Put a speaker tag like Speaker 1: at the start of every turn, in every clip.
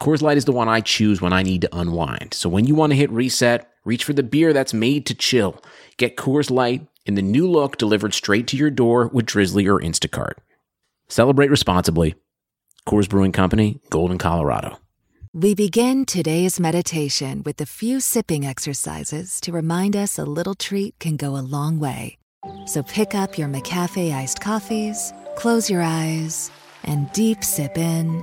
Speaker 1: Coors Light is the one I choose when I need to unwind. So when you want to hit reset, reach for the beer that's made to chill. Get Coors Light in the new look delivered straight to your door with Drizzly or Instacart. Celebrate responsibly. Coors Brewing Company, Golden, Colorado.
Speaker 2: We begin today's meditation with a few sipping exercises to remind us a little treat can go a long way. So pick up your McCafe iced coffees, close your eyes, and deep sip in.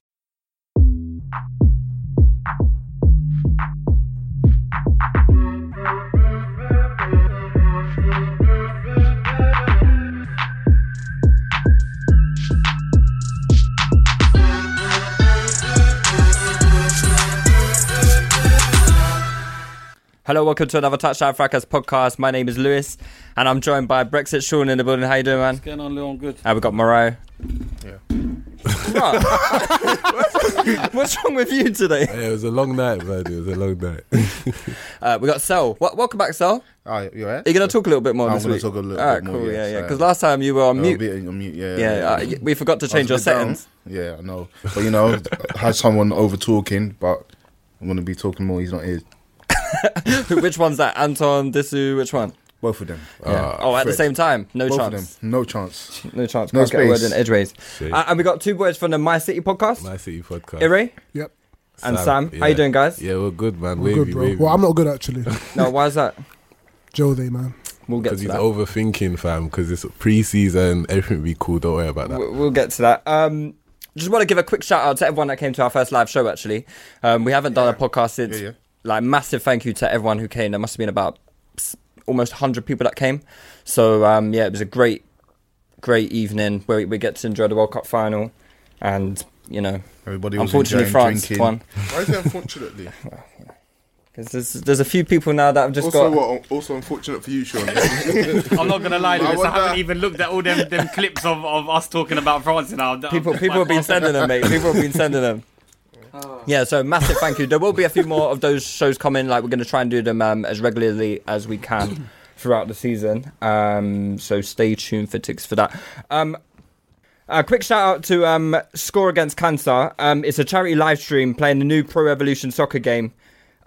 Speaker 3: Hello, welcome to another Touchdown Fracas podcast. My name is Lewis, and I'm joined by Brexit Sean in the building. How you doing, man?
Speaker 4: going on, Leon? Good.
Speaker 3: And we've got Moreau. Yeah. What's wrong with you today?
Speaker 5: Yeah, it was a long night, man. It was a long night.
Speaker 3: Uh, we got Sel. Wel- welcome back, Sel.
Speaker 6: Oh, you alright?
Speaker 3: Are you going to talk a little bit more
Speaker 6: I'm
Speaker 3: this
Speaker 6: gonna
Speaker 3: week?
Speaker 6: talk a little
Speaker 3: Alright,
Speaker 6: bit more,
Speaker 3: cool,
Speaker 6: yeah,
Speaker 3: yeah, yeah.
Speaker 6: so-
Speaker 3: Because last time you were on
Speaker 6: Oh,
Speaker 3: mute.
Speaker 6: bit- on mute, yeah.
Speaker 3: yeah, uh, y- we forgot to change your
Speaker 6: I was a bit
Speaker 3: settings.
Speaker 6: down. Yeah, I know. But you know, I had someone over talking, but I'm gonna be talking more. He's not here.
Speaker 3: Who- which one's that? Anton, Disu, which one?
Speaker 6: Both of them.
Speaker 3: Yeah. oh, at the
Speaker 6: Fred.
Speaker 3: same time. No
Speaker 6: Uh, Both
Speaker 3: chance.
Speaker 6: of them. No chance.
Speaker 3: No chance.
Speaker 6: No
Speaker 3: Can't get a word
Speaker 6: space.
Speaker 3: in edgeways. Uh, and we got two boys from the My City podcast.
Speaker 5: My City podcast.
Speaker 3: Ire
Speaker 7: Yep.
Speaker 3: and Sam. How you doing, guys?
Speaker 5: Yeah, we're good, man.
Speaker 7: We're
Speaker 5: wavy,
Speaker 7: good, bro.
Speaker 5: wavy.
Speaker 7: Well, I'm not good actually.
Speaker 3: No, why is that?
Speaker 7: Jose, man.
Speaker 3: We'll get
Speaker 5: because
Speaker 3: to
Speaker 5: he's
Speaker 3: that.
Speaker 5: overthinking, fam. Because it's pre-season, everything will be cool. Don't worry about that.
Speaker 3: We- We'll get to that. Um, just want to give a quick shout out to everyone that came to our first live show. Actually, um, we haven't done a podcast since.
Speaker 6: yeah.
Speaker 3: Like massive thank you to everyone who came. There must have been about s- almost hundred people that came. So um, yeah, it was a great, great evening where we, we get to enjoy the World Cup final, and you know,
Speaker 6: Everybody was
Speaker 3: unfortunately
Speaker 6: enjoying
Speaker 3: France
Speaker 6: drinking.
Speaker 3: won
Speaker 8: Why is it unfortunately?
Speaker 3: because there's there's a few people now that have just
Speaker 8: also,
Speaker 3: got.
Speaker 8: what, also unfortunate for you, Sean.
Speaker 4: I'm not gonna lie, Lewis. I,
Speaker 8: wonder-
Speaker 4: haven't even looked at all them, them clips of, of us talking about France now.
Speaker 3: People, people have been sending them, mate. People have been sending them. Yeah, so massive thank you. There will be a few more of those shows coming. Like we're going to try and do them um, as regularly as we can throughout the season. Um, so stay tuned for ticks for that. Um, a quick shout out to um, Score Against Cancer. Um, it's a charity live stream playing the new Pro Evolution Soccer game.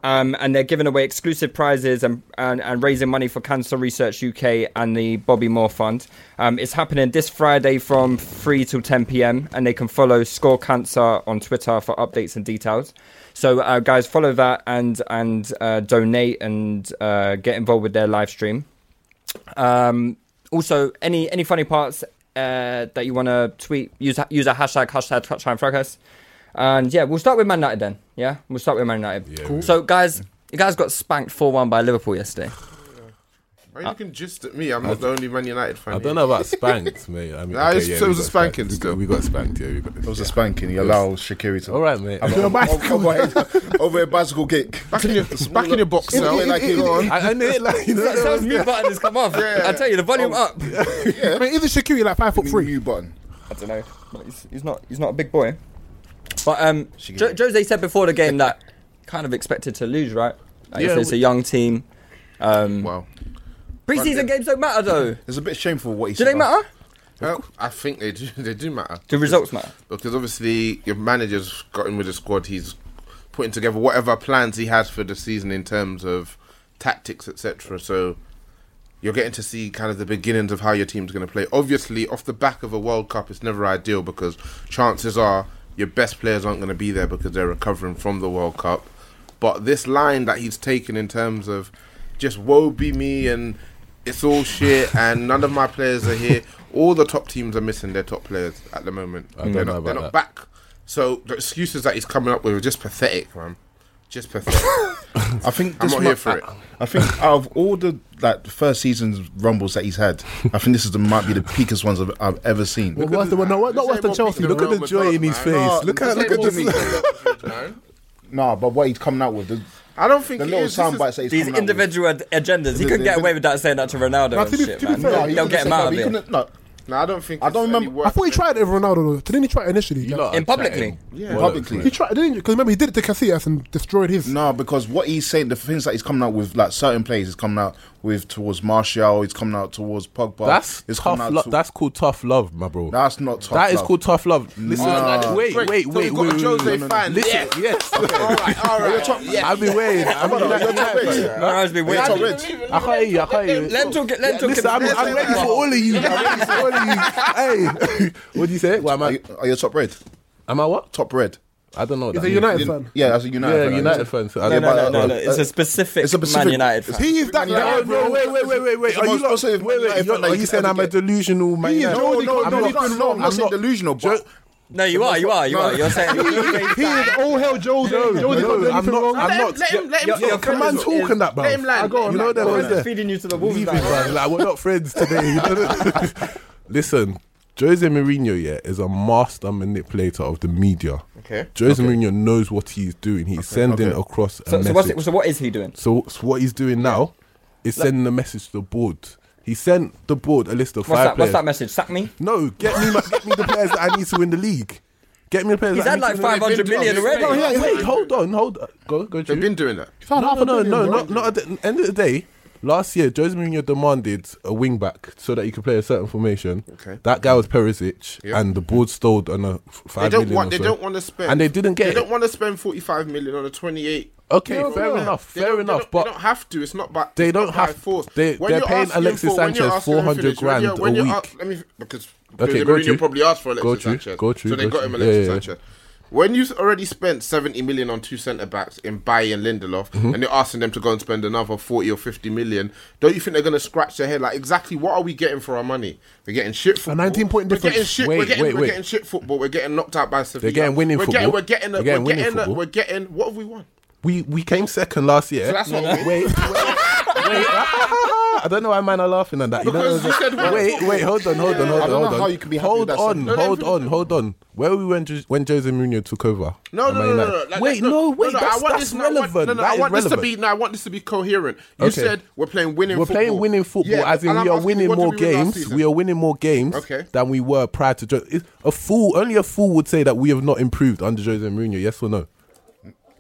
Speaker 3: Um, and they're giving away exclusive prizes and, and, and raising money for Cancer Research UK and the Bobby Moore Fund. Um, it's happening this Friday from 3 till 10 pm, and they can follow Score Cancer on Twitter for updates and details. So, uh, guys, follow that and and uh, donate and uh, get involved with their live stream. Um, also, any any funny parts uh, that you want to tweet, use use a hashtag hashtag touchline fracas. And yeah, we'll start with Man United then. Yeah, we'll start with Man United.
Speaker 5: Yeah, Cool.
Speaker 3: So guys, you guys got spanked four one by Liverpool yesterday.
Speaker 8: Why are you looking just at me? I'm not the only Man United fan.
Speaker 5: I
Speaker 8: here.
Speaker 5: don't know about spanked, mate. I mean,
Speaker 8: Nah, Ah, it's- it
Speaker 5: we
Speaker 8: was a
Speaker 5: got
Speaker 8: spanking
Speaker 5: spanked. We got-
Speaker 8: still.
Speaker 5: We got spanked. Yeah, we got.
Speaker 6: It was a spanking. He allows Shakiri to.
Speaker 5: All right, mate.
Speaker 6: Over, over- over a bicycle kick.
Speaker 8: Back in your, back in your box.
Speaker 6: So,
Speaker 8: now.
Speaker 6: like, you know,
Speaker 5: I, I knew it, like, you know,
Speaker 3: That
Speaker 5: there
Speaker 3: sounds
Speaker 5: was-
Speaker 3: mute button has come off. Oh. I tell you, the volume up.
Speaker 7: I mean, isn't Shakiri like five foot
Speaker 6: new,
Speaker 7: three?
Speaker 6: new button.
Speaker 3: I don't know. He's, he's not. He's not a big boy. But um, jo- Jose said before the game that kind of expected to lose, right? Like he
Speaker 5: Yeah,
Speaker 3: said it's
Speaker 5: we-
Speaker 3: a young team. Um,
Speaker 8: Wow.
Speaker 3: Preseason
Speaker 8: Right, yeah.
Speaker 3: games don't matter though.
Speaker 6: It's a bit shameful what he
Speaker 3: Do
Speaker 6: said.
Speaker 3: they matter?
Speaker 8: Well, I think they do. They do matter.
Speaker 3: Do results matter?
Speaker 8: Because obviously your manager's got in with the squad. He's putting together whatever plans he has for the season in terms of tactics, etc. So you're getting to see kind of the beginnings of how your team's going to play. Obviously, off the back of a World Cup, it's never ideal because chances are your best players aren't going to be there because they're recovering from the World Cup. But this line that he's taken in terms of just woe be me and it's all shit and none of my players are here. All the top teams are missing their top players at the moment.
Speaker 5: I don't
Speaker 8: they're
Speaker 5: know
Speaker 8: not,
Speaker 5: about
Speaker 8: they're not
Speaker 5: that.
Speaker 8: back. So the excuses that he's coming up with are just pathetic, man. Just pathetic.
Speaker 6: I think
Speaker 8: I'm
Speaker 6: this
Speaker 8: not
Speaker 6: mi-
Speaker 8: here for it.
Speaker 6: I, I think out of all the like the first season's rumbles that he's had, I think this is the might be the peakest ones I've, I've ever seen.
Speaker 7: Well, worse than, well, no, not worse than Chelsea. Look at the joy in his face. Look at look at this.
Speaker 6: Nah, but what he's coming out with, the,
Speaker 8: I don't think
Speaker 6: the
Speaker 8: it
Speaker 6: little
Speaker 8: is. This
Speaker 6: soundbites
Speaker 8: is-
Speaker 6: that he's
Speaker 3: These
Speaker 6: coming out with.
Speaker 3: individual ad- agendas. He
Speaker 6: The-
Speaker 3: could
Speaker 6: the-
Speaker 3: get away without saying that to Ronaldo
Speaker 7: Nah,
Speaker 3: and
Speaker 7: to be-
Speaker 3: shit,
Speaker 7: to be
Speaker 3: man.
Speaker 7: fair,
Speaker 6: No,
Speaker 7: he
Speaker 6: he
Speaker 3: They'll
Speaker 6: couldn't
Speaker 3: get
Speaker 6: say
Speaker 3: him
Speaker 6: that,
Speaker 3: out
Speaker 6: but
Speaker 3: of
Speaker 6: he
Speaker 3: it.
Speaker 6: couldn't- no,
Speaker 8: No, I don't think.
Speaker 6: I
Speaker 8: it's
Speaker 6: don't
Speaker 8: any
Speaker 6: remember-
Speaker 8: worse
Speaker 7: I thought he
Speaker 8: than-
Speaker 7: tried it with Ronaldo. though. Didn't he try it initially?
Speaker 5: You lot are
Speaker 3: In publicly.
Speaker 5: chatting
Speaker 8: Yeah.
Speaker 5: bollocks,
Speaker 6: Publicly.
Speaker 5: man.
Speaker 7: He tried, didn't you? Because remember, he did it to Casillas and destroyed his.
Speaker 6: No, because what he's saying, the things that he's coming out with, like certain plays, he's coming out with towards Martial, he's coming out towards Pogba.
Speaker 5: That's
Speaker 6: he's coming
Speaker 5: tough.
Speaker 6: out
Speaker 5: Lo-
Speaker 6: to-
Speaker 5: that's called tough love, my bro.
Speaker 6: that's not tough.
Speaker 5: That is
Speaker 6: love.
Speaker 5: called tough love. Listen,
Speaker 8: Nah.
Speaker 5: wait,
Speaker 8: Straight.
Speaker 5: wait, wait,
Speaker 8: So
Speaker 5: wait,
Speaker 8: we've got
Speaker 5: wait,
Speaker 8: a Jose
Speaker 5: wait, wait.
Speaker 8: fan.
Speaker 5: Listen,
Speaker 8: Yeah.
Speaker 5: yes.
Speaker 8: all right, all right.
Speaker 5: I've been waiting. I've been
Speaker 6: You're top
Speaker 5: waiting.
Speaker 6: rich.
Speaker 3: No, it's been weird.
Speaker 6: You're top rich.
Speaker 5: I can't hear you. I can't hear you.
Speaker 3: Let him talk it. Let him
Speaker 5: Listen,
Speaker 3: talk
Speaker 5: I'm,
Speaker 3: it.
Speaker 5: I'm ready for all of you. I'm ready for all of you. Hey, what do you say? What am
Speaker 6: Are
Speaker 5: I?
Speaker 6: you, are you a top red?
Speaker 5: Am I what?
Speaker 6: Top red.
Speaker 5: I don't know. What
Speaker 7: He's
Speaker 5: that
Speaker 7: a
Speaker 5: means.
Speaker 7: United
Speaker 6: You-
Speaker 7: fan.
Speaker 6: Yeah, that's a United.
Speaker 5: Yeah,
Speaker 6: fan.
Speaker 5: United fan. So I
Speaker 3: No,
Speaker 5: don't
Speaker 3: no,
Speaker 5: know.
Speaker 3: no, no,
Speaker 6: uh,
Speaker 3: no. It's a specific,
Speaker 6: it's a
Speaker 3: Man
Speaker 6: specific-
Speaker 3: United fan.
Speaker 7: He is that guy.
Speaker 5: No, no, wait, wait, wait, wait, wait.
Speaker 6: It's the
Speaker 5: Are you
Speaker 6: most
Speaker 5: not, wait,
Speaker 6: positive
Speaker 5: wait,
Speaker 6: United
Speaker 5: you're,
Speaker 6: fan
Speaker 5: are
Speaker 6: I
Speaker 5: you
Speaker 6: could
Speaker 5: saying
Speaker 6: ever
Speaker 5: I'm a
Speaker 6: get.
Speaker 5: delusional man?
Speaker 6: No,
Speaker 5: United
Speaker 6: no,
Speaker 5: fan?
Speaker 6: no,
Speaker 5: I'm
Speaker 6: no,
Speaker 5: not-
Speaker 6: no, no, I'm not saying delusional,
Speaker 5: Jo-
Speaker 6: but
Speaker 3: No, you are. You are. You are. You're saying.
Speaker 7: He is all hell Jose. Jose
Speaker 5: no,
Speaker 7: not doing
Speaker 5: I'm
Speaker 7: anything
Speaker 5: not.
Speaker 7: wrong.
Speaker 5: I'm
Speaker 8: him-
Speaker 5: not.
Speaker 8: let him- let him
Speaker 5: Yo,
Speaker 8: talk.
Speaker 5: yo, come
Speaker 8: Let him
Speaker 5: on,
Speaker 8: talk.
Speaker 5: talking that, bro.
Speaker 8: Let him land.
Speaker 5: You know there was
Speaker 3: We're
Speaker 5: there.
Speaker 3: feeding you to the wolves.
Speaker 5: Leave it,
Speaker 3: man.
Speaker 5: man. Like we're not friends today. you know? Listen, Jose Mourinho, yeah, is a master manipulator of the media.
Speaker 8: Okay.
Speaker 5: Jose Mourinho knows what he's doing. He's sending
Speaker 8: okay.
Speaker 5: across a
Speaker 3: So, so,
Speaker 5: message.
Speaker 3: what's it, so what is he doing?
Speaker 5: So, so what he's doing now is sending a message to the board. He sent the board a list of
Speaker 3: What's
Speaker 5: five
Speaker 3: that?
Speaker 5: players.
Speaker 3: What's that message? Sack me.
Speaker 5: No, get me, my, get me the players that I need to win the league. Get me the players.
Speaker 3: He's
Speaker 5: that I
Speaker 3: had
Speaker 5: need
Speaker 3: like
Speaker 5: to
Speaker 3: 500
Speaker 5: win the
Speaker 8: they've
Speaker 3: million
Speaker 8: been Oh,
Speaker 3: already.
Speaker 8: dropped.
Speaker 5: league. No, yeah, wait, hold on, hold on. Go, go.
Speaker 8: They've
Speaker 5: Drew.
Speaker 8: been doing that.
Speaker 7: Found
Speaker 5: No,
Speaker 7: half
Speaker 5: no,
Speaker 7: a
Speaker 5: no,
Speaker 7: billion,
Speaker 5: no,
Speaker 7: bro.
Speaker 5: not, not at the end of the day. Last year, Jose Mourinho demanded a wing back so that he could play a certain formation.
Speaker 8: Okay.
Speaker 5: That guy was Perisic,
Speaker 8: Yep.
Speaker 5: and the board stole on a f-
Speaker 8: They
Speaker 5: five
Speaker 8: don't
Speaker 5: million
Speaker 8: want.
Speaker 5: or
Speaker 8: They
Speaker 5: so.
Speaker 8: don't want to spend.
Speaker 5: and they didn't get
Speaker 8: They
Speaker 5: it.
Speaker 8: don't want to spend forty-five million on a twenty-eight.
Speaker 5: okay,
Speaker 8: No,
Speaker 5: fair
Speaker 8: no.
Speaker 5: enough,
Speaker 8: They
Speaker 5: fair
Speaker 8: don't-
Speaker 5: enough.
Speaker 8: They don't,
Speaker 5: But
Speaker 8: they don't have to. It's not by.
Speaker 5: they
Speaker 8: it's
Speaker 5: don't
Speaker 8: not
Speaker 5: have-
Speaker 8: by force.
Speaker 5: they-
Speaker 8: When
Speaker 5: they're
Speaker 8: you're
Speaker 5: paying
Speaker 8: asking
Speaker 5: Alexis
Speaker 8: for- when you're
Speaker 5: Sanchez
Speaker 8: asking
Speaker 5: 400
Speaker 8: for this, when you're-
Speaker 5: grand
Speaker 8: when
Speaker 5: a
Speaker 8: you're
Speaker 5: week.
Speaker 8: ask- let me because
Speaker 5: Okay,
Speaker 8: Jose
Speaker 5: go
Speaker 8: Mourinho
Speaker 5: through.
Speaker 8: probably asked for
Speaker 5: Go
Speaker 8: Alexis
Speaker 5: through,
Speaker 8: Sanchez.
Speaker 5: go through,
Speaker 8: so they
Speaker 5: go
Speaker 8: got him
Speaker 5: through.
Speaker 8: Alexis
Speaker 5: Yeah, yeah, yeah.
Speaker 8: Sanchez. When you've already spent seventy million on two centre backs in Baye and Lindelof,
Speaker 5: Mm-hmm.
Speaker 8: and you're asking them to go and spend another forty or fifty million, don't you think they're going to scratch their head? Like exactly what are we getting for our money? We're getting shit. Football.
Speaker 7: 19 point
Speaker 8: We're getting
Speaker 7: difference.
Speaker 8: shit.
Speaker 5: Wait,
Speaker 8: we're, getting,
Speaker 5: wait,
Speaker 8: we're
Speaker 5: wait.
Speaker 8: getting shit football. We're getting knocked out by Sevilla.
Speaker 5: getting winning
Speaker 8: we're
Speaker 5: football.
Speaker 8: Getting, we're getting. A,
Speaker 5: They're getting
Speaker 8: we're
Speaker 5: winning
Speaker 8: getting. A,
Speaker 5: football.
Speaker 8: we're getting. What have we won?
Speaker 5: we we came second last year.
Speaker 8: So that's what
Speaker 5: wait,
Speaker 8: we-
Speaker 5: wait, wait. I don't know why man are laughing at that.
Speaker 8: Because
Speaker 5: know,
Speaker 8: you said we're
Speaker 5: wait,
Speaker 8: football.
Speaker 5: wait, hold on, hold on,
Speaker 6: I
Speaker 5: hold on,
Speaker 6: don't know
Speaker 5: hold on.
Speaker 6: how you can be happy
Speaker 5: hold
Speaker 6: with that
Speaker 5: on,
Speaker 6: sentiment.
Speaker 5: hold
Speaker 8: No, no,
Speaker 5: on, hold on. Where we went Jo- when Jose Mourinho took over?
Speaker 8: No, no,
Speaker 5: at Man
Speaker 8: no, no,
Speaker 5: United?
Speaker 8: no, like,
Speaker 5: Wait,
Speaker 8: no,
Speaker 5: no, wait,
Speaker 8: no,
Speaker 5: that's,
Speaker 8: I want
Speaker 5: that's
Speaker 8: this, no, I
Speaker 5: relevant.
Speaker 8: want, no, no,
Speaker 5: That
Speaker 8: I
Speaker 5: is
Speaker 8: want
Speaker 5: relevant.
Speaker 8: this to be. No, I want this to be coherent. You
Speaker 5: Okay.
Speaker 8: said we're playing winning.
Speaker 5: We're
Speaker 8: football.
Speaker 5: playing winning football,
Speaker 8: Yeah,
Speaker 5: as in
Speaker 8: and I'm
Speaker 5: we are
Speaker 8: asking you,
Speaker 5: winning
Speaker 8: what did
Speaker 5: more
Speaker 8: we win last
Speaker 5: games.
Speaker 8: season?
Speaker 5: We are winning more games
Speaker 8: Okay.
Speaker 5: than we were prior to Jose. A fool, only a fool would say that we have not improved under Jose Mourinho. Yes or no?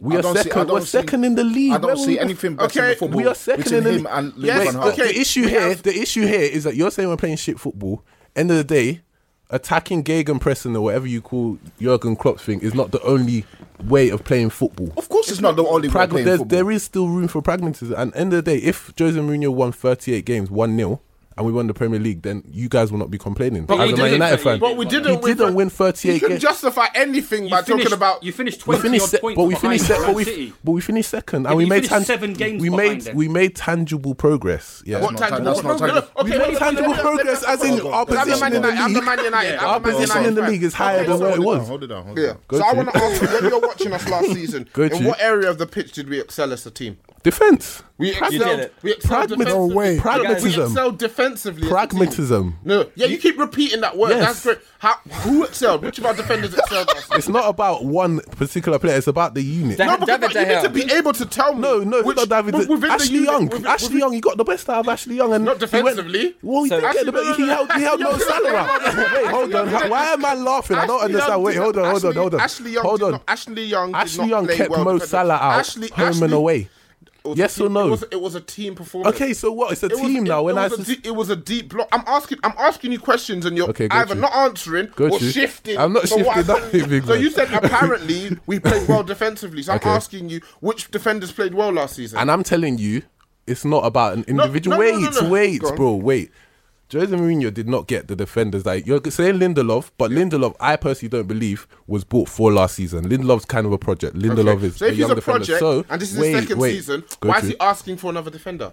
Speaker 5: We
Speaker 6: I
Speaker 5: are
Speaker 6: don't see- I
Speaker 5: second.
Speaker 6: don't
Speaker 5: We're
Speaker 6: see-
Speaker 5: second in the league.
Speaker 6: I
Speaker 5: Where
Speaker 6: don't
Speaker 5: were
Speaker 6: see
Speaker 5: we-
Speaker 6: anything better
Speaker 8: Okay,
Speaker 6: than football.
Speaker 5: we are second
Speaker 6: between
Speaker 5: in the
Speaker 6: him
Speaker 5: league.
Speaker 6: and Louis
Speaker 8: Yes,
Speaker 6: Van Gaal.
Speaker 8: okay.
Speaker 5: The issue
Speaker 8: we
Speaker 5: here,
Speaker 8: have-
Speaker 5: the issue here is that you're saying we're playing shit football. End of the day, attacking Gegenpressing or whatever you call Jurgen Klopp's thing is not the only way of playing football.
Speaker 6: Of course, it's not the only way of
Speaker 5: Pragma-
Speaker 6: playing
Speaker 5: there's-
Speaker 6: football.
Speaker 5: there is still room for pragmatism. And end of the day, if Jose Mourinho won 38 games, 1 0, and we won the Premier League, then you guys will not be complaining.
Speaker 4: But
Speaker 5: As
Speaker 4: we
Speaker 5: a Man
Speaker 4: didn't-
Speaker 5: United fan,
Speaker 8: But we
Speaker 4: He
Speaker 8: didn't.
Speaker 5: he didn't win 38
Speaker 8: You can
Speaker 5: games.
Speaker 8: justify anything by
Speaker 4: finished-
Speaker 8: talking about.
Speaker 4: you finished
Speaker 5: we
Speaker 4: twenty
Speaker 5: finished,
Speaker 4: odd
Speaker 5: se-
Speaker 4: points
Speaker 5: but we
Speaker 4: behind
Speaker 5: finished, se-
Speaker 4: Man
Speaker 5: but we,
Speaker 4: City.
Speaker 5: but we finished second, and
Speaker 4: but
Speaker 5: we
Speaker 4: you
Speaker 5: made
Speaker 4: finished seven games
Speaker 5: we
Speaker 4: behind
Speaker 5: made
Speaker 4: them.
Speaker 5: we made tangible progress. Yeah,
Speaker 8: What
Speaker 6: not
Speaker 8: time?
Speaker 6: tangible. That's not tangible.
Speaker 5: We made tangible progress, as in our
Speaker 8: I'm the
Speaker 5: position
Speaker 8: man
Speaker 5: in the
Speaker 8: United. I'm the
Speaker 5: league.
Speaker 8: Man United.
Speaker 5: Our
Speaker 8: I'm the Man
Speaker 5: position in
Speaker 8: United
Speaker 5: the
Speaker 8: fan.
Speaker 5: league is higher than where it
Speaker 6: Hold it
Speaker 5: was.
Speaker 6: down, hold it down, hold it
Speaker 8: Yeah.
Speaker 6: down.
Speaker 8: So I
Speaker 5: to-
Speaker 8: want to ask you, when you're watching us last season,
Speaker 5: Go
Speaker 8: in
Speaker 5: to-
Speaker 8: what area of the pitch did we excel as a team?
Speaker 5: Defense,
Speaker 8: We
Speaker 3: did
Speaker 8: excelled.
Speaker 3: it.
Speaker 8: We excelled
Speaker 5: Pragma-
Speaker 8: defensively.
Speaker 7: No way.
Speaker 8: We
Speaker 5: Pragmatism.
Speaker 8: excelled defensively. as a team.
Speaker 5: pragmatism.
Speaker 8: No, yeah, you keep repeating that word.
Speaker 5: Yes.
Speaker 8: That's great. How, who excelled? Which of our defenders excelled? last season?
Speaker 5: It's not about one particular player; it's about the unit.
Speaker 3: Da-
Speaker 8: No, because
Speaker 3: David
Speaker 8: but you
Speaker 3: De
Speaker 8: need to
Speaker 3: Gea.
Speaker 8: be able to tell me.
Speaker 5: No, no, it's
Speaker 8: which-
Speaker 5: not David.
Speaker 8: wi- within the
Speaker 5: Ashley
Speaker 8: unit-
Speaker 5: Young.
Speaker 8: within-
Speaker 5: Ashley
Speaker 8: within-
Speaker 5: Young. He got the best out of Ashley Young, and
Speaker 8: Not
Speaker 5: he went-
Speaker 8: defensively.
Speaker 5: well, he
Speaker 3: So-
Speaker 5: didn't get the
Speaker 8: Ashley-
Speaker 5: best. He held. He held
Speaker 8: Yo,
Speaker 5: no Salah. out. Wait, hold on.
Speaker 8: Ashley-
Speaker 5: Why am I laughing? I don't
Speaker 8: Ashley
Speaker 5: understand.
Speaker 8: Young
Speaker 5: Wait,
Speaker 8: did
Speaker 5: hold on,
Speaker 8: not-
Speaker 5: hold on, hold on.
Speaker 8: Ashley Young
Speaker 5: Hold
Speaker 8: did
Speaker 5: on.
Speaker 8: not- Ashley Young did
Speaker 5: Ashley
Speaker 8: not
Speaker 5: Young
Speaker 8: play
Speaker 5: kept
Speaker 8: well
Speaker 5: Mo
Speaker 8: defensively.
Speaker 5: Salah out,
Speaker 8: Ashley-
Speaker 5: home and
Speaker 8: Ashley-
Speaker 5: away.
Speaker 8: was
Speaker 5: Yes
Speaker 8: a team-
Speaker 5: or no?
Speaker 8: It was, it was a team performance.
Speaker 5: Okay, so what? It's a
Speaker 8: It was-
Speaker 5: team
Speaker 8: it-
Speaker 5: now. When
Speaker 8: it
Speaker 5: I
Speaker 8: was a
Speaker 5: sus-
Speaker 8: deep- it was a deep block. I'm asking. I'm asking you questions, and you're
Speaker 5: Okay, got
Speaker 8: either
Speaker 5: you.
Speaker 8: not answering
Speaker 5: Got
Speaker 8: or
Speaker 5: you.
Speaker 8: shifting.
Speaker 5: I'm not
Speaker 8: from what I
Speaker 5: shifting
Speaker 8: said.
Speaker 5: nothing, big
Speaker 8: So
Speaker 5: man.
Speaker 8: you said apparently we played well defensively. So
Speaker 5: Okay.
Speaker 8: I'm asking you which defenders played well last season.
Speaker 5: And I'm telling you, it's not about an individual.
Speaker 8: no, no,
Speaker 5: wait,
Speaker 8: no, no.
Speaker 5: wait,
Speaker 8: Go on.
Speaker 5: bro, wait. Jose Mourinho did not get the defenders that you're saying Lindelof, but Lindelof, I personally don't believe was bought for last season. Lindelof's kind of a project. Lindelof
Speaker 8: Okay.
Speaker 5: is
Speaker 8: so
Speaker 5: a
Speaker 8: if he's
Speaker 5: young
Speaker 8: a
Speaker 5: defender.
Speaker 8: project,
Speaker 5: so
Speaker 8: and this is
Speaker 5: wait,
Speaker 8: his second
Speaker 5: wait,
Speaker 8: season,
Speaker 5: Go
Speaker 8: why
Speaker 5: to-
Speaker 8: is he asking for another defender?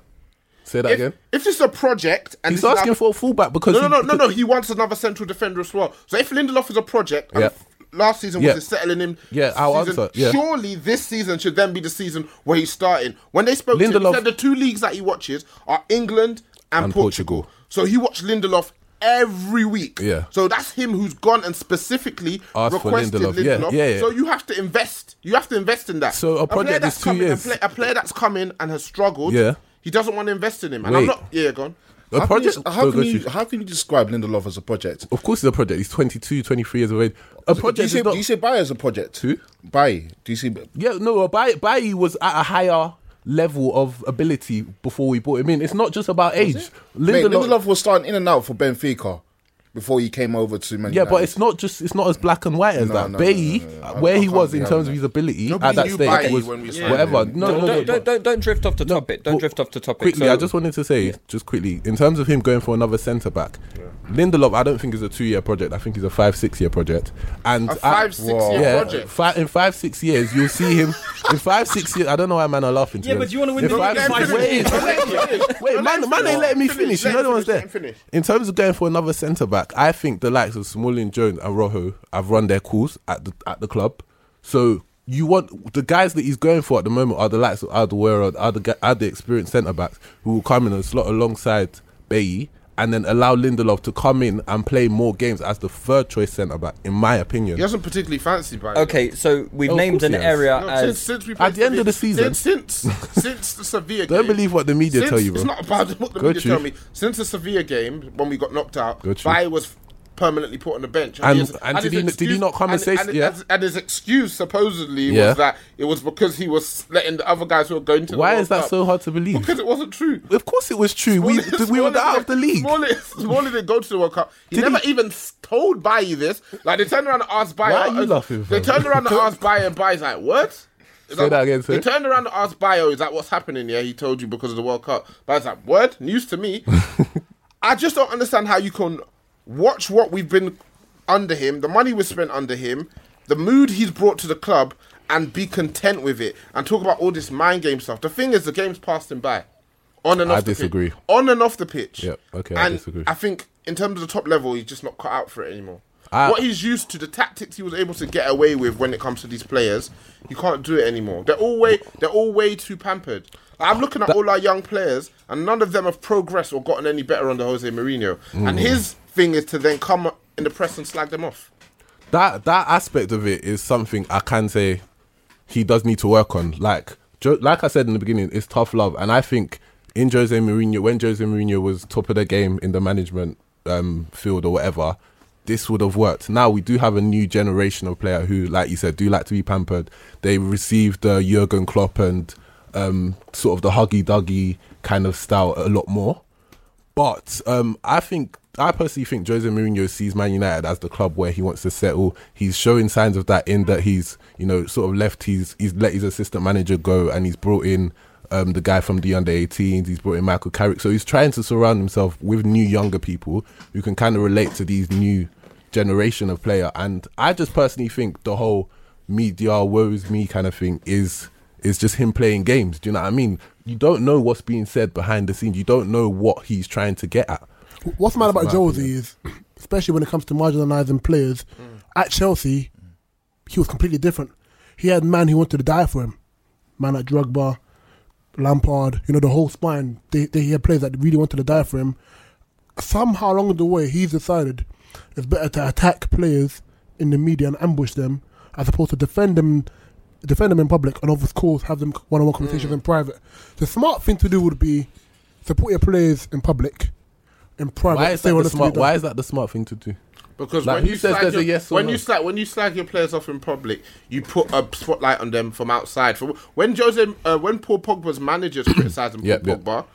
Speaker 5: say that
Speaker 8: if,
Speaker 5: again?
Speaker 8: If this is a project, and
Speaker 5: He's
Speaker 8: this is
Speaker 5: asking
Speaker 8: our-
Speaker 5: for a fullback because
Speaker 8: no, no,
Speaker 5: he-
Speaker 8: no, no, no, he wants another central defender as well. So if Lindelof is a project, and
Speaker 5: Yeah.
Speaker 8: last season
Speaker 5: Yeah.
Speaker 8: was his settling him.
Speaker 5: Yeah, I'll
Speaker 8: season,
Speaker 5: answer, yeah.
Speaker 8: Surely this season should then be the season where he's starting. When they spoke to him,
Speaker 5: Lindelof-
Speaker 8: he said the two leagues that he watches are England and,
Speaker 5: And Portugal.
Speaker 8: Portugal. So he watched Lindelof every week.
Speaker 5: Yeah.
Speaker 8: So that's him who's gone and specifically
Speaker 5: Asked for
Speaker 8: requested
Speaker 5: Lindelof.
Speaker 8: Lindelof.
Speaker 5: Yeah, yeah, yeah.
Speaker 8: So you have to invest. You have to invest in that.
Speaker 5: So a project
Speaker 8: player
Speaker 5: is
Speaker 8: that's
Speaker 5: two
Speaker 8: coming- a
Speaker 5: years.
Speaker 8: pla- A player that's come in and has struggled.
Speaker 5: Yeah.
Speaker 8: He doesn't want to invest in him. And
Speaker 5: Wait.
Speaker 8: I'm not. Yeah, gone.
Speaker 5: A
Speaker 6: How can,
Speaker 5: project.
Speaker 6: you, how,
Speaker 5: go- go
Speaker 6: can you,
Speaker 5: to-
Speaker 6: how can you describe Lindelof as a project?
Speaker 5: of course, he's a project. He's 22, 23 years of age. A project.
Speaker 6: do you
Speaker 5: is
Speaker 6: see,
Speaker 5: not-
Speaker 6: do you see Bayer as a project? Who? Bayer. Do you see?
Speaker 5: Yeah, no, Bayi Bayi was at a higher level of ability before we brought him in. It's not just about age.
Speaker 6: Mate,
Speaker 5: Lindelof,
Speaker 6: Lindelof was starting in and out for Benfica before he came over to Man
Speaker 5: yeah,
Speaker 6: United.
Speaker 5: but it's not just it's not as black and white as
Speaker 6: No,
Speaker 5: that.
Speaker 6: no, no,
Speaker 5: Bayi,
Speaker 6: no, no, no. I-
Speaker 5: where
Speaker 6: I
Speaker 5: he
Speaker 6: can't
Speaker 5: was in
Speaker 6: be
Speaker 5: terms of
Speaker 6: having
Speaker 5: his
Speaker 6: that.
Speaker 5: ability
Speaker 8: Nobody
Speaker 5: at that
Speaker 8: knew
Speaker 5: stage
Speaker 8: Bayi
Speaker 5: was
Speaker 8: when we signed
Speaker 5: whatever.
Speaker 8: him.
Speaker 5: No, no,
Speaker 3: don't,
Speaker 5: no,
Speaker 3: don't,
Speaker 5: but-
Speaker 3: don't, don't, drift off the topic. Don't
Speaker 5: Well,
Speaker 3: drift off the topic.
Speaker 5: Quickly,
Speaker 3: So-
Speaker 5: I just wanted to say, just quickly, in terms of him going for another centre back, Lindelof, I don't think is a two-year project. I think he's a five, six-year project. And
Speaker 8: A
Speaker 5: I-
Speaker 8: five, six-year
Speaker 5: yeah,
Speaker 8: project?
Speaker 5: fi- in five, six years, you'll see him. in five, six years, I don't know why man are laughing. To
Speaker 4: Yeah,
Speaker 5: be
Speaker 4: but
Speaker 5: honest.
Speaker 4: you wanna win
Speaker 5: In
Speaker 4: the
Speaker 5: five,
Speaker 4: league
Speaker 5: six-
Speaker 4: in five
Speaker 5: wait,
Speaker 4: years.
Speaker 5: Wait, man, man ain't letting me finish. You know the ones
Speaker 8: Let
Speaker 5: there.
Speaker 8: him finish.
Speaker 5: In terms of going for another centre back, I think the likes of Smalling, Jones, and Rojo have run their calls at the at the club. So you want the guys that he's going for at the moment are the likes of Alderweireld, are the gu- are the experienced centre backs who will come in and slot alongside Bayi. And then allow Lindelof to come in and play more games as the third choice centre back, in my opinion.
Speaker 8: He hasn't particularly fancied Bayer.
Speaker 3: Okay, so we've
Speaker 5: Oh, of
Speaker 3: named
Speaker 5: course
Speaker 3: an
Speaker 5: he has.
Speaker 3: area
Speaker 8: No, since,
Speaker 3: as.
Speaker 8: since we
Speaker 5: At the end of the
Speaker 8: season, since since, since the Sevilla game,
Speaker 5: Don't believe what the media
Speaker 8: since,
Speaker 5: tell you, bro.
Speaker 8: It's not about what the
Speaker 5: Go
Speaker 8: media
Speaker 5: to.
Speaker 8: tell me. Since the Sevilla game, when we got knocked out,
Speaker 5: Go to.
Speaker 8: Bayer was permanently put on the bench.
Speaker 5: And-
Speaker 8: his-
Speaker 5: and did
Speaker 8: his
Speaker 5: he n- did he
Speaker 8: excuse-
Speaker 5: not come and say-
Speaker 8: and,
Speaker 5: yeah?
Speaker 8: his- and his excuse supposedly
Speaker 5: Yeah.
Speaker 8: was that it was because he was letting the other guys who were going to. the
Speaker 5: Why
Speaker 8: World
Speaker 5: is that
Speaker 8: Cup.
Speaker 5: so hard to believe?
Speaker 8: Because it wasn't true.
Speaker 5: Of course, it was true. We,
Speaker 8: Smalling-
Speaker 5: we were
Speaker 8: Smalling
Speaker 5: out of the
Speaker 8: didn't-
Speaker 5: league.
Speaker 8: Smalling, Smalling didn't go to the World Cup. He
Speaker 5: Did
Speaker 8: never
Speaker 5: he?
Speaker 8: even s- told Baye this. Like they turned around and asked Baye.
Speaker 5: Why are you laughing,
Speaker 8: They
Speaker 5: fam?
Speaker 8: turned around and asked Baye, and Baye's like, "What?" Is
Speaker 5: Say that again, sir.
Speaker 8: They turned around and asked Bio, is that what's happening? Yeah, he told you because of the World Cup. Baye's like, "Word, news to me." I just don't understand how you can watch what we've been under him, the money we spent under him, the mood he's brought to the club, and be content with it, and talk about all this mind game stuff. The thing is, the game's passed him by, on and
Speaker 5: I
Speaker 8: off. the
Speaker 5: disagree.
Speaker 8: Pitch. On and off the pitch.
Speaker 5: Yep, okay, I
Speaker 8: And
Speaker 5: disagree.
Speaker 8: I think in terms of the top level, he's just not cut out for it anymore.
Speaker 5: I-
Speaker 8: what he's used to, the tactics he was able to get away with when it comes to these players, you can't do it anymore. They're all way, they're all way too pampered. I'm looking at all our young players, and none of them have progressed or gotten any better under Jose Mourinho. And his thing is to then come in the press and slag them off.
Speaker 5: that that aspect of it is something I can say he does need to work on. Like jo- like I said in the beginning, it's tough love, and I think in Jose Mourinho, when Jose Mourinho was top of the game in the management um, field or whatever, this would have worked. Now we do have a new generation of player who, like you said, do like to be pampered. They received uh, Jurgen Klopp and um, sort of the huggy duggy kind of style a lot more. But um, I think I personally think Jose Mourinho sees Man United as the club where he wants to settle. He's showing signs of that in that he's you know sort of left his he's let his assistant manager go and he's brought in um, the guy from the under 18s. He's brought in Michael Carrick, so he's trying to surround himself with new younger people who can kind of relate to these new generation of player. And I just personally think the whole media woes me kind of thing is is just him playing games. Do you know what I mean? You don't know what's being said behind the scenes. You don't know what he's trying to get at.
Speaker 9: What's mad about
Speaker 5: my
Speaker 9: Josie is, especially when it comes to marginalising players,
Speaker 8: Mm.
Speaker 9: at Chelsea, he was completely different. He had man who wanted to die for him. Man like Drogba, Lampard, you know, the whole spine. They, they had players that really wanted to die for him. Somehow along the way, he's decided it's better to attack players in the media and ambush them as opposed to defend them defend them in public and of course have them one-on-one conversations
Speaker 5: Mm.
Speaker 9: in private. The smart thing to do would be support your players in public, in private.
Speaker 5: Why is
Speaker 9: say
Speaker 5: that
Speaker 9: what
Speaker 5: the
Speaker 9: has to be
Speaker 5: smart?
Speaker 9: done.
Speaker 5: Why is that the smart thing to do?
Speaker 8: Because
Speaker 5: Like,
Speaker 8: when
Speaker 5: who
Speaker 8: you
Speaker 5: says
Speaker 8: slag
Speaker 5: there's a
Speaker 8: your,
Speaker 5: yes or
Speaker 8: when
Speaker 5: no?
Speaker 8: you slag when you slag your players off in public, you put a spotlight on them from outside. From when Jose, uh, when Paul Pogba's managers criticizing Paul
Speaker 5: Yep, yep.
Speaker 8: Pogba,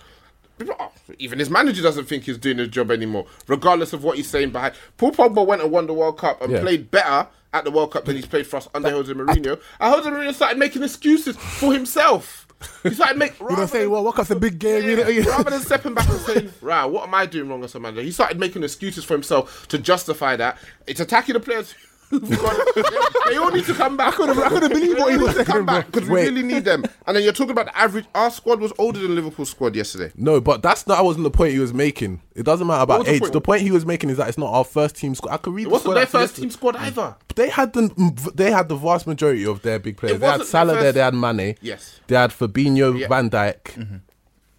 Speaker 8: people- oh, even his manager doesn't think he's doing his job anymore, regardless of what he's saying behind. Paul Pogba went and won the World Cup and
Speaker 5: Yeah.
Speaker 8: played better at the World Cup than he's played for us under Jose Mourinho. And Jose Mourinho started making excuses for himself. He started making
Speaker 9: You know, say, well, what comes a big game? you know, you-
Speaker 8: rather than stepping back and saying, "Right, what am I doing wrong as a manager?" He started making excuses for himself to justify that. It's attacking the players. who've gone- they, they all need to come back. I couldn't,
Speaker 9: I couldn't believe what he was saying,
Speaker 8: Come
Speaker 9: bro.
Speaker 8: back because we
Speaker 5: Wait.
Speaker 8: really need them. And then you're talking about the average. Our squad was older than Liverpool's squad yesterday.
Speaker 5: No, but that's not. That wasn't the point he was making. It doesn't matter
Speaker 8: What was the
Speaker 5: about age.
Speaker 8: point?
Speaker 5: The point he was making is that it's not our first team squad. I could read.
Speaker 8: It
Speaker 5: the
Speaker 8: wasn't
Speaker 5: squad
Speaker 8: their
Speaker 5: out for
Speaker 8: first
Speaker 5: this-
Speaker 8: team squad either.
Speaker 5: They had the they had the vast majority of their big players.
Speaker 8: It
Speaker 5: They had
Speaker 8: wasn't
Speaker 5: Salah
Speaker 8: their
Speaker 5: there.
Speaker 8: first-
Speaker 5: They had Mane.
Speaker 8: Yes.
Speaker 5: They had Fabinho,
Speaker 8: Yeah.
Speaker 5: Van Dijk,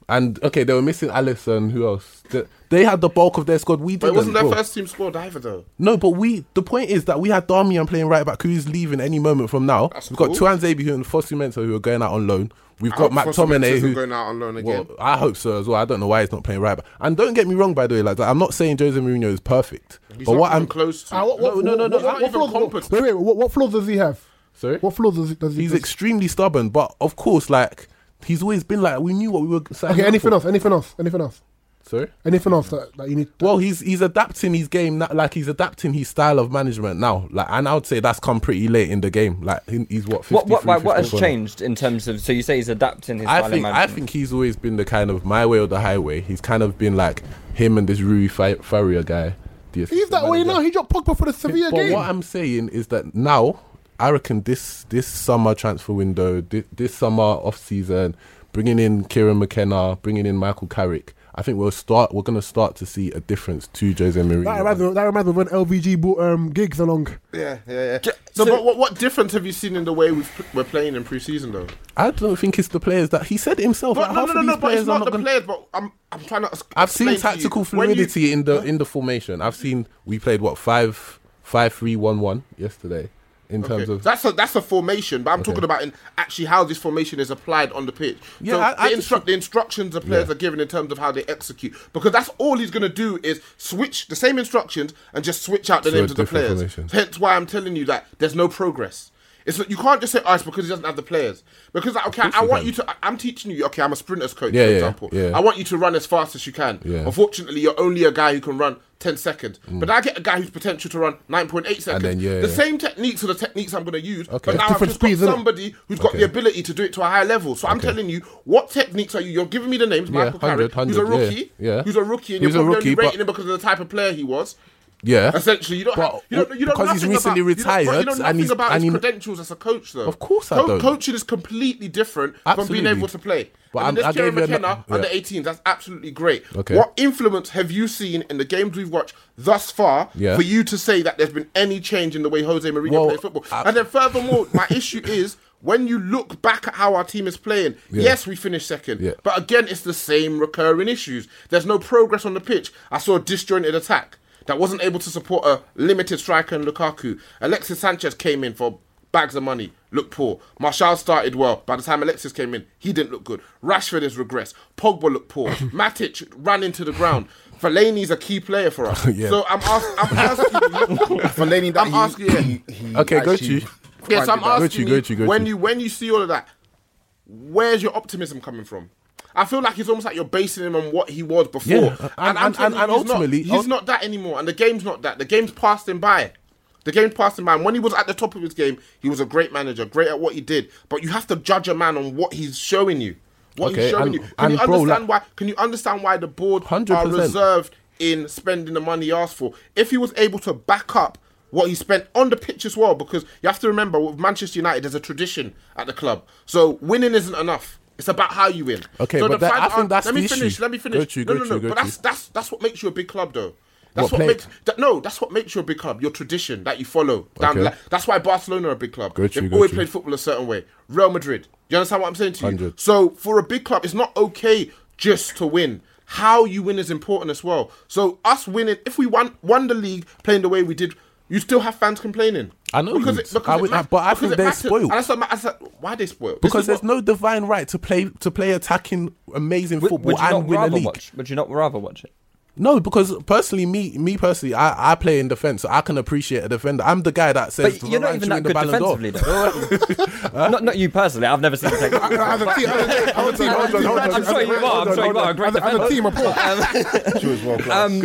Speaker 5: and okay, they were missing Allison. Who else? They, they had the bulk of their squad. We
Speaker 8: But
Speaker 5: didn't.
Speaker 8: it wasn't their
Speaker 5: bro.
Speaker 8: first team squad either, though.
Speaker 5: No, but we. The point is that we had Darmian playing right back, who's leaving any moment from now. We've got
Speaker 8: cool.
Speaker 5: Tuan Zabi and Fosu Mensah who are going out on loan. We've
Speaker 8: I
Speaker 5: got
Speaker 8: hope Fosu-Mensah
Speaker 5: McTominay
Speaker 8: isn't
Speaker 5: who
Speaker 8: going out on loan
Speaker 5: Well,
Speaker 8: again.
Speaker 5: I hope so as well. I don't know why he's not playing right back. And don't get me wrong, by the way, like I'm not saying Jose Mourinho is perfect,
Speaker 8: He's
Speaker 5: but
Speaker 8: not
Speaker 5: what
Speaker 8: even
Speaker 5: I'm
Speaker 8: close to.
Speaker 9: Ah, what- what-
Speaker 5: no, no, no,
Speaker 9: what-
Speaker 5: no,
Speaker 9: what- what
Speaker 8: even
Speaker 9: flaws-
Speaker 8: competent.
Speaker 9: Wait, wait, what, what flaws does he have?
Speaker 5: sorry,
Speaker 9: What flaws does he? Does he
Speaker 5: he's
Speaker 9: does-
Speaker 5: extremely stubborn, but of course, like he's always been like we knew what we were. signing
Speaker 9: okay,
Speaker 5: up
Speaker 9: anything
Speaker 5: for.
Speaker 9: else? Anything else? Anything else?
Speaker 5: Sorry.
Speaker 9: Anything else that, that you need?
Speaker 5: Well, he's he's adapting his game, na- like he's adapting his style of management now. Like, and I would say that's come pretty late in the game. Like, he- he's what 53,
Speaker 3: What what like, what has
Speaker 5: 54 now.
Speaker 3: changed in terms of? So you say he's adapting his.
Speaker 5: I
Speaker 3: style of
Speaker 5: think I
Speaker 3: management.
Speaker 5: think he's always been the kind of my way or the highway. He's kind of been like him and this Rui Fa- Faria guy. the
Speaker 9: He's
Speaker 5: assistant
Speaker 9: that way
Speaker 5: manager.
Speaker 9: now. He dropped Pogba for the Sevilla
Speaker 5: But
Speaker 9: game.
Speaker 5: what I'm saying is that now, I reckon this this summer transfer window, this, this summer off season, bringing in Kieran McKenna, bringing in Michael Carrick, I think we'll start. We're gonna start to see a difference to Jose
Speaker 9: that,
Speaker 5: Mourinho.
Speaker 9: reminds me, that reminds me when LVG brought um, gigs along.
Speaker 8: Yeah, yeah, yeah. So, but what, what difference have you seen in the way we've, we're playing in pre-season, though?
Speaker 5: I don't think it's the players that he said it himself.
Speaker 8: But
Speaker 5: like,
Speaker 8: no,
Speaker 5: half
Speaker 8: no,
Speaker 5: of
Speaker 8: no,
Speaker 5: these
Speaker 8: no. But
Speaker 5: players
Speaker 8: it's
Speaker 5: are
Speaker 8: not the
Speaker 5: gonna-
Speaker 8: players. But I'm, I'm trying to.
Speaker 5: I've
Speaker 8: explain
Speaker 5: seen
Speaker 8: to you.
Speaker 5: tactical
Speaker 8: When you-
Speaker 5: fluidity in the in the formation. I've seen we played what five five three one one yesterday in terms
Speaker 8: Okay.
Speaker 5: of
Speaker 8: that's a that's a formation, but I'm talking about in actually how this formation is applied on the pitch.
Speaker 5: Yeah,
Speaker 8: so
Speaker 5: I- I
Speaker 8: the,
Speaker 5: just-
Speaker 8: instru- the instructions the players are given in terms of how they execute, because that's all he's going to do is switch the same instructions and just switch out the
Speaker 5: To a
Speaker 8: names of the
Speaker 5: different
Speaker 8: players.
Speaker 5: formation.
Speaker 8: Hence why I'm telling you that there's no progress. It's not, you can't just say, "Oh, it's because he doesn't have the players." Because like, okay,
Speaker 5: course
Speaker 8: I
Speaker 5: you
Speaker 8: want
Speaker 5: can.
Speaker 8: you to. I- I'm teaching you. Okay, I'm a sprinter's coach,
Speaker 5: Yeah,
Speaker 8: for
Speaker 5: yeah,
Speaker 8: example.
Speaker 5: yeah.
Speaker 8: I want you to run as fast as you can.
Speaker 5: Yeah. Mm.
Speaker 8: Unfortunately, you're only a guy who can run 10 seconds. But I get a guy who's potential to run 9.8 seconds.
Speaker 5: then, yeah,
Speaker 8: the
Speaker 5: yeah.
Speaker 8: same techniques are the techniques I'm going to use.
Speaker 5: Okay.
Speaker 8: But now I've
Speaker 9: Different
Speaker 8: just got
Speaker 9: speeds, innit?
Speaker 8: somebody who's got
Speaker 5: Okay.
Speaker 8: the ability to do it to a higher level. So I'm
Speaker 5: Okay.
Speaker 8: telling you, what techniques are you? You're giving me the names,
Speaker 5: Yeah,
Speaker 8: Michael
Speaker 5: 100,
Speaker 8: Carrick, who's a
Speaker 5: 100, yeah,
Speaker 8: rookie,
Speaker 5: yeah.
Speaker 8: who's a rookie, and
Speaker 5: He's
Speaker 8: you're
Speaker 5: a
Speaker 8: probably
Speaker 5: rookie,
Speaker 8: only
Speaker 5: but-
Speaker 8: rating him because of the type of player he was.
Speaker 5: yeah.
Speaker 8: Essentially, you don't.
Speaker 5: But
Speaker 8: Have, you don't. You don't.
Speaker 5: because he's
Speaker 8: nothing about,
Speaker 5: recently
Speaker 8: you don't- but you
Speaker 5: retired
Speaker 8: know
Speaker 5: and
Speaker 8: nothing
Speaker 5: he's-
Speaker 8: about
Speaker 5: and
Speaker 8: his
Speaker 5: he-
Speaker 8: credentials as a coach, though.
Speaker 5: Of course I don't.
Speaker 8: Coaching is completely different from being
Speaker 5: Absolutely.
Speaker 8: able to play.
Speaker 5: But
Speaker 8: I mean,
Speaker 5: I'm- I
Speaker 8: this Jerry
Speaker 5: gave you a-
Speaker 8: McKenna
Speaker 5: yeah.
Speaker 8: under 18s. That's absolutely great.
Speaker 5: Okay.
Speaker 8: What influence have you seen in the games we've watched thus far
Speaker 5: Yeah.
Speaker 8: for you to say that there's been any change in the way Jose Mourinho
Speaker 5: Well,
Speaker 8: plays football?
Speaker 5: I-
Speaker 8: and then furthermore, my issue is. When you look back at how our team is playing,
Speaker 5: Yeah.
Speaker 8: yes, we finished second,
Speaker 5: Yeah.
Speaker 8: but again, it's the same recurring issues. There's no progress on the pitch. I saw a disjointed attack that wasn't able to support a limited striker in Lukaku. Alexis Sanchez came in for bags of money, looked poor. Martial started well. By the time Alexis came in, he didn't look good. Rashford has regressed. Pogba looked poor. Matic ran into the ground. Fellaini's a key player for us.
Speaker 5: Yeah.
Speaker 8: So I'm, ask- I'm asking you.
Speaker 6: Fellaini that
Speaker 8: I'm asking you.
Speaker 6: he, he, he
Speaker 5: Okay, go
Speaker 6: actually
Speaker 5: to you.
Speaker 8: Yes, I'm
Speaker 6: grinded out.
Speaker 8: asking
Speaker 5: Gucci,
Speaker 8: you,
Speaker 5: Gucci, Gucci.
Speaker 8: when you when you see all of that, where's your optimism coming from? I feel like it's almost like you're basing him on what he was before,
Speaker 5: Yeah, and-
Speaker 8: I'm telling
Speaker 5: and- and-
Speaker 8: you,
Speaker 5: and
Speaker 8: he's not-
Speaker 5: ultimately-
Speaker 8: he's not that anymore, and the game's not that. The game's passed him by. The game's passed him by. And when he was at the top of his game, he was a great manager, great at what he did. But you have to judge a man on what he's showing you. What
Speaker 5: Okay,
Speaker 8: he's showing
Speaker 5: and-
Speaker 8: you. Can you
Speaker 5: and bro,
Speaker 8: understand
Speaker 5: like-
Speaker 8: why? Can you understand why the board are
Speaker 5: 100%.
Speaker 8: reserved? deserved in spending the money he asked for. If he was able to back up what he spent on the pitch as well, because you have to remember with Manchester United, there's a tradition at the club. So winning isn't enough. It's about how you win.
Speaker 5: Okay,
Speaker 8: so
Speaker 5: but that-
Speaker 8: fact
Speaker 5: I think that's
Speaker 8: let me
Speaker 5: the
Speaker 8: finish.
Speaker 5: issue.
Speaker 8: Let me finish.
Speaker 5: Go to you,
Speaker 8: no,
Speaker 5: go
Speaker 8: no,
Speaker 5: to
Speaker 8: no.
Speaker 5: you, go
Speaker 8: but
Speaker 5: to
Speaker 8: that's
Speaker 5: you.
Speaker 8: that's that's what makes you a big club, though. That's
Speaker 5: What,
Speaker 8: what,
Speaker 5: play?
Speaker 8: makes that, no. That's what makes you a big club. Your tradition that you follow down.
Speaker 5: Okay.
Speaker 8: The, li- that's why Barcelona are a big club.
Speaker 5: Go to you,
Speaker 8: They've
Speaker 5: go
Speaker 8: always
Speaker 5: to you.
Speaker 8: played football a certain way. Real Madrid. You understand what I'm saying to you?
Speaker 5: 100.
Speaker 8: So for a big club, it's not okay just to win. How you win is important as well. So us winning, if we won won the league playing the way we did, you still have fans complaining.
Speaker 5: I know you would. I would-
Speaker 8: mat-
Speaker 5: but I
Speaker 8: because
Speaker 5: think
Speaker 8: it
Speaker 5: they're
Speaker 8: matters.
Speaker 5: spoiled.
Speaker 8: And that's what ma- that's what- why they spoiled. This
Speaker 5: because
Speaker 8: is
Speaker 5: there's
Speaker 8: what-
Speaker 5: no divine right to play to play attacking amazing
Speaker 3: Would-
Speaker 5: football
Speaker 3: would you
Speaker 5: and
Speaker 3: not
Speaker 5: win a
Speaker 3: rather
Speaker 5: league.
Speaker 3: watch? Would you not rather watch it?
Speaker 5: No, because personally, me, me personally, I, I play in defense, so I can appreciate a defender. I'm the guy that says,
Speaker 3: But you're not
Speaker 5: "Varane
Speaker 3: even
Speaker 5: should
Speaker 3: that
Speaker 5: win the
Speaker 3: good
Speaker 5: Ballon d'Or."
Speaker 3: defensively, though. not, not you personally. I've never seen you take.
Speaker 7: As a team, as a team, hold on, hold on.
Speaker 3: I'm sure you are. I'm sure you are. a Great
Speaker 7: As a- as a team,
Speaker 3: defender. Um,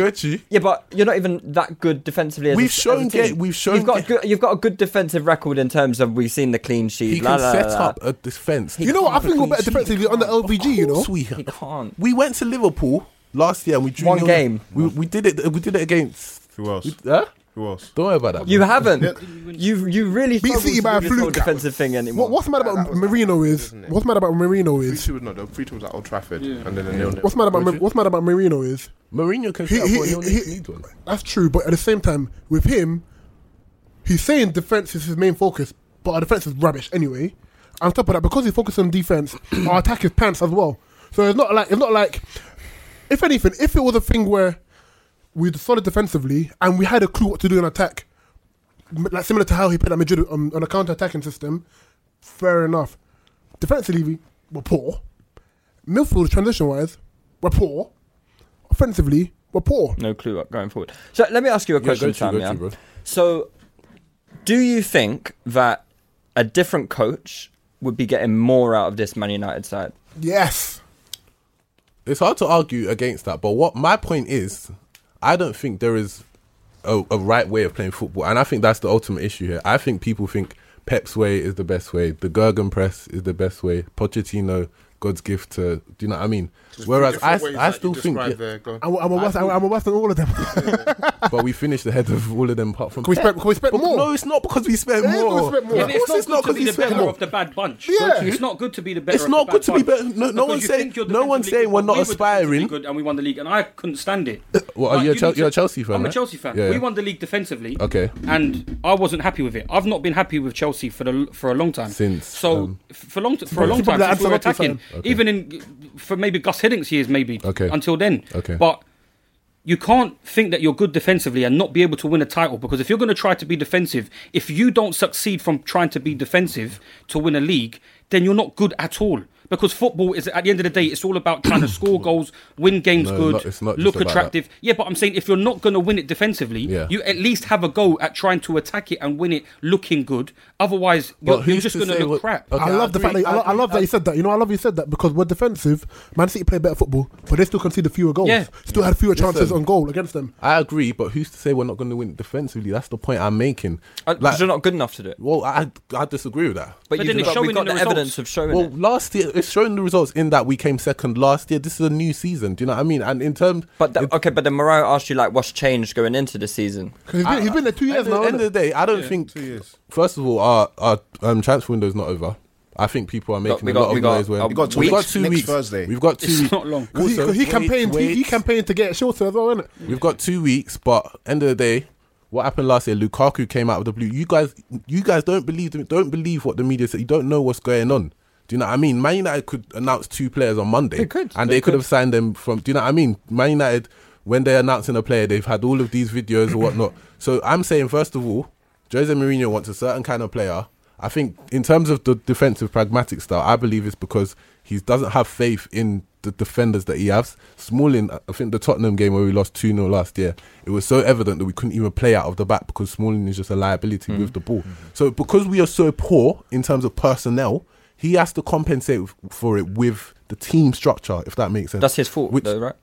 Speaker 3: Yeah, but you're not even that good defensively. As a,
Speaker 5: We've
Speaker 3: as a
Speaker 5: shown
Speaker 3: team.
Speaker 5: ga- we've shown
Speaker 3: You've got good, you've got a good defensive record in terms of we've seen the clean sheet.
Speaker 5: He
Speaker 3: la,
Speaker 5: can
Speaker 3: la, la,
Speaker 5: set
Speaker 3: la.
Speaker 5: up a defense.
Speaker 9: You know what? I think we're better defensively under LVG. You know,
Speaker 5: we
Speaker 3: He can't.
Speaker 5: we went to Liverpool last year and we drew
Speaker 3: One
Speaker 5: nil-
Speaker 3: game.
Speaker 5: We, we did it. We did it against
Speaker 6: who else?
Speaker 5: huh?
Speaker 6: Who else?
Speaker 5: Don't worry about that.
Speaker 3: You haven't. You you really
Speaker 9: Beat
Speaker 3: struggled
Speaker 9: City
Speaker 3: to
Speaker 9: by
Speaker 3: do
Speaker 9: a
Speaker 3: this whole
Speaker 9: fluke.
Speaker 3: defensive thing
Speaker 9: what,
Speaker 3: anymore.
Speaker 9: what's mad about Marino is what's mad about Marino
Speaker 8: Free
Speaker 9: is
Speaker 8: two was not though. Free two was at Old Trafford, and then a nil nil.
Speaker 9: what's mad about
Speaker 5: Would you-
Speaker 9: what's mad about Marino is
Speaker 5: Mourinho can
Speaker 9: He-
Speaker 5: set up
Speaker 9: he-
Speaker 5: one. He,
Speaker 9: he-
Speaker 5: he, need one.
Speaker 9: that's true. But at the same time, with him, he's saying defense is his main focus, but our defense is rubbish anyway. On top of that, because he focuses on defense, our attack is pants as well. So it's not like it's not like if anything, if it was a thing where we were solid defensively and we had a clue what to do in attack, m- like similar to how he played at Madrid um, on a counter-attacking system, fair enough. Defensively, we- we're poor. Midfield transition-wise, we're poor. Offensively, we're poor.
Speaker 3: No clue up going forward. So let me ask you a
Speaker 5: Yeah,
Speaker 3: question,
Speaker 5: go to,
Speaker 3: Sam.
Speaker 5: go
Speaker 3: yeah?
Speaker 5: to, bro.
Speaker 3: So, do you think that a different coach would be getting more out of this Man United side?
Speaker 9: Yes.
Speaker 5: It's hard to argue against that, but what my point is, I don't think there is a, a right way of playing football, and I think that's the ultimate issue here. I think people think Pep's way is the best way, the Gergen press is the best way, Pochettino, God's gift to, do you know what I mean? Whereas I, I still think, yeah,
Speaker 9: I'm, I'm, a worse, I'm, I'm a worse than all of them. Can
Speaker 5: but we finished ahead of all of them apart from.
Speaker 9: we spend, can we spend
Speaker 5: But
Speaker 9: more?
Speaker 5: No, it's not because we spent
Speaker 9: It is because we
Speaker 5: more.
Speaker 9: spent more.
Speaker 5: Of
Speaker 9: Yeah,
Speaker 4: And it's
Speaker 5: course
Speaker 4: not good to
Speaker 5: it's not because
Speaker 4: be
Speaker 5: we
Speaker 4: the
Speaker 5: spent
Speaker 4: better
Speaker 5: more.
Speaker 4: of the bad bunch.
Speaker 9: Yeah.
Speaker 4: It's not good to be the better.
Speaker 5: It's
Speaker 4: of
Speaker 5: not
Speaker 4: the
Speaker 5: good
Speaker 4: bad
Speaker 5: to be
Speaker 4: bunch.
Speaker 5: better. No, no
Speaker 4: Because
Speaker 5: one's
Speaker 4: you
Speaker 5: saying
Speaker 4: think you're
Speaker 5: no one's
Speaker 4: defensively
Speaker 5: saying we're
Speaker 4: good, but
Speaker 5: not
Speaker 4: we were defensively
Speaker 5: aspiring.
Speaker 4: Good, and we won the league, and I couldn't stand it.
Speaker 5: Well, are you a
Speaker 4: need
Speaker 5: Chel-
Speaker 4: to-
Speaker 5: you're a Chelsea fan,
Speaker 3: I'm a
Speaker 5: right?
Speaker 4: Chelsea fan.
Speaker 5: Yeah,
Speaker 4: We
Speaker 5: yeah.
Speaker 4: won the league defensively.
Speaker 5: Okay.
Speaker 4: And I wasn't happy with it. I've not been happy with Chelsea for the for a long time.
Speaker 5: Since,
Speaker 4: so
Speaker 5: um,
Speaker 4: f- for long t- for a long time
Speaker 9: Probably
Speaker 4: since we were
Speaker 9: Ancelotti
Speaker 4: attacking,
Speaker 9: time.
Speaker 5: Okay.
Speaker 4: even in for maybe Gus Hiddink's years, maybe
Speaker 5: Okay.
Speaker 4: until then.
Speaker 5: Okay.
Speaker 4: But you can't think that you're good defensively and not be able to win a title because if you're going to try to be defensive, if you don't succeed from trying to be defensive to win a league, then you're not good at all. Because football is, at the end of the day, it's all about trying to score goals, win games
Speaker 5: No,
Speaker 4: good,
Speaker 5: not- it's not just
Speaker 4: look
Speaker 5: about that.
Speaker 4: attractive. Yeah, but I'm saying if you're not going to win it defensively,
Speaker 5: Yeah.
Speaker 4: you at least have a go at trying to attack it and win it looking good. Otherwise,
Speaker 5: But
Speaker 4: you're, you're
Speaker 5: who's
Speaker 4: just
Speaker 5: to
Speaker 4: going to
Speaker 5: say
Speaker 4: look
Speaker 5: what-
Speaker 4: crap.
Speaker 5: Okay,
Speaker 9: I love
Speaker 5: I
Speaker 9: the fact
Speaker 5: agree,
Speaker 9: that I, lo-
Speaker 5: I
Speaker 9: I love that you said that. You know, I love you said that because we're defensive. Man City play better football, but they still conceded fewer goals.
Speaker 4: Yeah.
Speaker 9: Still had fewer chances
Speaker 5: Listen.
Speaker 9: on goal against them.
Speaker 5: I agree, but who's to say we're not going to win defensively? That's the point I'm making.
Speaker 3: Uh, Because
Speaker 5: Like-
Speaker 3: you're not good enough to do it.
Speaker 5: Well, I I disagree with that.
Speaker 3: But,
Speaker 4: But
Speaker 3: you
Speaker 4: then
Speaker 3: do.
Speaker 4: it's
Speaker 3: But we've
Speaker 4: showing
Speaker 3: got
Speaker 4: in
Speaker 3: the,
Speaker 4: the
Speaker 3: evidence
Speaker 4: results.
Speaker 3: of showing
Speaker 5: Well,
Speaker 3: it.
Speaker 5: last year it's showing the results in that we came second last year. This is a new season. Do you know what I mean? And in terms,
Speaker 3: But the, okay, but then Moreau asked you like, what's changed going into the season?
Speaker 9: 'Cause He's been, he's been there two
Speaker 5: at
Speaker 9: years
Speaker 5: the
Speaker 9: now.
Speaker 5: end of the
Speaker 9: innit?
Speaker 5: day, I don't think.
Speaker 6: two years.
Speaker 5: First of all, our our um, transfer window is not over. I think people are making
Speaker 3: we
Speaker 5: a
Speaker 3: got-
Speaker 5: lot of
Speaker 3: we got-
Speaker 5: noise. Where
Speaker 3: uh,
Speaker 5: we've
Speaker 3: we got two
Speaker 6: weeks. Next Thursday.
Speaker 5: We've got two.
Speaker 4: It's
Speaker 5: weeks.
Speaker 4: not long.
Speaker 9: 'Cause he,
Speaker 5: Also,
Speaker 9: 'cause he
Speaker 5: wait,
Speaker 9: campaigned. He, he
Speaker 5: wait.
Speaker 9: campaigned to get shorter as well, innit?
Speaker 5: We've got two weeks, but end of the day, what happened last year? Lukaku came out of the blue. You guys, you guys don't believe them. Don't believe what the media said. You don't know what's going on. Do you know what I mean? Man United could announce two players on Monday, they
Speaker 3: could.
Speaker 5: and
Speaker 3: They
Speaker 5: they, could have signed them from. Do you know what I mean? Man United, when they're announcing a player, they've had all of these videos or whatnot. So I'm saying, first of all, Jose Mourinho wants a certain kind of player. I think in terms of the defensive pragmatic style, I believe it's because he doesn't have faith in the defenders that he has. Smalling, I think the Tottenham game where we lost 2 0 last year, it was so evident that we couldn't even play out of the back because Smalling is just a liability with the ball. So because we are so poor in terms of personnel, he has to compensate f- for it with the team structure, if that makes sense.
Speaker 3: That's his fault,
Speaker 5: Which-
Speaker 3: though, right?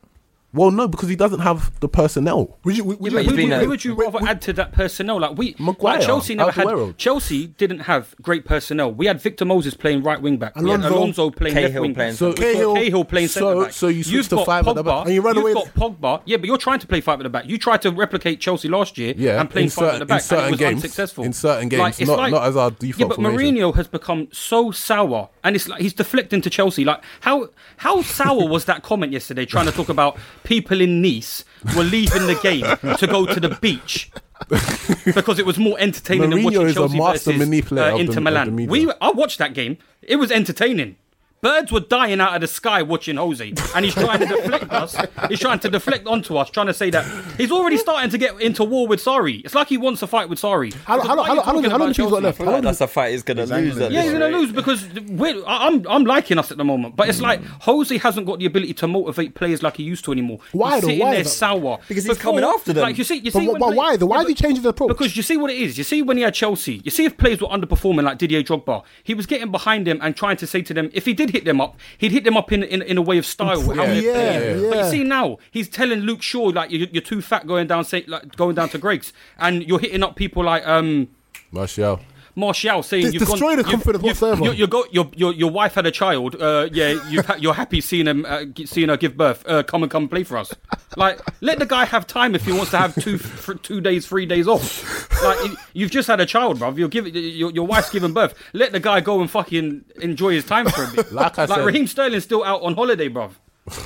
Speaker 5: Well, no, because he doesn't have the personnel.
Speaker 9: Would you? Would, would
Speaker 3: Yeah, but
Speaker 9: you
Speaker 3: he's been
Speaker 4: who,
Speaker 3: there.
Speaker 4: who would you rather add to that personnel? Like we,
Speaker 5: Maguire,
Speaker 4: like Chelsea never
Speaker 5: Alderweireld.
Speaker 4: had. Chelsea didn't have great personnel. We had Victor Moses playing right wing back. We had
Speaker 9: Alonso.
Speaker 4: Alonso playing left
Speaker 3: Cahill
Speaker 4: wing.
Speaker 3: playing
Speaker 4: back.
Speaker 5: So-
Speaker 9: Cahill.
Speaker 4: Cahill playing
Speaker 5: So-
Speaker 4: centre back.
Speaker 5: so you switch
Speaker 4: You've
Speaker 5: to
Speaker 4: got
Speaker 5: five at the back.
Speaker 4: Pogba.
Speaker 9: And you run
Speaker 4: have
Speaker 9: away
Speaker 4: got Pogba. Yeah, but you're trying to play five at the back. You tried to replicate Chelsea last year
Speaker 5: Yeah,
Speaker 4: and playing
Speaker 5: in
Speaker 4: five
Speaker 5: certain-
Speaker 4: at the back,
Speaker 5: in
Speaker 4: and
Speaker 5: certain
Speaker 4: it was
Speaker 5: games-
Speaker 4: unsuccessful.
Speaker 5: in certain games,
Speaker 4: it's
Speaker 5: not- not as our default
Speaker 4: Yeah, but
Speaker 5: formation.
Speaker 4: Mourinho has become so sour, and it's like he's deflecting to Chelsea. Like how how sour was that comment yesterday? Trying to talk about people in Nice were leaving the game to go to the beach because it was more entertaining than
Speaker 5: Mourinho
Speaker 4: watching
Speaker 5: is a
Speaker 4: Chelsea
Speaker 5: master
Speaker 4: versus
Speaker 5: manipulator
Speaker 4: uh,
Speaker 5: of the-
Speaker 4: Inter
Speaker 5: of the
Speaker 4: Milan.
Speaker 5: media.
Speaker 4: we I watched that game. It was entertaining. Birds were dying out of the sky watching Jose, and he's trying to deflect us. He's trying to deflect onto us, trying to say that he's already starting to get into war with Sari. It's like he wants a fight with Sari.
Speaker 9: How, how, how, how long? How long? How long? left? How long?
Speaker 3: that's a fight he's gonna lose. At
Speaker 4: Yeah,
Speaker 3: this
Speaker 4: he's gonna
Speaker 3: rate.
Speaker 4: lose because we're, I- I'm I'm liking us at the moment, but
Speaker 9: Hmm.
Speaker 4: it's like Jose hasn't got the ability to motivate players like he used to anymore.
Speaker 9: Why
Speaker 4: he's
Speaker 9: though?
Speaker 4: sitting
Speaker 9: Why
Speaker 4: there
Speaker 9: though?
Speaker 4: sour
Speaker 3: Because he's coming after them.
Speaker 4: Like you see, you
Speaker 9: But,
Speaker 4: see,
Speaker 9: why-
Speaker 4: when
Speaker 9: but
Speaker 4: play-
Speaker 9: why? Though? Why
Speaker 4: Yeah,
Speaker 9: did he change the approach?
Speaker 4: because you see what it is. You see when he had Chelsea, you see if players were underperforming like Didier Drogba, he was getting behind them and trying to say to them, if he did hit them up, he'd hit them up in in, in a way of style. how they're
Speaker 9: Yeah,
Speaker 4: playing. But you
Speaker 9: yeah.
Speaker 4: see now, he's telling Luke Shaw like you're, you're too fat going down, say, like going down to Greg's, and you're hitting up people like um.
Speaker 5: Martial.
Speaker 4: Martial saying
Speaker 9: Just
Speaker 4: you've gone-
Speaker 9: destroy the
Speaker 4: you've-
Speaker 9: confidence
Speaker 4: you've-
Speaker 9: whatsoever.
Speaker 4: You, you got your, your your wife had a child. Uh, yeah, you've ha- you're happy seeing him uh, g- seeing her give birth. Uh, come and come play for us. Like, let the guy have time if he wants to have two fr- two days, three days off. Like, you- you've just had a child, bruv. You're giving your, your wife's given birth. Let the guy go and fucking enjoy his time for a bit.
Speaker 5: Like I said-
Speaker 4: Raheem Sterling's still out on holiday, bruv.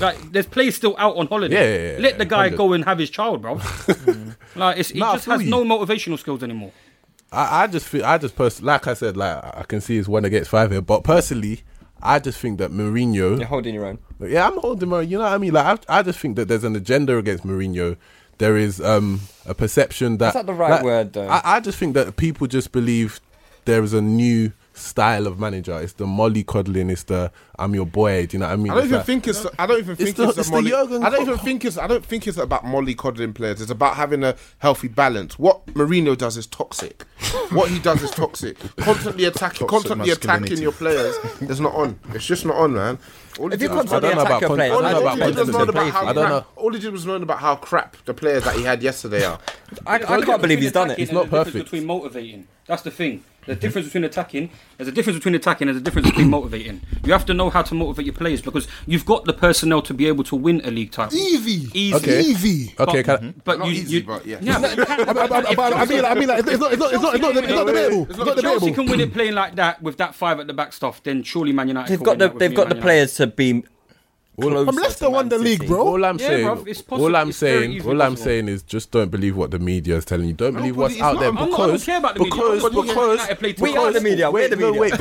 Speaker 4: Like, there's players still out on holiday.
Speaker 5: Yeah, yeah, yeah,
Speaker 4: let the guy
Speaker 5: 100.
Speaker 4: go and have his child, bruv. like, it's, he
Speaker 5: Nah, I
Speaker 4: just
Speaker 5: feel
Speaker 4: has
Speaker 5: you.
Speaker 4: no motivational skills anymore.
Speaker 5: I, I just feel I just pers- like I said, like I I can see it's one against five here, but personally, I just think that Mourinho.
Speaker 3: You're holding your own.
Speaker 5: But yeah, I'm holding my. You know what I mean? Like, I, I just think that there's an agenda against Mourinho. There is um, a perception that.
Speaker 3: Is that the right
Speaker 5: like,
Speaker 3: word, though?
Speaker 5: I, I just think that people just believe there is a new style of manager. It's the mollycoddling. It's the I'm your boy. Do you know what I mean?
Speaker 8: I don't
Speaker 5: It's
Speaker 8: even
Speaker 5: like-
Speaker 8: think it's. I don't even think it's,
Speaker 5: the-
Speaker 8: a
Speaker 5: it's the
Speaker 8: molly,
Speaker 5: Jurgen
Speaker 8: I don't even
Speaker 5: Klopp.
Speaker 8: think it's. I don't think it's about molly coddling players. It's about having a healthy balance. What Mourinho does is toxic. what he does is toxic. Constantly attacking,
Speaker 6: Toxic
Speaker 8: constantly attacking
Speaker 6: masculinity.
Speaker 8: your players. It's not on. It's just not on, man. All he
Speaker 3: If you
Speaker 8: did was-
Speaker 5: I
Speaker 3: constantly
Speaker 5: don't know
Speaker 3: attack
Speaker 5: about.
Speaker 3: your
Speaker 5: Con- I
Speaker 3: players,
Speaker 5: don't
Speaker 8: all
Speaker 5: know
Speaker 8: he
Speaker 5: about.
Speaker 8: did- he just known
Speaker 5: confidence.
Speaker 8: about how
Speaker 5: I don't know.
Speaker 8: crap- all he did was known about how crap the players that he had yesterday are.
Speaker 3: I, I can't believe he's done it.
Speaker 4: It's not
Speaker 5: not
Speaker 4: perfect.
Speaker 5: perfect.
Speaker 4: Between motivating, that's the thing. The difference between attacking, there's a difference between attacking, there's a difference between motivating. You have to know how to motivate your players because you've got the personnel to be able to win a league title.
Speaker 9: Easy.
Speaker 4: easy,
Speaker 5: Okay.
Speaker 9: Easy.
Speaker 5: Okay,
Speaker 4: But,
Speaker 5: can
Speaker 4: but
Speaker 8: Not
Speaker 4: you,
Speaker 8: easy,
Speaker 4: you,
Speaker 8: but yeah.
Speaker 4: but you can-
Speaker 9: I, I, I, I, I mean, like, I mean, like, it's not, it's not, it's not, it's not, it's not debatable. It's not
Speaker 4: if Chelsea
Speaker 9: debatable.
Speaker 4: can win it playing like that with that five at the back stuff, then surely Man United.
Speaker 3: They've
Speaker 4: can
Speaker 3: got
Speaker 4: win
Speaker 3: the
Speaker 4: that with
Speaker 3: they've
Speaker 4: me
Speaker 3: got
Speaker 4: and
Speaker 3: the
Speaker 4: Man
Speaker 3: players to be. closer
Speaker 9: From Leicester
Speaker 3: to
Speaker 9: won the
Speaker 3: Man
Speaker 9: league,
Speaker 3: City.
Speaker 9: bro.
Speaker 5: All I'm
Speaker 4: Yeah,
Speaker 5: saying,
Speaker 4: bruv, it's possible-
Speaker 5: all I'm
Speaker 4: it's very
Speaker 5: saying,
Speaker 4: easily
Speaker 5: all I'm
Speaker 4: possible.
Speaker 5: saying is just don't believe what the media is telling you. Don't believe
Speaker 8: but
Speaker 5: what's
Speaker 8: it's
Speaker 5: out
Speaker 8: not.
Speaker 5: there
Speaker 8: I'm not- I
Speaker 5: because
Speaker 8: don't
Speaker 4: care about the media.
Speaker 5: because
Speaker 4: But Man
Speaker 5: because
Speaker 4: United play too
Speaker 5: because-
Speaker 4: hard. We are the
Speaker 3: media, we're
Speaker 5: wait,
Speaker 3: the
Speaker 5: no,
Speaker 3: media.
Speaker 5: wait,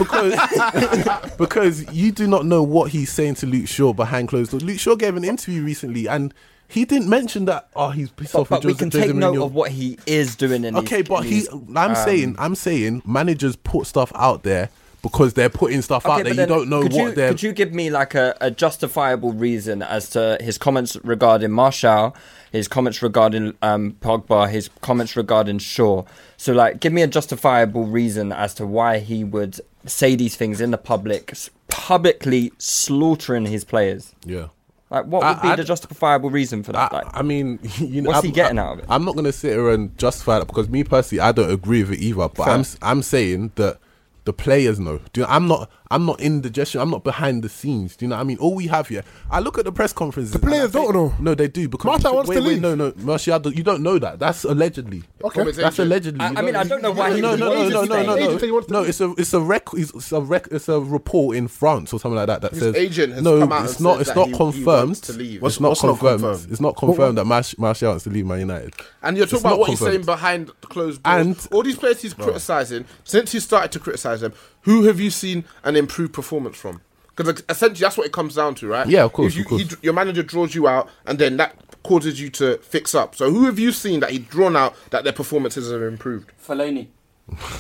Speaker 5: because because you do not know what he's saying to Luke Shaw behind closed doors. Luke Shaw gave an interview recently and he didn't mention that. Oh, he's pissed
Speaker 3: But,
Speaker 5: off with
Speaker 3: but we
Speaker 5: Jose,
Speaker 3: can
Speaker 5: Jose
Speaker 3: take note
Speaker 5: Mourinho.
Speaker 3: of what he um, is doing in
Speaker 5: Okay,
Speaker 3: these-
Speaker 5: but
Speaker 3: in
Speaker 5: he.
Speaker 3: these-
Speaker 5: I'm saying, I'm saying, managers put stuff out there because they're putting stuff out
Speaker 3: Okay,
Speaker 5: there.
Speaker 3: but
Speaker 5: You
Speaker 3: then
Speaker 5: don't know
Speaker 3: could
Speaker 5: what
Speaker 3: you,
Speaker 5: they're.
Speaker 3: Could you give me like a, a justifiable reason as to his comments regarding Marshall, his comments regarding um, Pogba, his comments regarding Shaw? So, like, give me a justifiable reason as to why he would say these things in the public, s- publicly slaughtering his players.
Speaker 5: yeah.
Speaker 3: Like, what would
Speaker 5: I-
Speaker 3: be
Speaker 5: I-
Speaker 3: the justifiable reason for that?
Speaker 5: I,
Speaker 3: like,
Speaker 5: I mean, you know,
Speaker 3: What's
Speaker 5: I'm,
Speaker 3: he getting
Speaker 5: I-
Speaker 3: out of it?
Speaker 5: I'm not going to sit here and justify that because me personally, I don't agree with it either. But I'm s- I'm saying that the players know. Do you know, I'm not I'm not in the gesture. I'm not behind the scenes. Do you know what I mean? All we have here, I look at the press conferences. The
Speaker 9: players don't know.
Speaker 5: No, they do because
Speaker 9: Martial wants
Speaker 5: wait,
Speaker 9: to
Speaker 5: wait,
Speaker 9: leave.
Speaker 5: No, no, Martial, don't- you don't know that. That's allegedly.
Speaker 9: Okay.
Speaker 5: That's allegedly.
Speaker 3: I-
Speaker 5: You
Speaker 3: I mean, I don't know why
Speaker 5: No,
Speaker 3: he
Speaker 5: no,
Speaker 3: would
Speaker 5: no,
Speaker 3: want
Speaker 5: no,
Speaker 3: to
Speaker 5: no,
Speaker 3: stay.
Speaker 5: no,
Speaker 9: Agent
Speaker 5: no,
Speaker 9: said he wanted to
Speaker 5: no.
Speaker 9: leave.
Speaker 5: It's a it's a rec it's a rec it's a report in France or something like that that
Speaker 8: His
Speaker 5: says
Speaker 8: agent has
Speaker 5: no.
Speaker 8: come out
Speaker 5: it's
Speaker 8: and
Speaker 5: not
Speaker 8: said
Speaker 5: it's
Speaker 8: that
Speaker 5: not
Speaker 8: he- he wants
Speaker 5: confirmed.
Speaker 8: to leave.
Speaker 5: It's
Speaker 8: What's-
Speaker 5: not
Speaker 8: what's not
Speaker 5: confirmed.
Speaker 8: confirmed?
Speaker 5: It's not confirmed that Marsh- Martial wants to leave Man United.
Speaker 8: And you're talking
Speaker 5: It's
Speaker 8: about
Speaker 5: not
Speaker 8: what he's saying
Speaker 5: confirmed.
Speaker 8: behind closed doors.
Speaker 5: And-
Speaker 8: all these players he's criticizing since he started to criticize them. Who have you seen an improved performance from? Because essentially that's what it comes down to, right?
Speaker 5: Yeah, of course,
Speaker 8: If you-
Speaker 5: of course.
Speaker 8: he dr- your manager draws you out, and then that causes you to fix up. So who have you seen that he's drawn out that their performances have improved?
Speaker 4: United. Fellaini.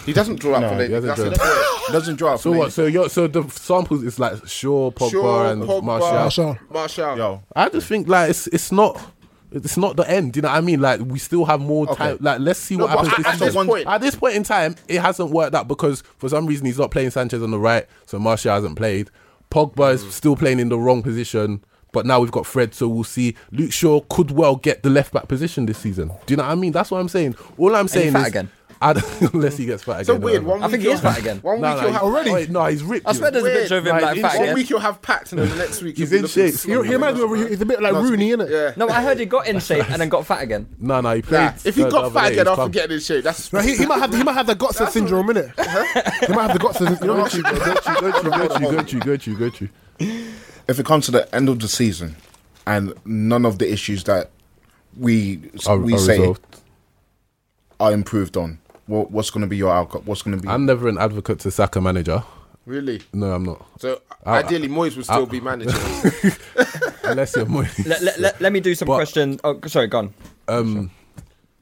Speaker 8: He doesn't draw out
Speaker 6: No,
Speaker 8: for
Speaker 6: he
Speaker 8: Lady.
Speaker 5: hasn't
Speaker 8: That's
Speaker 5: drawn.
Speaker 8: another point.
Speaker 6: Doesn't draw.
Speaker 5: So what? So your so the samples is like Shaw, Pogba,
Speaker 8: Shaw,
Speaker 5: and
Speaker 8: Pogba,
Speaker 5: Martial.
Speaker 9: Martial.
Speaker 8: Martial.
Speaker 6: Yo,
Speaker 5: I just think like it's it's not. It's not the end, you know what I mean? Like we still have more time. Like let's see
Speaker 8: No,
Speaker 5: what
Speaker 8: but
Speaker 5: happens.
Speaker 8: at,
Speaker 5: this
Speaker 8: at
Speaker 5: season.
Speaker 8: this point,
Speaker 5: At this point in time, it hasn't worked out because for some reason he's not playing Sanchez on the right, so Martial hasn't played. Pogba
Speaker 8: Mm.
Speaker 5: is still playing in the wrong position, but now we've got Fred, so we'll see. Luke Shaw could well get the left back position this season. Do you know what I mean? That's what I'm saying. All I'm saying
Speaker 3: fat
Speaker 5: is
Speaker 3: again?
Speaker 5: I don't- unless he gets fat again.
Speaker 8: so weird.
Speaker 5: whatever.
Speaker 8: One
Speaker 3: I
Speaker 8: week
Speaker 3: think he
Speaker 8: you'll
Speaker 3: is back
Speaker 8: have-
Speaker 3: again.
Speaker 8: One
Speaker 5: No,
Speaker 8: week
Speaker 5: no,
Speaker 8: you'll
Speaker 5: he's-
Speaker 8: have
Speaker 5: wait, no, he's ripped.
Speaker 3: I
Speaker 5: you
Speaker 3: swear
Speaker 5: know.
Speaker 3: there's a picture of him
Speaker 5: Like,
Speaker 3: like
Speaker 5: he's
Speaker 3: fat
Speaker 8: One
Speaker 3: again.
Speaker 8: week you'll have packed, and then the next week
Speaker 5: He's
Speaker 8: you'll be
Speaker 5: in
Speaker 8: looking
Speaker 5: shape.
Speaker 9: He,
Speaker 8: slim.
Speaker 9: he reminds me of he's a bit like Rooney, innit?
Speaker 8: Yeah.
Speaker 3: No, I heard he got in shape and then got fat again.
Speaker 5: No, no, he played.
Speaker 8: Nah, if he
Speaker 5: the- the
Speaker 8: got
Speaker 5: other
Speaker 8: fat
Speaker 5: day,
Speaker 8: again
Speaker 5: he's
Speaker 8: after
Speaker 5: come-
Speaker 8: getting in shape, that's
Speaker 9: No, he, he might have he might have the Gotsa syndrome, innit? He might have the Gotsa. You know
Speaker 5: Got you, got you, got you, got you, got you, got you, got you.
Speaker 6: if it comes to the end of the season, and none of the issues that we
Speaker 5: Are-
Speaker 6: we
Speaker 5: are
Speaker 6: say
Speaker 5: resolved.
Speaker 6: are improved on, what, what's going to be your outcome? What's going to be?
Speaker 5: I'm never an advocate to sack a manager.
Speaker 8: Really?
Speaker 5: No, I'm not.
Speaker 8: So
Speaker 5: I-
Speaker 8: ideally, Moyes would still
Speaker 5: I-
Speaker 8: be manager.
Speaker 5: Unless you're Moyes.
Speaker 3: Let, let, let, let me do some
Speaker 5: But-
Speaker 3: questions. Oh, sorry, go on.
Speaker 5: Um,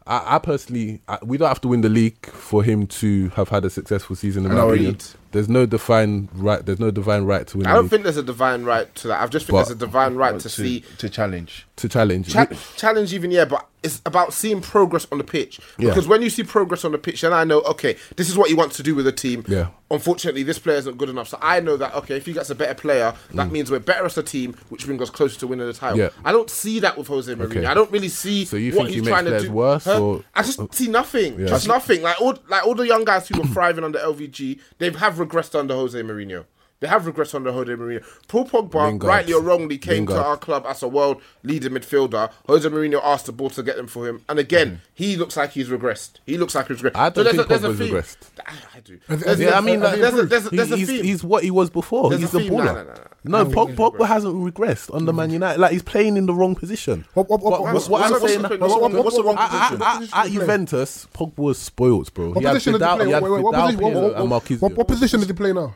Speaker 5: I, I personally, I, we don't have to win the league for him to have had a successful season. In my
Speaker 8: Agreed.
Speaker 5: opinion, there's no defined right. There's no divine right to win.
Speaker 8: I
Speaker 5: the
Speaker 8: don't
Speaker 5: league,
Speaker 8: think there's a divine right to that. I've just think
Speaker 5: But-
Speaker 8: there's a divine right to see
Speaker 6: to challenge.
Speaker 5: to challenge.
Speaker 8: Cha- challenge even yeah, but it's about seeing progress on the pitch.
Speaker 5: Yeah.
Speaker 8: Because when you see progress on the pitch, then I know okay, this is what he wants to do with the team.
Speaker 5: Yeah.
Speaker 8: Unfortunately, this player isn't good enough, so I know that okay, if he gets a better player, that means we're better as a team, which brings us closer to winning the title.
Speaker 5: Mm. Yeah.
Speaker 8: I don't see that with Jose Mourinho.
Speaker 5: Okay.
Speaker 8: I don't really see
Speaker 5: So you
Speaker 8: what
Speaker 5: think he
Speaker 8: he's
Speaker 5: makes
Speaker 8: trying to
Speaker 5: players
Speaker 8: do.
Speaker 5: worse,
Speaker 8: Huh?
Speaker 5: or-
Speaker 8: I just see nothing.
Speaker 5: Yeah.
Speaker 8: Just nothing. Like all like all the young guys who were thriving under LVG, they have regressed under Jose Mourinho. They have regressed under Jose Mourinho. Paul Pogba,
Speaker 5: Lingard.
Speaker 8: rightly or wrongly, came
Speaker 5: Lingard.
Speaker 8: to our club as a world leader midfielder. Jose Mourinho asked the ball to get them for him, and again, he looks like he's regressed. He looks like he's regressed.
Speaker 5: Mm-hmm. I don't
Speaker 8: there's
Speaker 5: think
Speaker 8: a- there's a
Speaker 5: Pogba's
Speaker 8: theme.
Speaker 5: regressed.
Speaker 8: I do.
Speaker 5: Yeah, I mean, like,
Speaker 8: there's a, there's a,
Speaker 5: he-
Speaker 8: there's a
Speaker 5: he's,
Speaker 8: theme.
Speaker 5: he's what he was before.
Speaker 8: There's
Speaker 5: he's
Speaker 8: a
Speaker 5: a
Speaker 8: theme. No,
Speaker 5: baller.
Speaker 8: no, no,
Speaker 5: No,
Speaker 8: I
Speaker 5: Pog,
Speaker 8: think
Speaker 5: Pogba hasn't regressed
Speaker 8: Mm.
Speaker 5: under Man United. Like he's playing in the wrong position.
Speaker 9: What- what- what-
Speaker 5: But
Speaker 9: what-
Speaker 5: what's-
Speaker 9: what's
Speaker 5: what I'm
Speaker 9: the-
Speaker 5: saying-
Speaker 9: what's the- what's the- what's the wrong
Speaker 5: I- I-
Speaker 9: position?
Speaker 5: I-
Speaker 9: What position
Speaker 5: At
Speaker 9: does he play?
Speaker 5: Juventus, Pogba was spoiled, bro.
Speaker 9: What
Speaker 5: he had
Speaker 9: position did he
Speaker 5: Fidal-
Speaker 9: play?
Speaker 5: he had
Speaker 9: Wait, wait, what
Speaker 5: Fidal,
Speaker 9: position- what-
Speaker 5: Pirlo, and
Speaker 9: what-
Speaker 5: Marquinhos.
Speaker 9: What what position did he play now?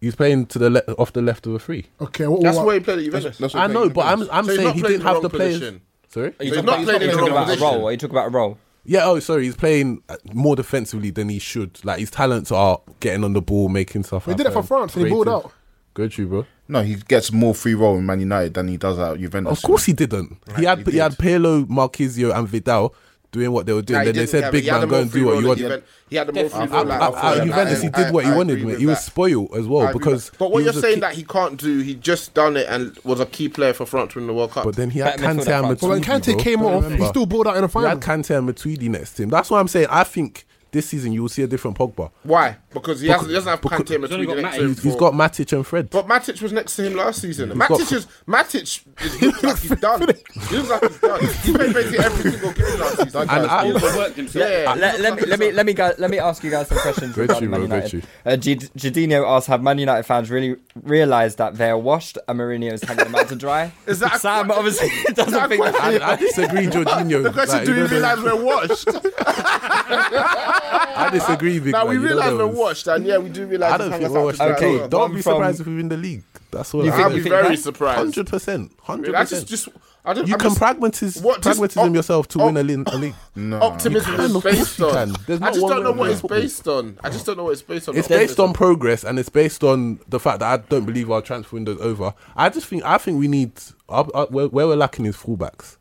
Speaker 5: He's playing to the le- off the left of a three.
Speaker 9: Okay, what,
Speaker 8: That's
Speaker 9: what-
Speaker 8: where he played at Juventus.
Speaker 6: That's what
Speaker 5: I
Speaker 6: I'm
Speaker 5: know,
Speaker 6: saying.
Speaker 5: but I'm I'm
Speaker 8: So he's
Speaker 5: saying
Speaker 8: not
Speaker 5: he
Speaker 8: playing
Speaker 5: didn't
Speaker 8: the
Speaker 5: have the
Speaker 8: wrong
Speaker 5: players.
Speaker 8: position.
Speaker 5: Sorry.
Speaker 3: Are
Speaker 8: So
Speaker 3: you
Speaker 8: he's
Speaker 3: talking
Speaker 8: not
Speaker 3: about,
Speaker 8: playing in
Speaker 3: are you
Speaker 8: the
Speaker 3: talking
Speaker 8: wrong
Speaker 3: about a
Speaker 8: position.
Speaker 3: role? Are you talking about a role?
Speaker 5: Yeah. Oh, sorry. He's playing uh, more defensively than he should. Like his talents are getting on the ball, making stuff.
Speaker 9: He did it for
Speaker 5: happen,
Speaker 9: France and he balled
Speaker 5: creative.
Speaker 9: out.
Speaker 5: Good, you bro.
Speaker 6: No, he gets more free roll in Man United than he does at Juventus.
Speaker 5: Of course he didn't. he had he,
Speaker 6: did.
Speaker 5: had Pirlo, Marquisio, and Vidal doing what they were doing.
Speaker 8: Nah, he
Speaker 5: then they
Speaker 8: didn't
Speaker 5: said,
Speaker 8: have it.
Speaker 5: "Big
Speaker 8: He had
Speaker 5: man,
Speaker 8: a
Speaker 5: go
Speaker 8: more
Speaker 5: and
Speaker 8: free
Speaker 5: do what
Speaker 8: role
Speaker 5: you
Speaker 8: at Juven-
Speaker 5: want."
Speaker 8: He had the more free
Speaker 5: At,
Speaker 8: role at
Speaker 5: at, at
Speaker 8: Juventus.
Speaker 5: Juventus, he
Speaker 8: I-
Speaker 5: did what he
Speaker 8: I
Speaker 5: wanted.
Speaker 8: agree
Speaker 5: Man.
Speaker 8: with
Speaker 5: He was
Speaker 8: that.
Speaker 5: spoiled as well
Speaker 8: I agree
Speaker 5: because.
Speaker 8: with that. But what
Speaker 5: he
Speaker 8: you're
Speaker 5: was a
Speaker 8: saying
Speaker 5: key-
Speaker 8: that he can't do, he just done it and was a key player for France winning the World Cup.
Speaker 5: But then he had
Speaker 3: Better midfielder at
Speaker 5: Kante and Matuidi.
Speaker 3: France.
Speaker 9: But when Kante
Speaker 5: bro.
Speaker 9: came
Speaker 5: I
Speaker 9: off, he
Speaker 5: remember.
Speaker 9: still balled out in the
Speaker 5: He
Speaker 9: final.
Speaker 5: had Kante and Matuidi next to him. That's what I'm saying. I think this season you will see a different Pogba.
Speaker 8: Why? Because he, hasn't, he doesn't have
Speaker 5: because-
Speaker 8: Kante and
Speaker 4: He's only
Speaker 8: Matuidi
Speaker 4: got
Speaker 8: next to
Speaker 4: Matic.
Speaker 8: him.
Speaker 5: He's
Speaker 8: for-
Speaker 5: got Matic and Fred.
Speaker 8: But Matic was next to him last season.
Speaker 5: got-
Speaker 8: Matic is Matic. Is, he looks like he's done. He looks like he's done. He played basically every single game last season.
Speaker 5: And I-
Speaker 4: Overworked himself.
Speaker 8: yeah,
Speaker 3: let, let me let me let me guys, let me ask you guys some questions
Speaker 5: Go
Speaker 3: regarding
Speaker 5: to,
Speaker 3: Man
Speaker 5: bro, go
Speaker 3: United. Uh, G- Jadinho asked, "Have Man United fans really realised that they are washed and Mourinho's hanging them out to dry?"
Speaker 8: Is that a
Speaker 3: Sam
Speaker 8: que-
Speaker 3: obviously
Speaker 8: Is that
Speaker 3: doesn't
Speaker 8: a
Speaker 3: think
Speaker 8: question?
Speaker 3: that.
Speaker 5: I, I disagree, Jorginho.
Speaker 8: The question:
Speaker 5: Like,
Speaker 8: Do we
Speaker 5: you know those-
Speaker 8: realize we're washed?
Speaker 5: I disagree, big
Speaker 8: now
Speaker 5: man.
Speaker 8: we
Speaker 5: You know
Speaker 8: realize we're
Speaker 5: those-
Speaker 8: washed, and yeah, we do realize.
Speaker 5: I don't think we're washed.
Speaker 3: dry.
Speaker 5: at all.
Speaker 3: Okay,
Speaker 5: Don't
Speaker 3: one
Speaker 5: be
Speaker 3: from-
Speaker 5: surprised if we win the league. That's all.
Speaker 3: You
Speaker 5: I'm
Speaker 3: think-
Speaker 8: I'll
Speaker 5: saying.
Speaker 8: be
Speaker 3: you think
Speaker 8: very
Speaker 3: that?
Speaker 8: surprised.
Speaker 5: Hundred percent, hundred
Speaker 8: I just,
Speaker 5: percent.
Speaker 8: just, I don't,
Speaker 5: You
Speaker 8: I
Speaker 5: can
Speaker 8: just,
Speaker 5: pragmatism,
Speaker 8: What, just
Speaker 5: pragmatism
Speaker 8: op-
Speaker 5: yourself to
Speaker 8: op-
Speaker 5: win a, lin- a league.
Speaker 8: optimism
Speaker 5: You can,
Speaker 8: is
Speaker 5: of course
Speaker 8: based
Speaker 5: you
Speaker 8: on.
Speaker 5: can. There's
Speaker 8: I
Speaker 5: not
Speaker 8: just
Speaker 5: one
Speaker 8: don't
Speaker 5: way
Speaker 8: know
Speaker 5: or
Speaker 8: what
Speaker 5: another.
Speaker 8: it's based on. I just don't know what it's based on.
Speaker 5: It's
Speaker 8: Optimism.
Speaker 5: based on progress and it's based on the fact that I don't believe our transfer window's over. I just think I think we need our, our, where, where we're lacking is fullbacks.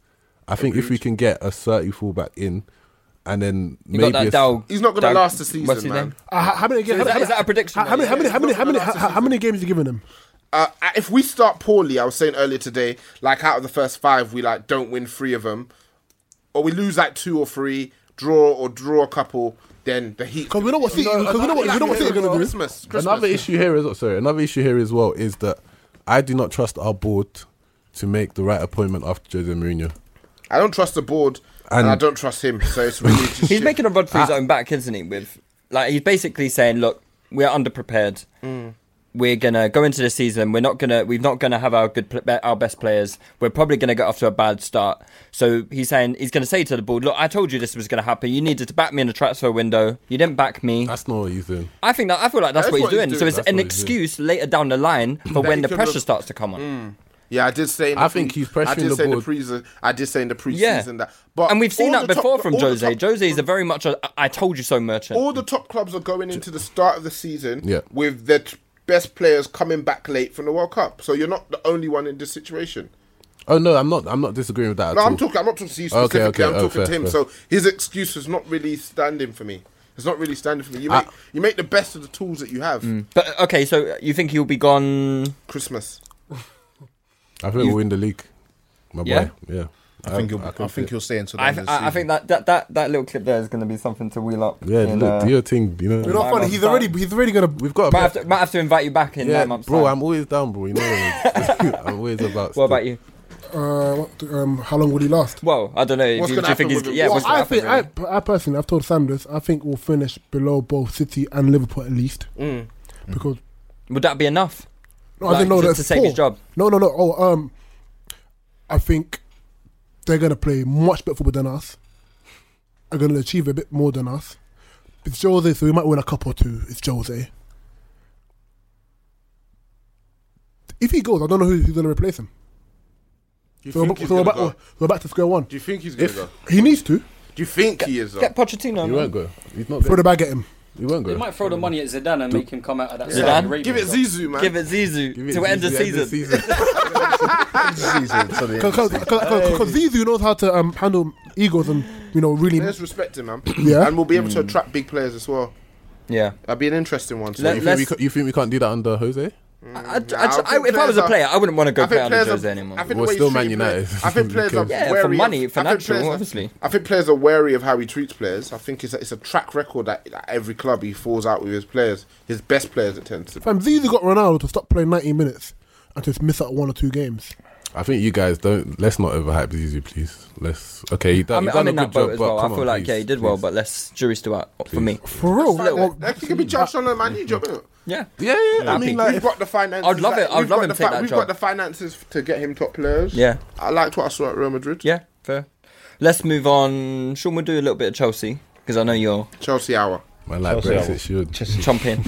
Speaker 5: I think if we can get a thirty fullback in, and then
Speaker 3: You got
Speaker 5: maybe
Speaker 3: that
Speaker 5: a-
Speaker 3: Dal-
Speaker 8: He's not gonna
Speaker 3: Dal-
Speaker 8: last the season,
Speaker 3: what's his
Speaker 8: man.
Speaker 3: name?
Speaker 9: Uh, how- how many games?
Speaker 3: is that-
Speaker 9: how-
Speaker 3: is that a prediction,
Speaker 9: How many?
Speaker 3: though?
Speaker 9: How many?
Speaker 8: Yeah,
Speaker 9: How many?
Speaker 8: it's
Speaker 9: How many?
Speaker 8: not
Speaker 9: How how many games are you giving him?
Speaker 8: uh, if we start poorly, I was saying earlier today, like out of the first five, we like don't win three of them, or we lose like two or three, draw or draw a couple, then the heat.
Speaker 9: Because we know what City. Because we know what. We know what City are going to do.
Speaker 8: Christmas, Christmas.
Speaker 5: Another issue here is oh, sorry. Another issue here as well is that I do not trust our board to make the right appointment after Jose Mourinho.
Speaker 8: I don't trust the board, and,
Speaker 5: And-
Speaker 8: I don't trust him. So it's really just
Speaker 3: He's
Speaker 8: shit.
Speaker 3: making a run for his
Speaker 5: Ah.
Speaker 3: own back, isn't he? With like he's basically saying, "Look, we're underprepared. We're gonna go into the season. We're not gonna. We're not gonna have our good, pl- be- our best players. We're probably gonna get off to a bad start." So he's saying he's gonna say to the board, "Look, I told you this was gonna happen. You needed to back me in the transfer window. You didn't back me.
Speaker 5: That's not what he's doing.
Speaker 3: I think that I feel like that's,
Speaker 8: That's
Speaker 3: what he's
Speaker 8: what he's
Speaker 3: doing.
Speaker 8: doing.
Speaker 3: So it's
Speaker 5: That's
Speaker 3: an
Speaker 5: what he's doing.
Speaker 3: excuse later down the line for when
Speaker 8: he
Speaker 3: the
Speaker 8: can
Speaker 3: pressure
Speaker 8: look-
Speaker 3: starts to come on.
Speaker 8: Yeah, I did say. In the
Speaker 5: I think he's pressuring
Speaker 8: I did
Speaker 5: the
Speaker 8: say In
Speaker 5: board.
Speaker 8: the preseason, I did say in the preseason
Speaker 3: Yeah,
Speaker 8: that. But
Speaker 3: and we've seen
Speaker 8: all
Speaker 3: that
Speaker 8: the top-
Speaker 3: before from
Speaker 8: all the
Speaker 3: Jose.
Speaker 8: top-
Speaker 3: Jose is a very much a I told you so merchant.
Speaker 8: all the top clubs are going into the start of the season
Speaker 5: Yeah.
Speaker 8: with their t- best players coming back late from the World Cup. So you're not the only one in this situation.
Speaker 5: Oh no, I'm not. I'm not disagreeing with that.
Speaker 8: No,
Speaker 5: at
Speaker 8: I'm
Speaker 5: all.
Speaker 8: talking. I'm not talking to you
Speaker 5: Okay,
Speaker 8: specifically.
Speaker 5: okay,
Speaker 8: I'm
Speaker 5: oh,
Speaker 8: talking
Speaker 5: fair,
Speaker 8: to him.
Speaker 5: fair.
Speaker 8: So his excuse is not really standing for me. It's not really standing for me. You make
Speaker 5: I-
Speaker 8: you make the best of the tools that you have.
Speaker 3: Mm.
Speaker 5: Mm.
Speaker 3: but okay, so you think he'll be gone?
Speaker 8: Christmas.
Speaker 5: I think we'll win the league. My
Speaker 3: Yeah?
Speaker 5: boy. Yeah.
Speaker 6: I think he'll. I
Speaker 5: can
Speaker 6: think
Speaker 5: see it.
Speaker 6: he'll stay until the
Speaker 3: I,
Speaker 6: end of the
Speaker 3: I, I think
Speaker 6: season.
Speaker 3: that, that, that, that little clip there is going to be something to wheel up.
Speaker 5: Yeah,
Speaker 3: in,
Speaker 5: look,
Speaker 3: uh,
Speaker 5: do your thing. You know,
Speaker 9: You
Speaker 3: Nine
Speaker 9: know, funny.
Speaker 3: months
Speaker 9: He's already.
Speaker 3: time.
Speaker 9: He's already going to.
Speaker 5: we've got. A
Speaker 3: might, have to, might have to invite you back in
Speaker 5: yeah,
Speaker 3: nine months.
Speaker 5: bro,
Speaker 3: time.
Speaker 5: I'm always down, bro. You know, I'm always about.
Speaker 3: What about you?
Speaker 9: Uh, what- um, how long will he last?
Speaker 3: Well, I don't know. If
Speaker 8: What's
Speaker 3: you,
Speaker 8: gonna
Speaker 3: do you think
Speaker 8: happen
Speaker 3: he's
Speaker 8: with him?
Speaker 3: yeah?
Speaker 8: Well,
Speaker 3: what's gonna
Speaker 9: I
Speaker 3: happen,
Speaker 9: think. I,
Speaker 3: really?
Speaker 9: I personally, I've told Sam this. I think we'll finish below both City and Liverpool at least
Speaker 3: Mm.
Speaker 9: because
Speaker 3: would that be enough?
Speaker 9: No,
Speaker 3: Like,
Speaker 9: I didn't know
Speaker 3: just
Speaker 9: that's
Speaker 3: to save his
Speaker 9: four.
Speaker 3: job.
Speaker 9: No, no, no. Oh, um, I think they're gonna play much better football than us. Are gonna achieve a bit more than us. It's Jose, so we might win a cup or two. It's Jose. If he goes, I don't know who, who's going to replace him.
Speaker 8: you
Speaker 9: So, we're,
Speaker 8: think
Speaker 9: ba-
Speaker 8: he's
Speaker 9: so we're,
Speaker 8: gonna
Speaker 9: back,
Speaker 8: go?
Speaker 9: we're, we're back to square one.
Speaker 8: Do you think he's gonna
Speaker 9: If-
Speaker 8: go?
Speaker 9: He needs to.
Speaker 8: Do you think he is?
Speaker 3: Get Pochettino.
Speaker 9: He
Speaker 3: man.
Speaker 9: won't go. Throw the bag at him.
Speaker 5: He won't
Speaker 4: They might throw the money at Zidane and make him come out of that.
Speaker 3: Zidane?
Speaker 4: Saudi Arabia
Speaker 8: Give it
Speaker 4: job.
Speaker 8: Zizou, man.
Speaker 3: Give it Zizou
Speaker 5: Give it
Speaker 3: to end the
Speaker 5: Zizou, end the
Speaker 3: season.
Speaker 9: Because Zizou knows how to um, handle egos and, you know, really.
Speaker 8: Let's respect him, man.
Speaker 9: Yeah.
Speaker 8: and we'll be able
Speaker 5: Mm.
Speaker 8: to attract big players as well.
Speaker 3: Yeah.
Speaker 8: That'd be an interesting one. so
Speaker 3: Let-
Speaker 8: you think
Speaker 5: You think,
Speaker 8: we
Speaker 5: we,
Speaker 8: could-
Speaker 5: ca- you think we can't do that under Jose?
Speaker 3: I, I,
Speaker 8: Mm, I
Speaker 3: I,
Speaker 8: think
Speaker 3: I, if I was
Speaker 8: players
Speaker 3: a
Speaker 8: are-
Speaker 3: player, I wouldn't want to
Speaker 8: I
Speaker 3: go
Speaker 8: think
Speaker 3: play under
Speaker 8: players are-
Speaker 3: Jose anymore.
Speaker 8: I think
Speaker 5: We're
Speaker 8: the way
Speaker 5: still
Speaker 8: he's
Speaker 5: Man
Speaker 8: treating players-
Speaker 5: United.
Speaker 8: I think players are
Speaker 3: Yeah, for
Speaker 8: wary of-
Speaker 3: money,
Speaker 8: I think
Speaker 3: financial,
Speaker 8: players are-
Speaker 3: obviously.
Speaker 8: I think players are wary of how he treats players. I think it's a, it's a track record that at every club he falls out with his players, his best players. It tends to.
Speaker 9: Fam, Zizou got Ronaldo to stop playing 90 minutes and just miss out one or two games.
Speaker 5: I think you guys don't. Let's not overhype Zizou, please. Let's. Okay, you done,
Speaker 3: I'm,
Speaker 5: you
Speaker 3: I'm
Speaker 5: done
Speaker 3: in
Speaker 5: a
Speaker 3: that
Speaker 5: good
Speaker 3: boat
Speaker 5: job,
Speaker 3: as
Speaker 5: but
Speaker 3: well. I
Speaker 5: come
Speaker 3: feel
Speaker 5: on,
Speaker 3: like,
Speaker 5: please,
Speaker 3: yeah, he did well,
Speaker 5: please.
Speaker 3: but let's jury to out for me.
Speaker 9: For real. Like, well,
Speaker 8: That could be judged on a Man U job. innit?
Speaker 3: Yeah.
Speaker 5: Yeah, yeah. I
Speaker 3: Happy.
Speaker 5: mean, like,
Speaker 8: we've got the finances.
Speaker 3: I'd love
Speaker 8: that-
Speaker 3: it. I'd
Speaker 8: we've
Speaker 3: love
Speaker 8: got
Speaker 3: him
Speaker 8: the
Speaker 3: take that
Speaker 8: We've
Speaker 3: job.
Speaker 8: got the finances to get him top players.
Speaker 3: Yeah.
Speaker 8: I liked what I saw at Real Madrid.
Speaker 3: Yeah, fair. Let's move on. Sean, we'll do a little bit of Chelsea because I know you're
Speaker 8: Chelsea hour.
Speaker 5: my life breaks it should.
Speaker 3: chomping.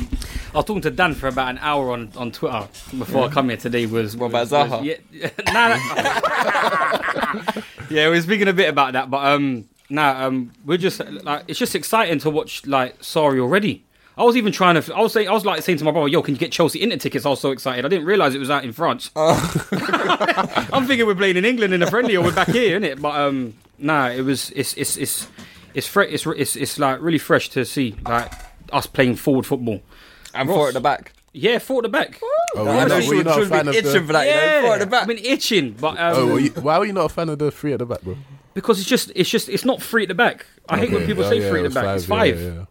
Speaker 4: I was talking to Dan for about an hour on, on Twitter before I come here today. Was
Speaker 3: What about
Speaker 4: was-
Speaker 3: Zaha?
Speaker 4: was- yeah, nah, nah. yeah, we were speaking a bit about that, but um, nah, um, we're just like it's just exciting to watch like sorry already. I was even trying to. I was saying, I was like saying to my brother, "Yo, can you get Chelsea Inter tickets?" I was so excited. I didn't realize it was out in France.
Speaker 3: Uh.
Speaker 4: I'm thinking we're playing in England in a friendly, or we're back here, innit? But um, nah, it was it's it's it's it's fre- it's it's it's like really fresh to see like us playing forward football.
Speaker 3: And four at the back.
Speaker 4: Yeah, four at the back.
Speaker 5: Oh, were you not- were you not a
Speaker 3: should
Speaker 5: fan of
Speaker 3: be itching
Speaker 5: the?
Speaker 3: for that, you know, four
Speaker 4: yeah,
Speaker 3: at the back.
Speaker 4: I've been itching, but um,
Speaker 5: Oh, were you- why were you not a fan of the three at the back, bro?
Speaker 4: because it's just it's just it's not free at the back. I hate when
Speaker 5: Okay.
Speaker 4: people
Speaker 5: Oh,
Speaker 4: say
Speaker 5: yeah,
Speaker 4: free
Speaker 5: it
Speaker 4: at the
Speaker 5: was
Speaker 4: back. it's five.
Speaker 5: yeah, yeah.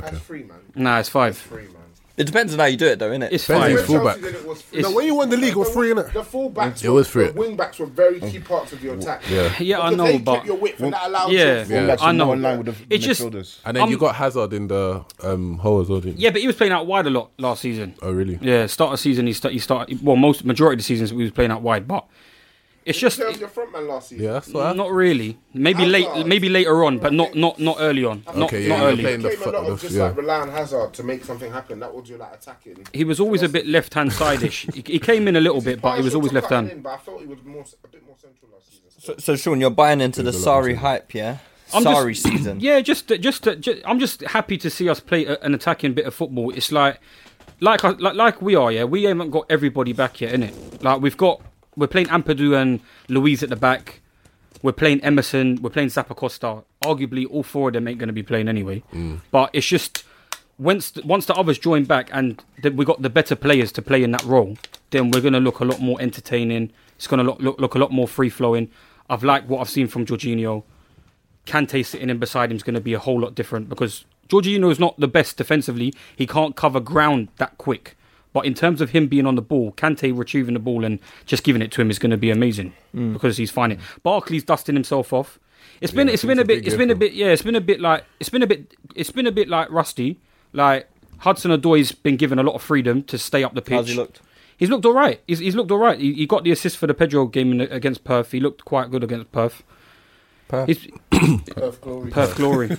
Speaker 8: That's free, man.
Speaker 4: Nah, it's five.
Speaker 8: Free, man.
Speaker 3: it depends on how you do it, though, innit?
Speaker 4: It's
Speaker 5: Depends
Speaker 4: five.
Speaker 5: if- fullback.
Speaker 4: It's-
Speaker 9: the way you won the league was free, innit?
Speaker 8: The fullbacks,
Speaker 5: It was free.
Speaker 8: The wing backs were very key
Speaker 3: Mm.
Speaker 8: parts of your attack.
Speaker 5: Yeah.
Speaker 4: Yeah, I
Speaker 8: Because
Speaker 4: know,
Speaker 8: they kept
Speaker 4: but
Speaker 8: your width and that allowed
Speaker 4: yeah,
Speaker 8: you-
Speaker 5: Yeah.
Speaker 4: I know.
Speaker 6: in line with the
Speaker 4: It just-
Speaker 6: midfielders.
Speaker 5: And then
Speaker 4: Um,
Speaker 5: you got Hazard in the um, hole as well, didn't you?
Speaker 4: yeah, but he was playing out wide a lot last season.
Speaker 5: Oh, really?
Speaker 4: Yeah, start of season he start he started well most majority of the seasons we was playing out wide, but it's just
Speaker 8: Served your front man last season.
Speaker 5: Yeah, that's what
Speaker 4: not really. Maybe late,
Speaker 8: Hazard.
Speaker 4: maybe later on, but not not not early on. Not
Speaker 5: Okay, yeah,
Speaker 4: not
Speaker 5: you're
Speaker 4: early.
Speaker 5: playing the
Speaker 8: Became a lot
Speaker 5: fu-
Speaker 8: of just
Speaker 5: yeah.
Speaker 8: like rely on Hazard to make something happen. That would do like attacking.
Speaker 4: He was always a bit left hand sideish. he, he came in a little bit, but he was always left hand.
Speaker 8: But I thought he was more, a bit more central last season.
Speaker 3: So, so, Sean, you're buying into the sorry hype, yeah? Sorry
Speaker 4: just,
Speaker 3: season.
Speaker 4: Yeah, just just, just I'm just happy to see us play a, an attacking bit of football. It's like like I- like like we are, yeah. We haven't got everybody back yet, innit? Like we've got we're playing Ampadu and Louise at the back. We're playing Emerson. We're playing Zappacosta. Arguably, all four of them ain't going to be playing anyway. But it's just once the, once the others join back and th- we got the better players to play in that role, then we're going to look a lot more entertaining. It's going to look, look look a lot more free flowing. I've liked what I've seen from Jorginho. Kante sitting in beside him is going to be a whole lot different because Jorginho is not the best defensively. He can't cover ground that quick. But in terms of him being on the ball, Kante retrieving the ball and just giving it to him is going to be amazing because he's finding Barkley's dusting himself off. It's been it's been
Speaker 5: it's
Speaker 4: a
Speaker 5: a
Speaker 4: bit
Speaker 5: big
Speaker 4: it's been a
Speaker 5: effort.
Speaker 4: bit yeah it's been a bit like it's been a bit it's been a bit like rusty like Hudson Odoi has been given a lot of freedom to stay up the pitch.
Speaker 3: How's he looked?
Speaker 4: He's looked all right. He's, he's looked all right. He, he got the assist for the Pedro game in, against Perth. He looked quite good against Perth.
Speaker 3: Perth.
Speaker 4: He's,
Speaker 6: Perth glory.
Speaker 4: Perth Glory.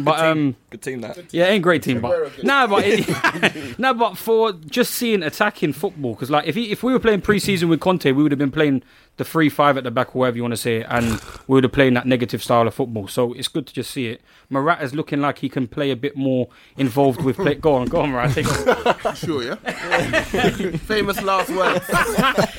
Speaker 4: but um,
Speaker 3: Good team, that.
Speaker 4: yeah, ain't great team,
Speaker 8: We're okay.
Speaker 4: but nah, but it, nah, but for just seeing attacking football, because like if he, if we were playing preseason with Conte, we would have been playing the three five at the back, or whatever you want to say, it, and we would have playing that negative style of football. So it's good to just see it. Morata's looking like he can play a bit more involved with play. Go on, go on, Morata. Take over.
Speaker 8: Sure, yeah. Famous last words.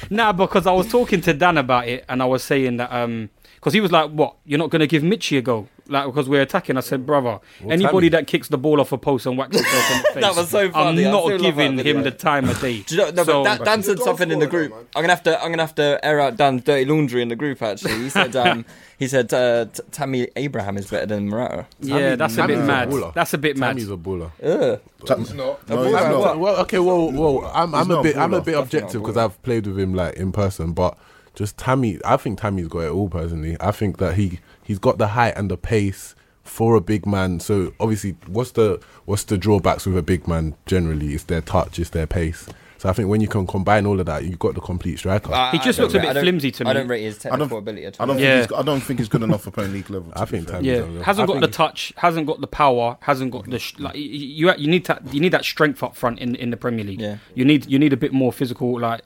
Speaker 4: Nah, because I was talking to Dan about it, and I was saying that um, because he was like, "What? You're not going to give Mitchie a go?" Like because we're attacking. I said, "Brother, anybody that kicks the ball off a post and whacks himself in the face,
Speaker 3: That was so funny. I
Speaker 4: I'm
Speaker 3: still
Speaker 4: not
Speaker 3: love
Speaker 4: giving
Speaker 3: that
Speaker 4: him
Speaker 3: video.
Speaker 4: the time of day."
Speaker 3: Do you know, no,
Speaker 4: So-
Speaker 3: but Dan, Dan said something in the group.
Speaker 8: man.
Speaker 3: I'm gonna have to. I'm gonna have to air out Dan's dirty laundry in the group. Actually, he said. Um, he said uh, T- Tammy Abraham is better than Morata.
Speaker 4: yeah, that's a bit
Speaker 5: Tammy's
Speaker 4: mad.
Speaker 5: baller.
Speaker 4: That's a bit mad.
Speaker 5: Tammy's a baller.
Speaker 6: No, he's
Speaker 5: Well,
Speaker 6: not.
Speaker 5: well, well, okay, well, well, I'm, I'm
Speaker 6: not
Speaker 5: a
Speaker 6: a
Speaker 5: bit, I'm a
Speaker 6: baller.
Speaker 5: bit objective because I've played with him like in person, but just Tammy, I think Tammy's got it all personally. I think that he he's got the height and the pace for a big man. So obviously, what's the what's the drawbacks with a big man generally? It's their touch, it's their pace. So I think when you can combine all of that, you've got the complete striker.
Speaker 4: He
Speaker 3: I
Speaker 4: just
Speaker 3: don't
Speaker 4: looks a
Speaker 3: rate-
Speaker 4: bit
Speaker 3: I don't-
Speaker 4: flimsy to
Speaker 3: I
Speaker 4: me.
Speaker 3: don't rate his
Speaker 6: I don't,
Speaker 3: technical ability at
Speaker 6: I
Speaker 3: all.
Speaker 6: don't
Speaker 4: Yeah.
Speaker 6: think he's, I don't think he's good enough for Premier League level. to
Speaker 5: I
Speaker 6: be
Speaker 5: think
Speaker 6: fair.
Speaker 5: Tammy's
Speaker 4: Yeah,
Speaker 5: on there.
Speaker 4: hasn't
Speaker 5: I
Speaker 4: got the
Speaker 5: think-
Speaker 4: touch, hasn't got the power, hasn't got the sh- like. y- y- You you need that you need that strength up front in in the Premier League.
Speaker 3: Yeah.
Speaker 4: you need you need a bit more physical like.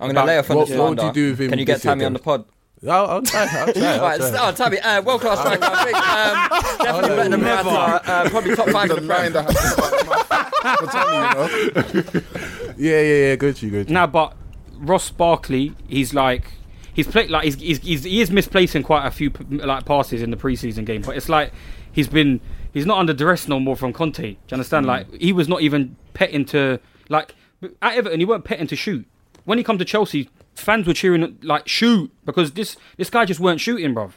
Speaker 3: I'm going to lay off on
Speaker 5: what,
Speaker 3: this
Speaker 5: What would you
Speaker 3: slander.
Speaker 5: do with him?
Speaker 3: Can you get
Speaker 5: this year
Speaker 3: Tammy on the
Speaker 5: then?
Speaker 3: pod?
Speaker 5: I'll, I'll try. I'll try. I'll
Speaker 3: Right,
Speaker 5: try.
Speaker 3: oh, Tammy, uh, world class striker, I think, um, definitely better than
Speaker 5: Never.
Speaker 3: Mata, uh, probably top five in the Prem.
Speaker 5: Yeah, yeah, yeah. Good to you, good. to you.
Speaker 4: Now, but Ross Barkley, he's like he's played like he's, he's, he's he is misplacing quite a few p- like passes in the preseason game, but it's like he's been he's not under duress no more from Conte. Do you
Speaker 5: Mm.
Speaker 4: understand? Like he was not even petting to like at Everton, he weren't petting to shoot. When he come to Chelsea, fans were cheering like shoot because this this guy just weren't shooting, bruv.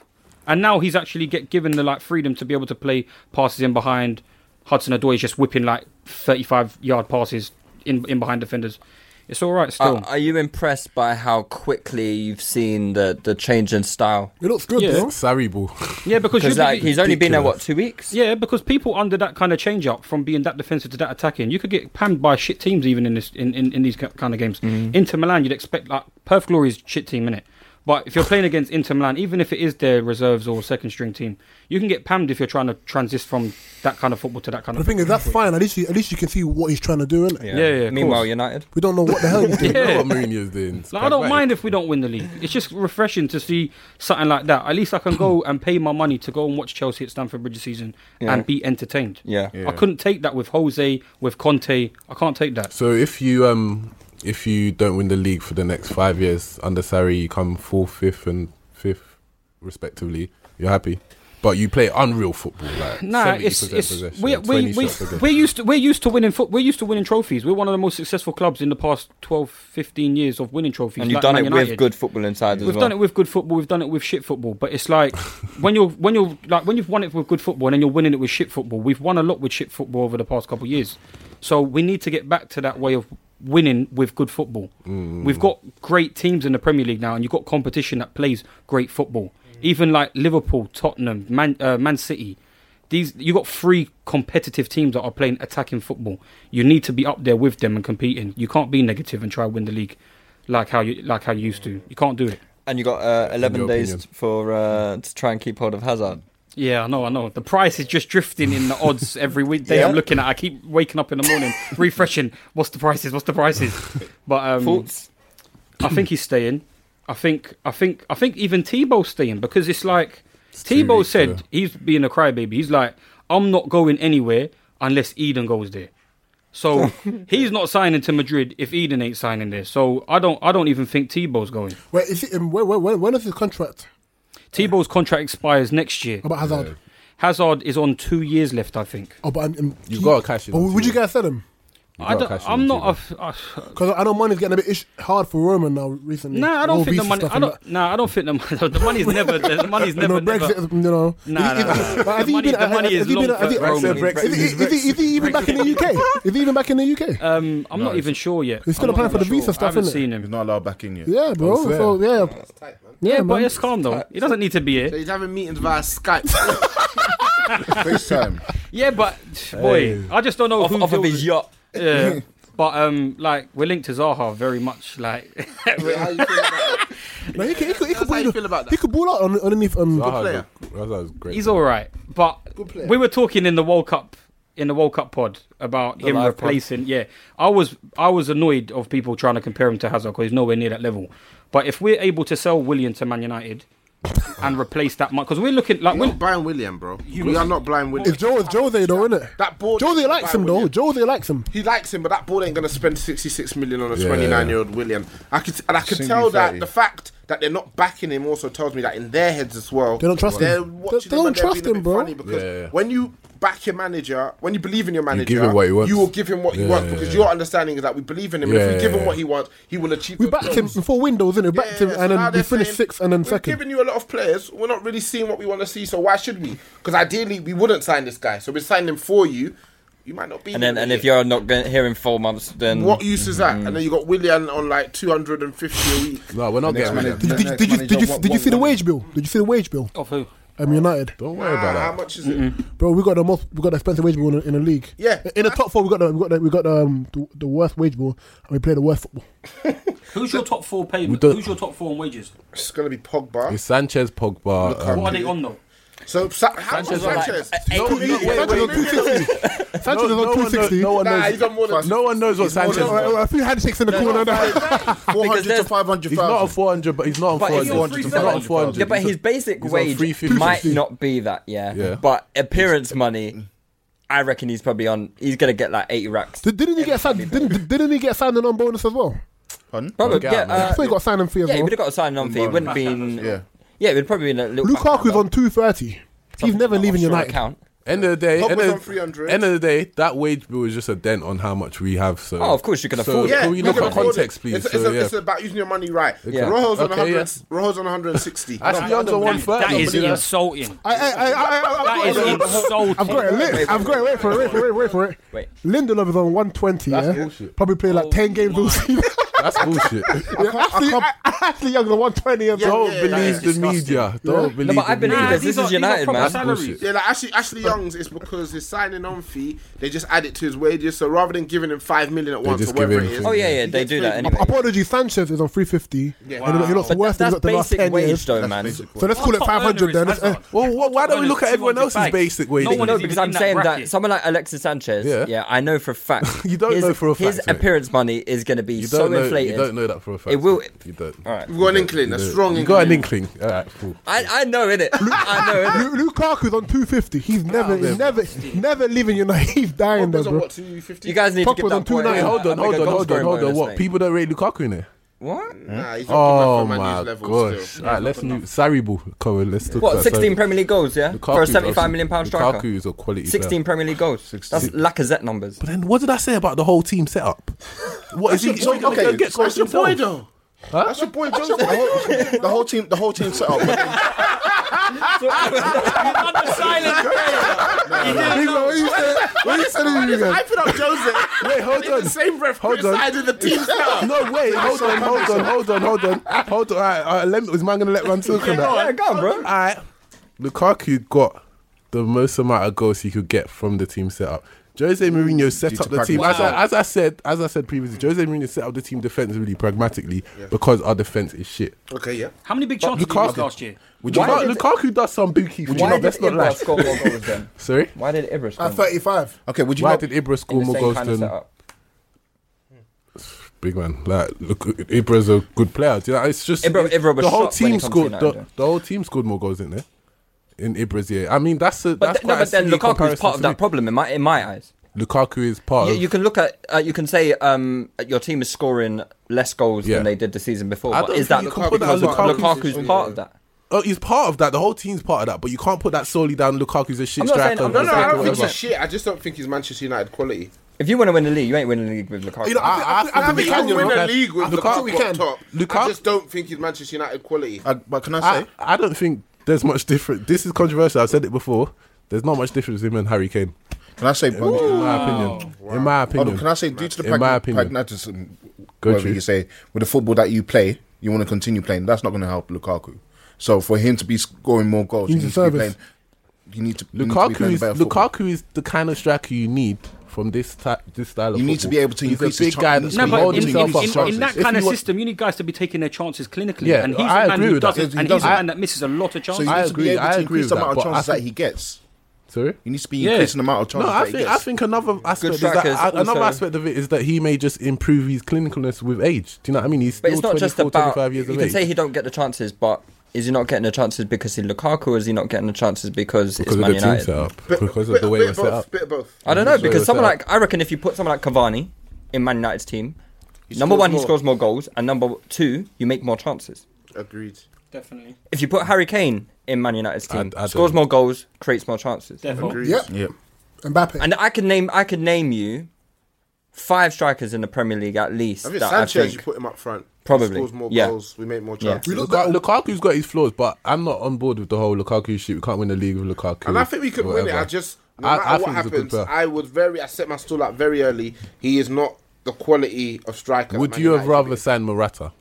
Speaker 4: And now he's actually get given the like freedom to be able to play passes in behind. Hudson Odoi is just whipping like 35 yard passes in in behind defenders. It's all right still.
Speaker 3: Are, Uh, are you impressed by how quickly you've seen the, the change in style?
Speaker 9: It looks good,
Speaker 4: Yeah.
Speaker 9: though.
Speaker 5: Sorry, boo.
Speaker 4: Yeah, because
Speaker 3: Because
Speaker 4: you-
Speaker 3: like, he's only been there what two weeks?
Speaker 4: yeah, because people under that kind of change up from being that defensive to that attacking, you could get panned by shit teams even in this in, in, in these ki- kind of games.
Speaker 3: Mm-hmm.
Speaker 4: Inter Milan, you'd expect like Perth Glory is shit team innit? But if you're playing against Inter Milan, even if it is their reserves or second string team, you can get panned if you're trying to transition from that kind of football to that kind
Speaker 9: The
Speaker 4: of.
Speaker 9: thing is, that's fine. At least, you, at least you can see what he's trying to do, innit?
Speaker 4: Yeah, yeah, of
Speaker 3: Meanwhile,
Speaker 4: course.
Speaker 3: United.
Speaker 9: We don't know what the hell he's
Speaker 5: You
Speaker 9: doing.
Speaker 5: know
Speaker 4: Yeah.
Speaker 5: what Mourinho's doing. It's
Speaker 4: Like, I don't
Speaker 5: pragmatic.
Speaker 4: mind if we don't win the league. It's just refreshing to see something like that. At least I can go and pay my money to go and watch Chelsea at Stamford Bridge this season
Speaker 3: Yeah.
Speaker 4: and be entertained.
Speaker 3: Yeah.
Speaker 4: I couldn't take that with Jose, with Conte. I can't take that.
Speaker 5: So if you um if you don't win the league for the next five years under Sarri, you come fourth, fifth, and fifth respectively. You're happy, but you play unreal football. Like
Speaker 4: Nah,
Speaker 5: 70%
Speaker 4: it's, it's
Speaker 5: possession,
Speaker 4: we, we,
Speaker 5: 20
Speaker 4: we,
Speaker 5: shots a game.
Speaker 4: we're used to we're used to winning foot, we're used to winning trophies. We're one of the most successful clubs in the past 12, 15 years of winning trophies.
Speaker 3: And you've
Speaker 4: like
Speaker 3: done
Speaker 4: Man
Speaker 3: it
Speaker 4: United.
Speaker 3: with good football inside as
Speaker 4: We've
Speaker 3: well.
Speaker 4: done it with good football. We've done it with shit football. But it's like when you're when you're like when you've won it with good football and then you're winning it with shit football. We've won a lot with shit football over the past couple of years. So we need to get back to that way of winning with good football. We've got great teams in the Premier League now, and you've got competition that plays great football. Even like Liverpool, Tottenham, Man, uh, Man City. These you got three competitive teams that are playing attacking football. You need to be up there with them and competing. You can't be negative and try to win the league like how you like how you used to. You can't do it.
Speaker 3: And you got uh, eleven
Speaker 5: your
Speaker 3: days
Speaker 5: opinion.
Speaker 3: for uh, to try and keep hold of Hazard.
Speaker 4: Yeah, I know, I know. The price is just drifting in the odds every weekday.
Speaker 3: Yeah.
Speaker 4: I'm looking at. I keep waking up in the morning, refreshing. What's the prices? What's the prices? But um,
Speaker 3: Thoughts?
Speaker 4: I think he's staying. I think. I think. I think even Tebow's staying because it's like
Speaker 5: two
Speaker 4: Tebow
Speaker 5: weeks,
Speaker 4: said
Speaker 5: yeah.
Speaker 4: he's being a crybaby. He's like, I'm not going anywhere unless Eden goes there. So he's not signing to Madrid if Eden ain't signing there. So I don't. I don't even think Tebow's going.
Speaker 9: Wait, is it, um, where, where, where, when is his contract
Speaker 4: Tebow's contract expires next year.
Speaker 9: about Hazard?
Speaker 4: Hazard is on two years left, I think.
Speaker 9: Oh, but um, um,
Speaker 5: You've gotta cash it
Speaker 9: But
Speaker 5: on
Speaker 9: would you
Speaker 5: Tebow.
Speaker 9: guys sell him?
Speaker 4: I
Speaker 5: gotta
Speaker 4: don't,
Speaker 5: cash in
Speaker 4: I'm
Speaker 5: on
Speaker 4: not.
Speaker 5: Tebow.
Speaker 4: A, f- a f-
Speaker 9: Because I know money's getting a bit ish- hard for Roman now recently.
Speaker 4: nah, I don't
Speaker 9: All
Speaker 4: think the
Speaker 9: visa
Speaker 4: money.
Speaker 9: stuff
Speaker 4: I
Speaker 9: and
Speaker 4: don't. Nah, I don't think the money. The money's never. The money's
Speaker 9: that.
Speaker 4: never.
Speaker 9: no, Brexit,
Speaker 4: never.
Speaker 9: you know.
Speaker 4: Nah,
Speaker 9: Is-
Speaker 4: nah,
Speaker 9: is-
Speaker 4: nah.
Speaker 9: but
Speaker 4: The
Speaker 9: has he
Speaker 4: money-
Speaker 9: been-
Speaker 4: the money
Speaker 9: has he
Speaker 4: is
Speaker 9: been-
Speaker 4: long
Speaker 9: has he-
Speaker 4: for Roman.
Speaker 9: Is he- is he- is he even back in the UK? Is he even back in the UK?
Speaker 4: Um, I'm not even sure yet.
Speaker 9: He's
Speaker 4: I'm
Speaker 9: still applying
Speaker 4: not
Speaker 9: for the
Speaker 4: even
Speaker 9: visa
Speaker 4: sure.
Speaker 9: stuff,
Speaker 4: I haven't
Speaker 9: innit?
Speaker 4: seen
Speaker 6: He's
Speaker 4: him.
Speaker 6: not allowed back in yet.
Speaker 9: Yeah, bro.
Speaker 5: That's
Speaker 9: So yeah,
Speaker 4: Yeah,
Speaker 9: man.
Speaker 4: but it's calm though. He doesn't need to be
Speaker 8: So
Speaker 4: here.
Speaker 8: he's having meetings via Skype.
Speaker 6: FaceTime.
Speaker 4: Yeah, but boy, I just don't know
Speaker 3: Off,
Speaker 4: who
Speaker 3: off of
Speaker 4: deals-
Speaker 3: his yacht.
Speaker 4: Yeah. But um, like we're linked to Zaha very much. Like
Speaker 8: How you feel about
Speaker 9: No, he could, he could, he could
Speaker 8: That's how you
Speaker 9: ball,
Speaker 8: feel about that?
Speaker 9: he could ball out on, underneath. Um,
Speaker 5: Hazard's a- Hazard's great.
Speaker 4: he's all right. But
Speaker 8: Good player.
Speaker 4: we were talking in the World Cup in the World Cup pod about him
Speaker 3: live pod.
Speaker 4: replacing. Yeah, I was I was annoyed of people trying to compare him to Hazard because he's nowhere near that level. But if we're able to sell William to Man United and replace that, because we're looking like
Speaker 8: We're
Speaker 4: we're,
Speaker 8: not buying William, bro. we are not blind William.
Speaker 9: It's Joe, it's Jose though, isn't it?
Speaker 8: That ball-
Speaker 9: Jose likes him though. Jose likes him.
Speaker 8: He likes him, but that ball ain't gonna spend sixty-six million on a
Speaker 5: Yeah.
Speaker 8: twenty-nine-year-old William. I could, and I could
Speaker 6: Soon
Speaker 8: tell
Speaker 6: be
Speaker 8: that
Speaker 6: 30.
Speaker 8: the fact that they're not backing him also tells me that in their heads as well,
Speaker 9: They don't trust him.
Speaker 8: they're
Speaker 9: They-
Speaker 8: watching
Speaker 9: they
Speaker 8: him
Speaker 9: don't
Speaker 8: and they're
Speaker 9: trust
Speaker 8: being a
Speaker 9: him,
Speaker 8: bit
Speaker 9: bro.
Speaker 8: Funny because
Speaker 5: Yeah.
Speaker 8: when you back your manager, when you believe in your manager,
Speaker 5: give him what he wants.
Speaker 8: you will give him what he
Speaker 5: Yeah,
Speaker 8: wants
Speaker 5: yeah,
Speaker 8: because
Speaker 5: yeah.
Speaker 8: your understanding is that we believe in him. and if we
Speaker 5: Yeah.
Speaker 8: give him what he wants, he will achieve.
Speaker 9: We
Speaker 8: those
Speaker 9: backed him
Speaker 8: goals.
Speaker 9: before windows, innit? We backed him,
Speaker 8: Yeah, so
Speaker 9: and
Speaker 8: now
Speaker 9: then we
Speaker 8: they're
Speaker 9: finished
Speaker 8: saying,
Speaker 9: sixth and then
Speaker 8: we're
Speaker 9: second.
Speaker 8: giving you a lot of players. We're not really seeing what we want to see, so why should we? Because ideally, we wouldn't sign this guy. So we sign him for you. You might not be.
Speaker 3: And then
Speaker 8: here.
Speaker 3: and if you're not going here in four months, then
Speaker 8: what use is that? And then you got Willian on like two hundred and fifty a week.
Speaker 5: No, we're not
Speaker 6: Next
Speaker 5: getting rid of
Speaker 6: minute.
Speaker 5: him.
Speaker 9: Did you, did you, did you, did you see the wage bill? Did you see the wage bill?
Speaker 4: of who?
Speaker 9: I'm United,
Speaker 5: Don't worry
Speaker 8: Ah, how
Speaker 5: about that.
Speaker 8: much is it?
Speaker 9: bro. We got the most. We got the expensive wage bill in, in the league.
Speaker 8: Yeah.
Speaker 9: In the top four, we got the we got the, we got the, um, the, the worst wage bill, and we play the worst football.
Speaker 4: Who's your top four
Speaker 5: We
Speaker 4: payment?
Speaker 5: don't-
Speaker 4: Who's your top four on wages?
Speaker 8: It's gonna be Pogba.
Speaker 5: It's Sanchez, Pogba.
Speaker 8: Lukaku.
Speaker 5: um,
Speaker 4: What are they on though?
Speaker 8: So Sa- how much
Speaker 6: Sanchez
Speaker 8: is
Speaker 6: on like
Speaker 8: Sanchez? eh,
Speaker 6: eight
Speaker 8: No,
Speaker 6: million.
Speaker 8: no,
Speaker 6: Sanchez on
Speaker 8: wait, wait, wait, wait.
Speaker 5: Sanchez
Speaker 8: No,
Speaker 5: is on
Speaker 8: no one
Speaker 5: 260.
Speaker 8: knows- no one knows-
Speaker 5: No one knows what
Speaker 8: He's more
Speaker 5: Sanchez.
Speaker 8: than-
Speaker 5: is.
Speaker 9: A few handshakes in the corner.
Speaker 6: Four hundred to five hundred
Speaker 5: He's not a
Speaker 6: thousand.
Speaker 5: 400, but he's not on
Speaker 3: But he's
Speaker 5: 400.
Speaker 3: on
Speaker 5: He's
Speaker 3: 350.
Speaker 5: not on 400.
Speaker 3: Yeah, but
Speaker 5: He's
Speaker 3: his
Speaker 5: on-
Speaker 3: basic
Speaker 5: he's on
Speaker 3: wage
Speaker 5: 350.
Speaker 3: might not be that, yeah.
Speaker 5: Yeah.
Speaker 3: But appearance money, I reckon he's probably on. He's gonna get like eighty racks.
Speaker 9: Did- Didn't he get signed? Didn't didn't he get signed on bonus as well?
Speaker 6: Pardon?
Speaker 3: Probably,
Speaker 5: Gal,
Speaker 3: yeah.
Speaker 5: man.
Speaker 9: I
Speaker 3: Uh,
Speaker 9: thought he got a signing fee as
Speaker 3: yeah, he
Speaker 9: well.
Speaker 3: would have got a sign on fee. It wouldn't been.
Speaker 8: Yeah.
Speaker 3: Yeah, it would probably been a little.
Speaker 9: Lukaku's on two thirty. He's never leaving
Speaker 3: Offshore
Speaker 9: United.
Speaker 3: Account.
Speaker 5: End of the day,
Speaker 8: Pogba's
Speaker 5: end
Speaker 8: on
Speaker 5: of,
Speaker 8: 300.
Speaker 5: end of the day, that wage bill is just a dent on how much we have. So,
Speaker 3: Oh, of course you can
Speaker 5: so
Speaker 3: afford it.
Speaker 5: Can we look
Speaker 8: can
Speaker 5: at
Speaker 8: afford it.
Speaker 5: context, please?
Speaker 8: It's,
Speaker 5: So,
Speaker 8: it's, a,
Speaker 5: yeah.
Speaker 8: it's about using your money right.
Speaker 3: Yeah.
Speaker 8: Rojo's on
Speaker 5: Okay,
Speaker 8: 100.
Speaker 5: yeah.
Speaker 8: Rojo's on 160.
Speaker 5: Ashley's on one thirty.
Speaker 10: That is insulting.
Speaker 9: I, I, I, I, I,
Speaker 10: That is insulting.
Speaker 9: I've got it. Lit. I've got it. Wait for it. Wait for it. Wait for it.
Speaker 3: Wait.
Speaker 9: Lindelof is on 120. yeah,
Speaker 5: bullshit.
Speaker 9: probably played like 10 games all season.
Speaker 5: That's bullshit.
Speaker 9: Yeah, Ashley, Ashley Young's on 120. as well.
Speaker 5: Don't
Speaker 8: yeah,
Speaker 5: believe
Speaker 8: yeah.
Speaker 5: the media. Don't
Speaker 3: No,
Speaker 5: believe
Speaker 3: but I
Speaker 5: the
Speaker 3: believe
Speaker 5: media.
Speaker 3: this.
Speaker 10: these
Speaker 3: This
Speaker 10: are- these
Speaker 3: is
Speaker 10: are
Speaker 3: United,
Speaker 10: proper
Speaker 3: man.
Speaker 5: That's
Speaker 10: salaries.
Speaker 5: bullshit.
Speaker 8: Yeah, like Ashley, Ashley Young's is because his signing on fee, they just add it to his wages. So rather than giving him five million at once or
Speaker 5: just give
Speaker 8: whatever it
Speaker 5: him
Speaker 8: is.
Speaker 5: full-
Speaker 3: Oh yeah, yeah,
Speaker 8: he
Speaker 3: they
Speaker 8: gets
Speaker 3: do that
Speaker 8: paid.
Speaker 3: anyway.
Speaker 9: Apology, Sanchez is on 350.
Speaker 8: Yeah.
Speaker 9: And he looks
Speaker 3: But
Speaker 9: worse than
Speaker 3: that's
Speaker 9: he's got the last
Speaker 3: basic
Speaker 9: 10
Speaker 3: wage,
Speaker 9: years.
Speaker 3: though, man.
Speaker 9: So let's call it 500 then. Let's- eh,
Speaker 5: Well, wh- why don't we look at everyone else's basic wage?
Speaker 10: No one
Speaker 3: No,
Speaker 10: is
Speaker 3: because
Speaker 10: even
Speaker 3: I'm
Speaker 10: in that
Speaker 3: saying that
Speaker 10: bracket.
Speaker 3: someone like Alexis Sanchez,
Speaker 5: Yeah.
Speaker 3: yeah, I know for a fact.
Speaker 5: You don't
Speaker 3: his,
Speaker 5: know for a
Speaker 3: His
Speaker 5: fact, mate.
Speaker 3: appearance money is going to be
Speaker 5: You
Speaker 3: so
Speaker 5: don't know.
Speaker 3: inflated.
Speaker 5: You don't know that for a fact.
Speaker 3: It will-
Speaker 5: You don't.
Speaker 3: All right.
Speaker 8: We've got an inkling, a strong
Speaker 5: You
Speaker 8: inkling.
Speaker 5: got an inkling. All right, cool.
Speaker 3: I, I know it. I know it.
Speaker 9: Lu- Lukaku's on 250. He's never, he's never, never leaving United. He's dying there,
Speaker 8: Pogba's on
Speaker 9: bro.
Speaker 8: what, 250?
Speaker 3: You guys need
Speaker 9: Pogba's
Speaker 3: to get that
Speaker 9: on
Speaker 3: point.
Speaker 9: 290.
Speaker 5: Wait, hold on,
Speaker 3: I'll make
Speaker 5: hold
Speaker 3: a goal
Speaker 5: on, hold on,
Speaker 3: scoring
Speaker 5: hold on.
Speaker 3: bonus
Speaker 5: What
Speaker 3: thing.
Speaker 5: people don't rate Lukaku in there?
Speaker 3: What?
Speaker 8: Nah, he's not
Speaker 5: Oh
Speaker 8: good enough for
Speaker 5: my
Speaker 8: Man U's level
Speaker 5: gosh!
Speaker 8: still.
Speaker 5: All right, let's move. Saribu, Cohen. Let's talk
Speaker 3: What?
Speaker 5: about
Speaker 3: Sixteen
Speaker 5: Saribu.
Speaker 3: Premier League goals, yeah, for a
Speaker 5: Lukaku's
Speaker 3: seventy-five
Speaker 5: also-
Speaker 3: million pound striker.
Speaker 5: Lukaku is a quality.
Speaker 3: Sixteen
Speaker 5: player.
Speaker 3: Premier League goals. That's Lacazette numbers.
Speaker 5: But then, what did I say about the whole team setup? What is he?
Speaker 8: That's your
Speaker 5: he's
Speaker 8: boy,
Speaker 5: not gonna
Speaker 8: okay,
Speaker 5: get goals
Speaker 8: that's your boy
Speaker 5: himself.
Speaker 8: though. That's your boy, Joseph. The
Speaker 6: The whole- the whole team, the whole team set up.
Speaker 9: Big man, what you say? What you say to
Speaker 8: whole-
Speaker 9: me, man?
Speaker 8: I put up Joseph.
Speaker 5: Wait, hold
Speaker 8: In
Speaker 5: on.
Speaker 8: the same breath,
Speaker 5: Hold on.
Speaker 8: criticizing the team setup.
Speaker 5: No, wait, hold on, hold on, hold on, hold on, hold on. All right, all right, let me, is man gonna let man talk on that?
Speaker 3: Yeah, go on, bro.
Speaker 5: All right, Lukaku got the most amount of goals he could get from the team setup. Jose Mourinho set
Speaker 6: Due
Speaker 5: up
Speaker 6: to
Speaker 5: the team. As,
Speaker 6: pragmatism.
Speaker 5: I, as I said, as I said previously, Jose Mourinho set up the team defensively, pragmatically, because our defense is shit.
Speaker 8: Okay, yeah.
Speaker 10: How many big chances did you
Speaker 5: Lukaku-
Speaker 10: miss last year?
Speaker 5: Would you
Speaker 3: Why
Speaker 5: not,
Speaker 3: did-
Speaker 5: Lukaku does some bookie things.
Speaker 3: Why
Speaker 5: No,
Speaker 3: did
Speaker 5: let's not lie.
Speaker 3: Ibra score more goals then?
Speaker 5: Sorry,
Speaker 3: Why did Ibra score?
Speaker 9: At
Speaker 3: more?
Speaker 9: 35.
Speaker 6: Okay, would you
Speaker 5: why
Speaker 6: not-
Speaker 5: did Ibra
Speaker 3: in
Speaker 5: score
Speaker 3: the
Speaker 5: more
Speaker 3: same
Speaker 5: goals
Speaker 3: kind of
Speaker 5: than Hmm.
Speaker 3: setup?
Speaker 5: big man. Like, look, Ibra's a good player. Do You know, it's just
Speaker 3: Ibra- Ibra was
Speaker 5: the whole
Speaker 3: shocked when
Speaker 5: team
Speaker 3: he comes to
Speaker 5: scored. The,
Speaker 3: United.
Speaker 5: the whole team scored more goals, didn't they? In Ibra's year, I mean, that's a
Speaker 3: But,
Speaker 5: that's
Speaker 3: th- no,
Speaker 5: quite
Speaker 3: but then
Speaker 5: a silly
Speaker 3: Lukaku is
Speaker 5: comparison
Speaker 3: part
Speaker 5: to
Speaker 3: of that
Speaker 5: make.
Speaker 3: problem in my in my eyes.
Speaker 5: Lukaku is part.
Speaker 3: You,
Speaker 5: of,
Speaker 3: you can look at uh, you can say um, your team is scoring less goals
Speaker 5: Yeah.
Speaker 3: than they did the season before.
Speaker 5: I
Speaker 3: But
Speaker 5: don't
Speaker 3: is that
Speaker 5: think you
Speaker 3: because
Speaker 5: can put that on Lukaku's
Speaker 3: Lukaku's,
Speaker 5: decision,
Speaker 3: part of that?
Speaker 5: oh, he's part of that. The whole team's part of that. But you can't put that solely down. Lukaku's a shit
Speaker 3: I'm not saying-
Speaker 5: striker.
Speaker 3: I'm
Speaker 8: No, no, I
Speaker 5: striker,
Speaker 8: don't think
Speaker 5: whatever.
Speaker 8: he's shit. I just don't think he's Manchester United quality.
Speaker 3: If you want to win the league, you ain't winning the league with Lukaku.
Speaker 9: You know, I,
Speaker 5: I- I
Speaker 9: think- I
Speaker 5: think
Speaker 9: think
Speaker 8: We
Speaker 5: we
Speaker 8: can
Speaker 5: can,
Speaker 8: win
Speaker 5: you know.
Speaker 8: a league with
Speaker 5: Lukaku-
Speaker 8: Lukaku,
Speaker 5: we
Speaker 8: up
Speaker 5: can.
Speaker 8: top. I
Speaker 5: Lukaku-
Speaker 8: just don't think he's Manchester United quality.
Speaker 6: I- But can I say?
Speaker 5: I, I don't think there's much difference. This is controversial. I've said it before. There's not much difference between him and Harry Kane,
Speaker 6: Can I say?
Speaker 5: in, in my opinion. In my
Speaker 6: Hold on,
Speaker 5: opinion,
Speaker 6: can I say, due to the
Speaker 5: In my
Speaker 6: pragma-
Speaker 5: opinion.
Speaker 6: pragmatism,
Speaker 5: Go
Speaker 6: whatever
Speaker 5: through.
Speaker 6: you say, with the football that you play, you want to continue playing. That's not going to help Lukaku. So for him to be scoring more goals,
Speaker 9: He's
Speaker 6: you
Speaker 9: a
Speaker 6: need to be
Speaker 9: service.
Speaker 6: playing. You need to you need to be
Speaker 5: Lukaku
Speaker 6: playing
Speaker 5: is
Speaker 6: better football.
Speaker 5: Lukaku is the kind of striker you need from this ty- this style of
Speaker 6: You need to
Speaker 5: football.
Speaker 6: be able to
Speaker 5: He's
Speaker 6: increase
Speaker 5: a big
Speaker 6: his
Speaker 5: guy.
Speaker 6: chan-
Speaker 5: that's
Speaker 10: No,
Speaker 6: No,
Speaker 5: been
Speaker 6: but
Speaker 10: but
Speaker 5: holding
Speaker 10: in, in,
Speaker 5: himself up
Speaker 10: in,
Speaker 5: chances.
Speaker 10: in that
Speaker 5: If
Speaker 10: kind of
Speaker 5: you want-
Speaker 10: system, you need guys to be taking their chances clinically.
Speaker 5: Yeah,
Speaker 10: and he's
Speaker 5: I
Speaker 10: a man
Speaker 5: agree
Speaker 10: who
Speaker 5: with that.
Speaker 10: doesn't,
Speaker 6: He
Speaker 10: and he's a
Speaker 6: doesn't.
Speaker 10: man that misses a lot of
Speaker 6: So
Speaker 10: chances.
Speaker 6: you
Speaker 5: I
Speaker 6: need to be
Speaker 5: agree-
Speaker 6: able
Speaker 5: I
Speaker 6: to
Speaker 5: agree
Speaker 6: increase
Speaker 5: with
Speaker 6: the
Speaker 5: that,
Speaker 6: amount of
Speaker 5: but I
Speaker 6: chances that
Speaker 5: think-
Speaker 6: he gets.
Speaker 5: Sorry.
Speaker 6: He needs to be
Speaker 10: Yeah.
Speaker 6: increasing the amount of
Speaker 5: No,
Speaker 6: chances
Speaker 5: I
Speaker 6: that he
Speaker 5: think
Speaker 6: gets.
Speaker 5: I think another aspect is that
Speaker 3: strikers
Speaker 5: I- another
Speaker 3: also-
Speaker 5: aspect of it is that he may just improve his clinicalness with age. Do you know what I mean? He's
Speaker 3: But
Speaker 5: still
Speaker 3: it's not
Speaker 5: 24,
Speaker 3: just about.
Speaker 5: 25
Speaker 3: You
Speaker 5: years
Speaker 3: can
Speaker 5: of age.
Speaker 3: say he don't get the chances, but is he not getting the chances because he's Lukaku? Or is he not getting the chances because, it's
Speaker 5: because of
Speaker 3: Man
Speaker 5: the team
Speaker 3: United?
Speaker 5: setup,
Speaker 8: Bit-
Speaker 5: because
Speaker 8: bit-
Speaker 5: of the way
Speaker 8: bit
Speaker 5: we're
Speaker 8: of
Speaker 5: set
Speaker 8: both,
Speaker 5: up.
Speaker 8: Bit of both.
Speaker 3: I don't know
Speaker 5: Because they
Speaker 3: because
Speaker 5: were
Speaker 3: someone
Speaker 5: set
Speaker 3: like I reckon if you put someone like Cavani in Man United's team,
Speaker 8: He
Speaker 3: number
Speaker 8: scores
Speaker 3: one
Speaker 8: more.
Speaker 3: he scores more goals, and number two you make more chances.
Speaker 8: Agreed.
Speaker 10: Definitely.
Speaker 3: If you put Harry Kane in Man United's team,
Speaker 5: I- I
Speaker 3: scores
Speaker 5: don't-
Speaker 3: more goals, creates more chances.
Speaker 10: Definitely.
Speaker 8: Agreed.
Speaker 9: Yep.
Speaker 6: yeah.
Speaker 9: Mbappe.
Speaker 3: And I can name I can name you five strikers in the Premier League at least.
Speaker 8: I think
Speaker 3: that
Speaker 8: Sanchez,
Speaker 3: I
Speaker 8: you
Speaker 3: think.
Speaker 8: put him up front.
Speaker 3: Probably.
Speaker 8: He scores more
Speaker 3: Yeah.
Speaker 8: goals. We make more
Speaker 3: Yeah.
Speaker 8: chances.
Speaker 9: We look
Speaker 5: Luka-
Speaker 9: back-
Speaker 5: Lukaku's got his flaws, but I'm not on board with the whole Lukaku shit. We can't win the league with Lukaku.
Speaker 8: And I think we could win it.
Speaker 5: whatever.
Speaker 8: I just no
Speaker 5: I-
Speaker 8: matter
Speaker 5: I
Speaker 8: what
Speaker 5: think he's a good
Speaker 8: happens,
Speaker 5: player.
Speaker 8: I would very. I set my stall up very early. He is not the quality of striker.
Speaker 5: Would
Speaker 8: Man
Speaker 5: you have
Speaker 8: United
Speaker 5: rather
Speaker 8: is.
Speaker 5: signed Morata,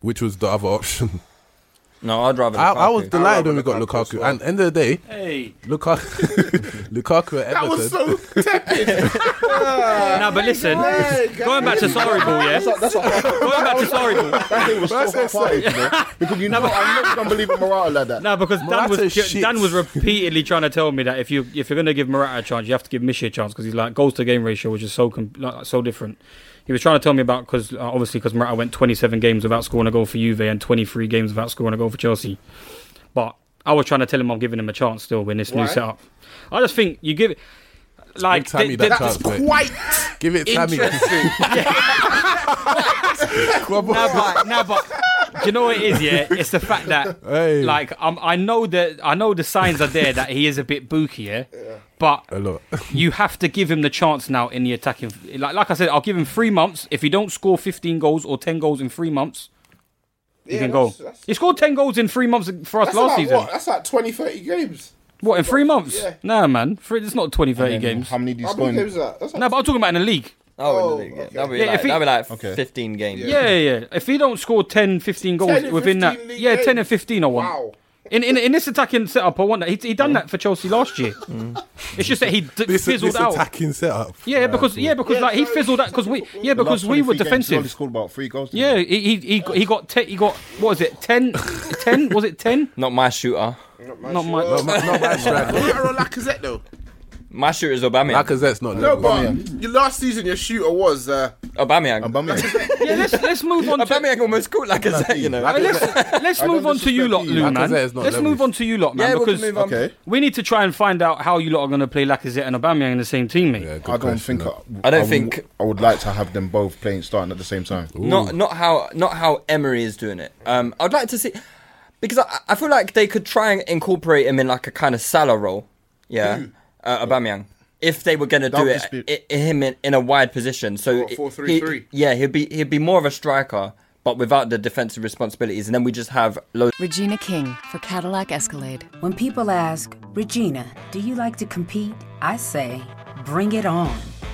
Speaker 5: which was the other option?
Speaker 3: No, I'd rather.
Speaker 5: I, I was
Speaker 3: Lukaku.
Speaker 5: delighted when we got Lukaku. And end of the day,
Speaker 4: Hey.
Speaker 5: Lukaku, Lukaku at Everton.
Speaker 8: That was so tepid.
Speaker 4: Now, but listen, going back to sorry ball, yeah.
Speaker 6: That's what, that's what
Speaker 4: Going back to sorry ball.
Speaker 6: that thing was so quiet, you know? Because you know, I'm not gonna believe in Morata like that.
Speaker 4: No, because Dan
Speaker 5: Morata
Speaker 4: was
Speaker 5: shits.
Speaker 4: Dan was repeatedly trying to tell me that if you if you're going to give Morata a chance, you have to give Mishi a chance because he's like goals to game ratio, which is so com- like, so different. He was trying to tell me about because uh, obviously because Morata went 27 games without scoring a goal for Juve and 23 games without scoring a goal for Chelsea. But I was trying to tell him I'm giving him a chance still in this
Speaker 8: Why?
Speaker 4: new setup. I just think you give it like
Speaker 5: Tammy
Speaker 4: they-
Speaker 5: that
Speaker 4: they-
Speaker 5: chance, mate.
Speaker 8: Quite.
Speaker 5: Give it Tammy.
Speaker 8: Interesting.
Speaker 5: Grubble.
Speaker 4: No, but, no, but do you know what it is? Yeah, it's the fact that
Speaker 5: Hey.
Speaker 4: like um, I know that I know the signs are there that he is a bit booky, yeah. But
Speaker 5: A lot.
Speaker 4: you have to give him the chance now in the attacking. Like, like I said, I'll give him three months. If he don't score 15 goals or 10 goals in three months, he
Speaker 8: Yeah,
Speaker 4: can go.
Speaker 8: that's- that's-
Speaker 4: He scored 10 goals in three months for us
Speaker 8: That's
Speaker 4: last
Speaker 8: like
Speaker 4: season.
Speaker 8: What?
Speaker 4: What?
Speaker 8: That's like 20, 30 games.
Speaker 4: in three months?
Speaker 8: Yeah.
Speaker 4: Nah, man, three, it's not 20, 30
Speaker 6: And
Speaker 4: games.
Speaker 6: How many do you
Speaker 8: How
Speaker 6: score?
Speaker 8: many
Speaker 6: in-
Speaker 8: games is that? That's like
Speaker 4: No, but I'm talking about in the league.
Speaker 3: Oh,
Speaker 8: Oh,
Speaker 3: in the league, yeah.
Speaker 8: okay.
Speaker 3: that'd be
Speaker 4: Yeah,
Speaker 3: like,
Speaker 4: if he-
Speaker 3: that'd be like
Speaker 6: Okay.
Speaker 3: 15 games.
Speaker 4: Yeah, yeah. yeah. If he don't score 10, 15 goals
Speaker 8: 10 and
Speaker 4: within
Speaker 8: 15
Speaker 4: that,
Speaker 8: league
Speaker 4: yeah, ten
Speaker 8: games.
Speaker 4: and fifteen, I want.
Speaker 8: Wow.
Speaker 4: In, in in this attacking setup, I want that. He he done that for Chelsea last year. It's just that he d-
Speaker 5: Oh. Mm. This,
Speaker 4: fizzled
Speaker 5: this
Speaker 4: out.
Speaker 5: attacking setup.
Speaker 4: Yeah, because yeah, because
Speaker 8: Yeah,
Speaker 4: like he
Speaker 8: so-
Speaker 4: fizzled out because we yeah
Speaker 6: The last
Speaker 4: because we were
Speaker 6: 23 games, He only
Speaker 4: defensive.
Speaker 6: scored about three goals. didn't
Speaker 4: Yeah,
Speaker 6: he?
Speaker 4: he he he got, he got te- he got what was it 10, 10? was it ten?
Speaker 3: Not my shooter.
Speaker 4: Not my.
Speaker 5: Not my, not my striker.
Speaker 8: Aguero Lacazette though.
Speaker 3: My shooter is Aubameyang.
Speaker 5: Lacazette's not
Speaker 8: No,
Speaker 5: level.
Speaker 8: but your last season your shooter was uh,
Speaker 3: Aubameyang.
Speaker 6: Aubameyang.
Speaker 4: Yeah, let's let's move on. to...
Speaker 3: Aubameyang almost called Lacazette, you know.
Speaker 4: Hey, let's let's
Speaker 6: I
Speaker 4: move
Speaker 6: don't
Speaker 4: on to you lot,
Speaker 6: disrespect you.
Speaker 4: Lou, man.
Speaker 5: Lacazette is not
Speaker 4: Let's
Speaker 5: level.
Speaker 4: move on to you lot, man,
Speaker 3: Yeah, we can
Speaker 4: because
Speaker 3: move on.
Speaker 6: okay.
Speaker 4: we need to try and find out how you lot are going to play Lacazette and Aubameyang in the same team, mate.
Speaker 5: Yeah, good
Speaker 6: I don't
Speaker 5: question,
Speaker 6: think.
Speaker 5: though.
Speaker 3: I don't
Speaker 6: would-
Speaker 3: think-
Speaker 6: I would like to have them both playing starting at the same time.
Speaker 3: Not not how not how Emery is doing it. Um, I'd like to see because I, I feel like they could try and incorporate him in like a kind of Salah role. Yeah, uh, Aubameyang. If they were going to do
Speaker 6: Don't
Speaker 3: it,
Speaker 6: dispute.
Speaker 3: i- i- him in, in a wide position, so
Speaker 8: What,
Speaker 3: it-
Speaker 8: 4-3-3?
Speaker 3: he- yeah, he'd be he'd be more of a striker, but without the defensive responsibilities, and then we just have loads.
Speaker 11: Regina King for Cadillac Escalade. When people ask, Regina, do you like to compete? I say, bring it on.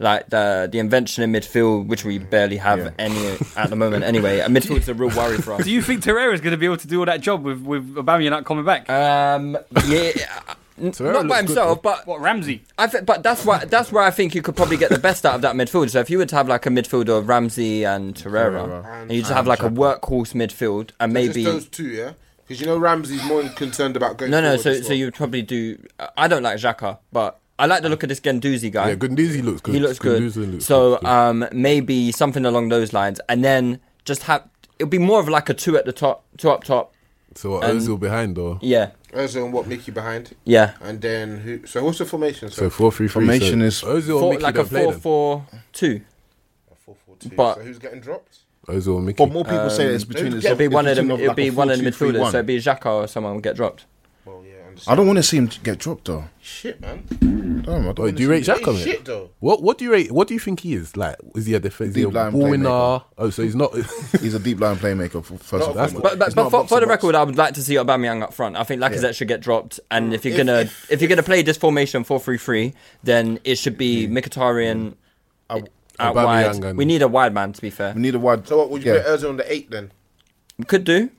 Speaker 3: like the the invention in midfield, which we barely have any at the moment. Anyway, And midfield's a real worry for us.
Speaker 4: Do you think Torreira's going to be able to do all that job with with Aubameyang not coming back?
Speaker 3: um, yeah, n- not
Speaker 5: Torreira looks
Speaker 3: by
Speaker 5: good,
Speaker 3: himself, but.
Speaker 4: what Ramsey?
Speaker 3: I th- but that's why that's where I think you could probably get the best out of that midfield. So if you were to have like a midfield of Ramsey and Torreira,
Speaker 8: Torreira.
Speaker 3: and you just have like a workhorse midfield, and maybe
Speaker 8: just those two, yeah. Because you know Ramsey's more concerned about going.
Speaker 3: no, no.
Speaker 8: forward
Speaker 3: So
Speaker 8: as
Speaker 3: so
Speaker 8: well.
Speaker 3: you would probably do. I don't like Xhaka, but I like the look of this Genduzi guy.
Speaker 5: Yeah, Gunduzi looks good.
Speaker 3: He looks good.
Speaker 5: Guendouzi looks
Speaker 3: so
Speaker 5: good.
Speaker 3: um, maybe something along those lines, and then just have it'll be more of like a two at the top, two up top.
Speaker 5: so what,
Speaker 3: and-
Speaker 5: Ozil behind though.
Speaker 3: Yeah,
Speaker 8: Ozil and what Mickey behind,
Speaker 3: yeah.
Speaker 8: and then who? So what's the formation?
Speaker 5: So four three three.
Speaker 6: Formation
Speaker 5: so
Speaker 6: is-
Speaker 5: Ozil or
Speaker 3: Four,
Speaker 5: Mickey
Speaker 3: like
Speaker 5: can
Speaker 3: a
Speaker 5: play
Speaker 3: four
Speaker 5: them.
Speaker 3: four two.
Speaker 8: four four two.
Speaker 3: but-
Speaker 8: so who's getting dropped?
Speaker 5: Ozil or Mickey.
Speaker 6: But more people say that
Speaker 5: Um,
Speaker 6: it's between.
Speaker 8: it'd
Speaker 6: it's
Speaker 3: It'll be
Speaker 6: it's
Speaker 3: one of them.
Speaker 6: between
Speaker 3: It'll
Speaker 6: like
Speaker 3: be
Speaker 6: a
Speaker 3: one of the
Speaker 6: 4-2-3-1.
Speaker 3: midfielders. So it'll be Xhaka or someone will get dropped.
Speaker 8: Well, yeah, I
Speaker 6: I
Speaker 8: understand.
Speaker 6: don't want to see him get dropped though.
Speaker 8: Shit, man.
Speaker 6: Damn, I don't
Speaker 5: Wait, do you rate
Speaker 8: He's
Speaker 5: Xhaka?
Speaker 8: shit,
Speaker 5: mate?
Speaker 8: though.
Speaker 5: What what do you rate? What do you think he is? Like, is he a def- is he a
Speaker 6: Deep line
Speaker 5: ball winner?
Speaker 6: playmaker.
Speaker 5: Oh, so he's not.
Speaker 6: He's a deep line playmaker. For, first
Speaker 5: No,
Speaker 6: of
Speaker 5: Oh, that's-
Speaker 6: all,
Speaker 3: But, but,
Speaker 6: He's not
Speaker 3: but for,
Speaker 6: a box-to-box.
Speaker 3: for the record, I would like to see Aubameyang up front. I think Lacazette should get dropped, and if you're
Speaker 8: If-
Speaker 3: gonna if,
Speaker 8: if-
Speaker 3: you're gonna play this formation 4-3-3, then it should be Mkhitaryan out
Speaker 5: Aubameyang
Speaker 3: wide.
Speaker 5: and-
Speaker 3: We need a wide man, to be fair.
Speaker 6: we need a wide.
Speaker 8: So what would you
Speaker 6: yeah.
Speaker 8: put Ozil on the eight then?
Speaker 3: Could do.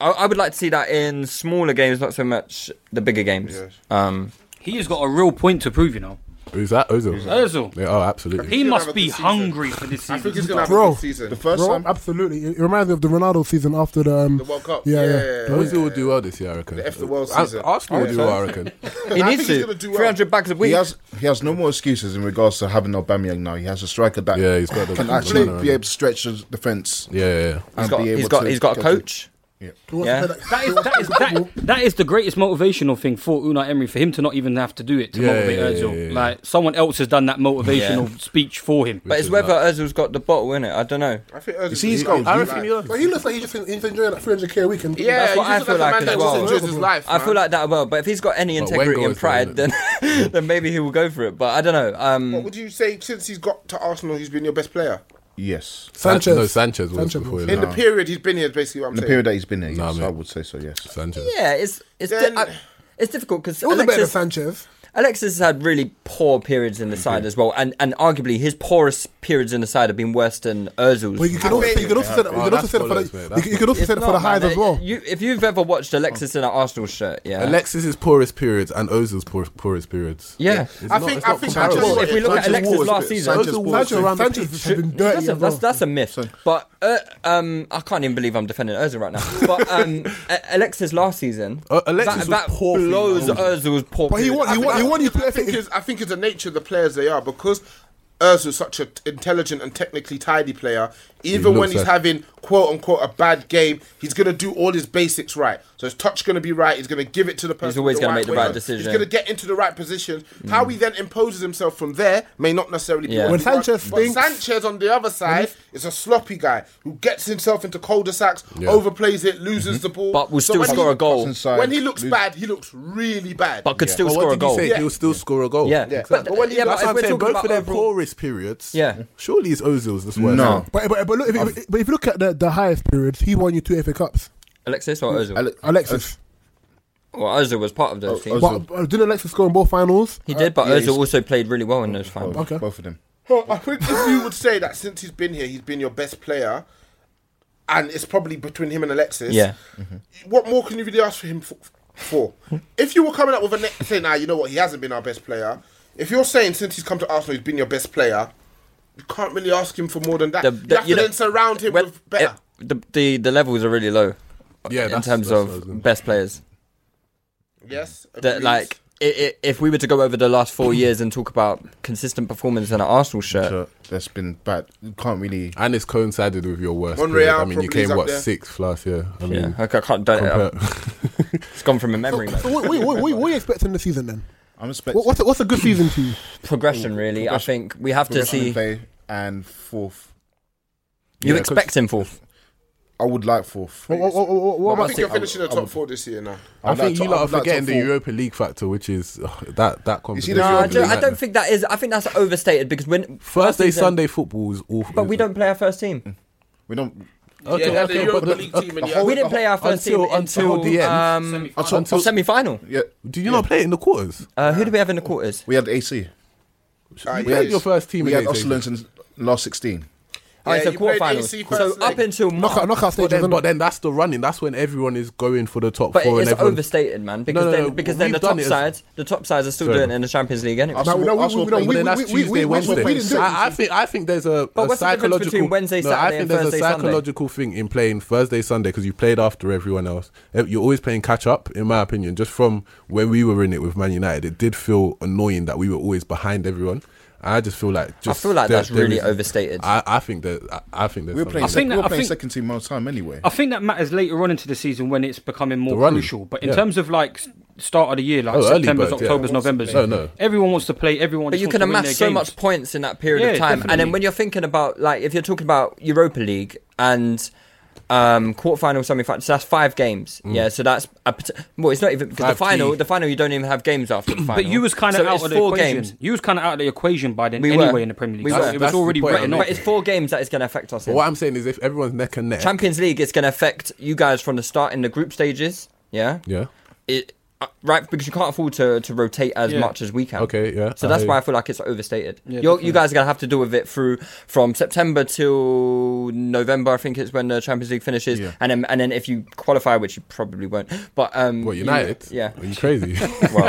Speaker 3: I, I would like to see that in smaller games, not so much the bigger games.
Speaker 8: Yes.
Speaker 3: Um,
Speaker 4: He has got a real point to prove, you know.
Speaker 5: Who's that? Ozil.
Speaker 4: Ozil.
Speaker 5: Yeah, oh, absolutely.
Speaker 4: He
Speaker 8: gonna
Speaker 4: must
Speaker 8: have a
Speaker 4: be
Speaker 8: good season.
Speaker 4: hungry for this
Speaker 8: I think he's
Speaker 4: season.
Speaker 8: gonna have a
Speaker 9: Bro,
Speaker 8: good season.
Speaker 6: The first
Speaker 9: Bro,
Speaker 6: time,
Speaker 9: absolutely. It it reminds me of the Ronaldo season after the, um,
Speaker 8: The World Cup.
Speaker 9: Yeah, yeah.
Speaker 8: Yeah,
Speaker 9: The
Speaker 8: yeah,
Speaker 9: World
Speaker 5: Ozil will do well this year, I reckon.
Speaker 8: The F the world
Speaker 5: Ar-
Speaker 8: season.
Speaker 5: Arsenal will do
Speaker 8: Yeah.
Speaker 5: well, I reckon.
Speaker 3: he
Speaker 8: I
Speaker 3: needs
Speaker 8: think he's
Speaker 3: to.
Speaker 8: gonna do well.
Speaker 3: 300 bags a
Speaker 6: he
Speaker 3: week.
Speaker 6: has he has no more excuses in regards to having Aubameyang now. He has a striker that
Speaker 5: Yeah, he's got the-
Speaker 6: can
Speaker 5: the
Speaker 6: actually
Speaker 5: runner
Speaker 6: be
Speaker 5: in.
Speaker 6: able to stretch the defense.
Speaker 5: Yeah, yeah, yeah.
Speaker 3: he's
Speaker 6: and
Speaker 3: got,
Speaker 6: be able
Speaker 3: he's got,
Speaker 6: to
Speaker 3: he's got a
Speaker 6: get to-
Speaker 3: coach.
Speaker 6: Yeah.
Speaker 4: Yeah. that, is, that, is, that, that is the greatest motivational thing for Unai Emery for him to not even have to do it to
Speaker 3: Yeah,
Speaker 4: motivate
Speaker 3: yeah,
Speaker 4: Özil.
Speaker 3: yeah, yeah.
Speaker 4: Like someone else has done that motivational
Speaker 3: Yeah.
Speaker 4: speech for him.
Speaker 3: But it's whether Özil's got the bottle in it. I don't know.
Speaker 8: I think
Speaker 3: Özil.
Speaker 9: I reckon he looks- but he looks like he's just he's enjoying like 300k a week. And
Speaker 8: Yeah,
Speaker 3: That's what I feel like, as well. I feel
Speaker 9: man.
Speaker 3: like that as well. But if he's got any
Speaker 9: But
Speaker 3: integrity
Speaker 9: Wenger
Speaker 3: and
Speaker 9: was doing
Speaker 3: pride, then then maybe he will go for it. But I don't know. Um,
Speaker 8: What would you say since he's got to Arsenal? He's been your best player
Speaker 6: Yes.
Speaker 5: Sanchez. No, Sanchez was
Speaker 6: Sanchez
Speaker 5: before.
Speaker 6: was.
Speaker 5: he
Speaker 8: in the
Speaker 5: left.
Speaker 8: period he's been here. is Basically, what I'm
Speaker 6: In the
Speaker 8: saying.
Speaker 6: period that he's been there, yes, I would say so. Yes,
Speaker 5: Sanchez.
Speaker 3: Yeah, it's it's
Speaker 8: Then-
Speaker 3: di- I- it's difficult because
Speaker 9: It wasn't better than
Speaker 3: Alexis,
Speaker 9: Sanchez.
Speaker 3: Alexis has had really poor periods in the side as well, and and arguably his poorest periods in the side have been worse than Özil's.
Speaker 9: But you could also, you could also say that. You could also say that for the, you could- you could also
Speaker 3: It's
Speaker 9: say that for
Speaker 3: not,
Speaker 9: the
Speaker 3: Oh,
Speaker 9: highs
Speaker 3: man.
Speaker 9: as well.
Speaker 3: You, if you've ever watched Alexis in an Arsenal shirt, yeah,
Speaker 5: Alexis's poorest periods and Ozil's poor, poorest periods.
Speaker 3: Yeah.
Speaker 5: It's
Speaker 3: I
Speaker 5: not-
Speaker 3: think-
Speaker 5: it's
Speaker 3: I
Speaker 5: not
Speaker 3: think
Speaker 5: comparable.
Speaker 3: Sanchez- if we look at Alexis
Speaker 5: Ward-
Speaker 3: last season-
Speaker 5: Sanchez
Speaker 3: Sanchez
Speaker 5: Ward-
Speaker 3: around the
Speaker 5: Sanchez-
Speaker 3: pitch.
Speaker 9: has been dirty
Speaker 3: That's a,
Speaker 9: as
Speaker 3: that's,
Speaker 9: well.
Speaker 3: that's a myth. But uh, um, I can't even believe I'm defending Ozil right now. But um, A- Alexis last season,
Speaker 8: Alexis was
Speaker 3: that, that
Speaker 8: poor for
Speaker 3: blows
Speaker 8: Ozil.
Speaker 3: Ozil's poor. period. I think that-
Speaker 8: you play. I think, it's, I think it's the nature of the players they are because Urz is such an intelligent and technically tidy player. Even
Speaker 5: looks
Speaker 8: when he's
Speaker 5: like-
Speaker 8: having quote unquote a bad game, he's going to do all his basics right. So his touch going to be right. He's going to give it to the person.
Speaker 3: always
Speaker 8: going
Speaker 3: gonna
Speaker 8: to
Speaker 3: make the right decision. Mm.
Speaker 8: He's going to get into the right position. How he then imposes himself from there may not necessarily be.
Speaker 3: Yeah.
Speaker 8: what
Speaker 3: When
Speaker 8: he wants.
Speaker 3: Sanchez
Speaker 8: but
Speaker 3: thinks-
Speaker 8: Sanchez on the other side is a sloppy guy who gets himself into cul-de-sacs,
Speaker 3: Yeah. Mm-hmm.
Speaker 8: overplays it, loses the ball,
Speaker 3: But will
Speaker 8: So
Speaker 3: still
Speaker 8: when
Speaker 3: score
Speaker 8: he-
Speaker 3: a goal.
Speaker 8: When he looks bad, he looks really bad.
Speaker 3: But could still
Speaker 5: But what
Speaker 3: score a
Speaker 5: did you
Speaker 3: goal.
Speaker 5: say? He'll still score a goal.
Speaker 3: Yeah.
Speaker 8: Yeah. But- yeah, but
Speaker 5: Exactly. That's what
Speaker 8: we're
Speaker 5: I'm saying.
Speaker 8: talking
Speaker 5: Both
Speaker 8: about
Speaker 5: of their
Speaker 8: overall-
Speaker 5: poorest periods.
Speaker 3: Yeah.
Speaker 5: Surely it's Ozil's this worst.
Speaker 6: No.
Speaker 9: But, but, but, look, if, if, but if you look at the, the highest periods, he won you two FA Cups.
Speaker 3: Alexis or Ozil?
Speaker 9: Alexis.
Speaker 3: Well, Ozil was part of those teams.
Speaker 9: But, but didn't Alexis score in both finals?
Speaker 3: he did, but
Speaker 9: Yeah,
Speaker 3: Ozil
Speaker 9: he's-
Speaker 3: also played really well in those finals.
Speaker 9: Okay.
Speaker 6: Both of them.
Speaker 8: Well, I think if you would say that since he's been here, he's been your best player, and it's probably between him and Alexis. Mm-hmm.
Speaker 3: Yeah.
Speaker 8: What more can you really ask for him for? for? if you were coming up with a next thing, now you know what he hasn't been our best player. If you're saying since he's come to Arsenal, he's been your best player, you can't really ask him for more than that.
Speaker 3: The-
Speaker 8: you
Speaker 3: the-
Speaker 8: have
Speaker 3: you
Speaker 8: to
Speaker 3: know-
Speaker 8: then surround him
Speaker 3: well,
Speaker 8: with better.
Speaker 3: it- the, the the levels are really low.
Speaker 5: Yeah,
Speaker 3: in
Speaker 5: that's-
Speaker 3: terms
Speaker 5: that's what I was gonna
Speaker 3: of best players.
Speaker 8: yes.
Speaker 3: That
Speaker 8: agreed.
Speaker 3: like i i if we were to go over the last four years and talk about consistent performance in an Arsenal shirt,
Speaker 6: that's been bad. You can't really.
Speaker 5: And it's coincided with your worst.
Speaker 8: Monreal
Speaker 5: period. I mean, you
Speaker 8: probably is
Speaker 5: came
Speaker 8: up
Speaker 5: what
Speaker 8: there.
Speaker 5: sixth last year. I mean,
Speaker 3: yeah, okay, I can't don't. um,
Speaker 5: compare-
Speaker 3: it's gone from a memory.
Speaker 9: So
Speaker 3: man.
Speaker 9: what, what, what, what are you expecting this season then?
Speaker 6: I'm
Speaker 9: What, what's, a, what's a good season to you?
Speaker 3: progression, really. I think we have to
Speaker 6: Progression
Speaker 3: see.
Speaker 6: in play and fourth.
Speaker 3: You
Speaker 6: Yeah,
Speaker 3: expect him fourth.
Speaker 6: I would like fourth.
Speaker 9: What, what, what, what, what
Speaker 8: I
Speaker 9: about
Speaker 8: think you're finishing the top four this year now.
Speaker 5: I
Speaker 6: I'd like
Speaker 5: think
Speaker 6: to-
Speaker 5: you lot
Speaker 6: I'd
Speaker 5: are
Speaker 6: like to
Speaker 5: forgetting the
Speaker 6: fall.
Speaker 5: Europa League factor, which is ugh, that that competition.
Speaker 3: No, I don't, I
Speaker 5: Like,
Speaker 3: don't think that is. I think that's overstated because when
Speaker 5: Thursday,
Speaker 3: season-
Speaker 5: Sunday football is awful.
Speaker 3: but we don't play our first team.
Speaker 6: We don't.
Speaker 5: Okay,
Speaker 8: yeah, the
Speaker 5: okay, but
Speaker 8: Europa
Speaker 5: the-
Speaker 8: League team.
Speaker 5: okay.
Speaker 8: and
Speaker 3: whole- we didn't
Speaker 8: the
Speaker 3: play our first
Speaker 5: until-
Speaker 3: team
Speaker 5: until the end.
Speaker 3: um,
Speaker 6: Until-
Speaker 3: until semi final.
Speaker 6: Yeah.
Speaker 5: Do you not play it in the quarters?
Speaker 3: Uh, who do we have in the quarters?
Speaker 6: We had AC.
Speaker 8: whole-
Speaker 5: You
Speaker 8: yeah,
Speaker 5: played your first team.
Speaker 6: We
Speaker 5: in
Speaker 6: had
Speaker 5: the AC.
Speaker 6: Osland in last 16.
Speaker 3: Oh, it's
Speaker 8: Yeah,
Speaker 3: a
Speaker 8: you played
Speaker 3: quarterfinals.
Speaker 8: AC
Speaker 3: So
Speaker 8: first
Speaker 3: up
Speaker 8: leg.
Speaker 3: until March,
Speaker 9: Knockout, knockout
Speaker 5: But
Speaker 9: stages,
Speaker 5: then,
Speaker 9: isn't
Speaker 5: but
Speaker 9: it?
Speaker 5: then that's the running. That's when everyone is going for the top
Speaker 3: but
Speaker 5: four.
Speaker 3: it's
Speaker 5: and everyone,
Speaker 3: overstated, man. Because
Speaker 5: no,
Speaker 3: then,
Speaker 5: no,
Speaker 3: because
Speaker 5: but
Speaker 3: then the
Speaker 5: we've done
Speaker 3: top
Speaker 5: it as-
Speaker 3: sides, the top sides are still
Speaker 5: Sorry.
Speaker 3: doing it in the Champions League anyway.
Speaker 9: No, we don't- we-
Speaker 6: Arsenal
Speaker 9: we don't-
Speaker 6: playing-
Speaker 9: we-
Speaker 5: But then that's
Speaker 9: we- we-
Speaker 5: Tuesday,
Speaker 9: we- we-
Speaker 5: Wednesday.
Speaker 9: we didn't do it.
Speaker 5: I, I think I think there's a,
Speaker 3: But
Speaker 5: a
Speaker 3: what's the difference
Speaker 5: psychological
Speaker 3: between Wednesday,
Speaker 5: no, I
Speaker 3: Saturday
Speaker 5: think
Speaker 3: and
Speaker 5: there's
Speaker 3: Thursday,
Speaker 5: a
Speaker 3: Sunday?
Speaker 5: psychological thing in playing Thursday, Sunday because you played after everyone else. Eh, You're always playing catch up, in my opinion. Just from when we were in it with Man United, it did feel annoying that we were always behind everyone. I just feel like just
Speaker 3: feel like that's really
Speaker 5: is-
Speaker 3: overstated.
Speaker 5: I, I think that I, I think there's
Speaker 6: We were playing,
Speaker 5: something-
Speaker 6: sec-
Speaker 4: think
Speaker 6: we
Speaker 4: that-
Speaker 6: were
Speaker 4: I
Speaker 6: playing
Speaker 4: think-
Speaker 6: second team most time anyway.
Speaker 4: I think that matters later on into the season when it's becoming more
Speaker 5: The running,
Speaker 4: crucial. But in
Speaker 5: yeah.
Speaker 4: terms of like s- start of the year, like
Speaker 5: Oh, early
Speaker 4: September's,
Speaker 5: bird, yeah.
Speaker 4: October's,
Speaker 5: Everyone wants
Speaker 4: November's,
Speaker 5: to play. No, no.
Speaker 4: everyone wants to play. Everyone,
Speaker 3: But
Speaker 4: just
Speaker 3: you
Speaker 4: wants
Speaker 3: can
Speaker 4: to win their
Speaker 3: amass so
Speaker 4: games.
Speaker 3: much points in that period
Speaker 4: Yeah,
Speaker 3: of time, and then
Speaker 4: definitely.
Speaker 3: when you're thinking about like if you're talking about Europa League and um quarterfinal semi-final, so that's five games. Yeah, so that's a, pot- well, it's not even because the
Speaker 5: Mm. Five
Speaker 3: final,
Speaker 5: key.
Speaker 3: the final you don't even have games after the final.
Speaker 4: But you was kind of
Speaker 3: So
Speaker 4: out
Speaker 3: it's
Speaker 4: of the
Speaker 3: four
Speaker 4: equation.
Speaker 3: games.
Speaker 4: You was kind of out of the equation by then
Speaker 3: We
Speaker 4: anyway
Speaker 3: were.
Speaker 4: in the Premier League.
Speaker 3: We
Speaker 4: So
Speaker 3: were.
Speaker 4: it was
Speaker 5: That's the
Speaker 4: already
Speaker 5: point,
Speaker 4: written
Speaker 5: I'm
Speaker 4: off.
Speaker 3: But it's four games that is going to affect us. in.
Speaker 5: What I'm saying is if everyone's neck and neck,
Speaker 3: Champions League is going to affect you guys from the start in the group stages. Yeah.
Speaker 5: yeah,
Speaker 3: It, uh, right, because you can't afford to, to rotate as
Speaker 4: Yeah.
Speaker 3: much as we can.
Speaker 5: Okay, yeah,
Speaker 3: So
Speaker 5: I
Speaker 3: that's
Speaker 5: hear
Speaker 3: why
Speaker 5: you.
Speaker 3: I feel like it's overstated.
Speaker 4: Yeah,
Speaker 3: You're, you guys are going to have to deal with it through from September till November, I think it's when the Champions League finishes.
Speaker 6: Yeah.
Speaker 3: And, then, and then if you qualify, which you probably won't. But um,
Speaker 5: what
Speaker 3: you-
Speaker 5: United?
Speaker 3: yeah.
Speaker 5: are you crazy?
Speaker 3: Well,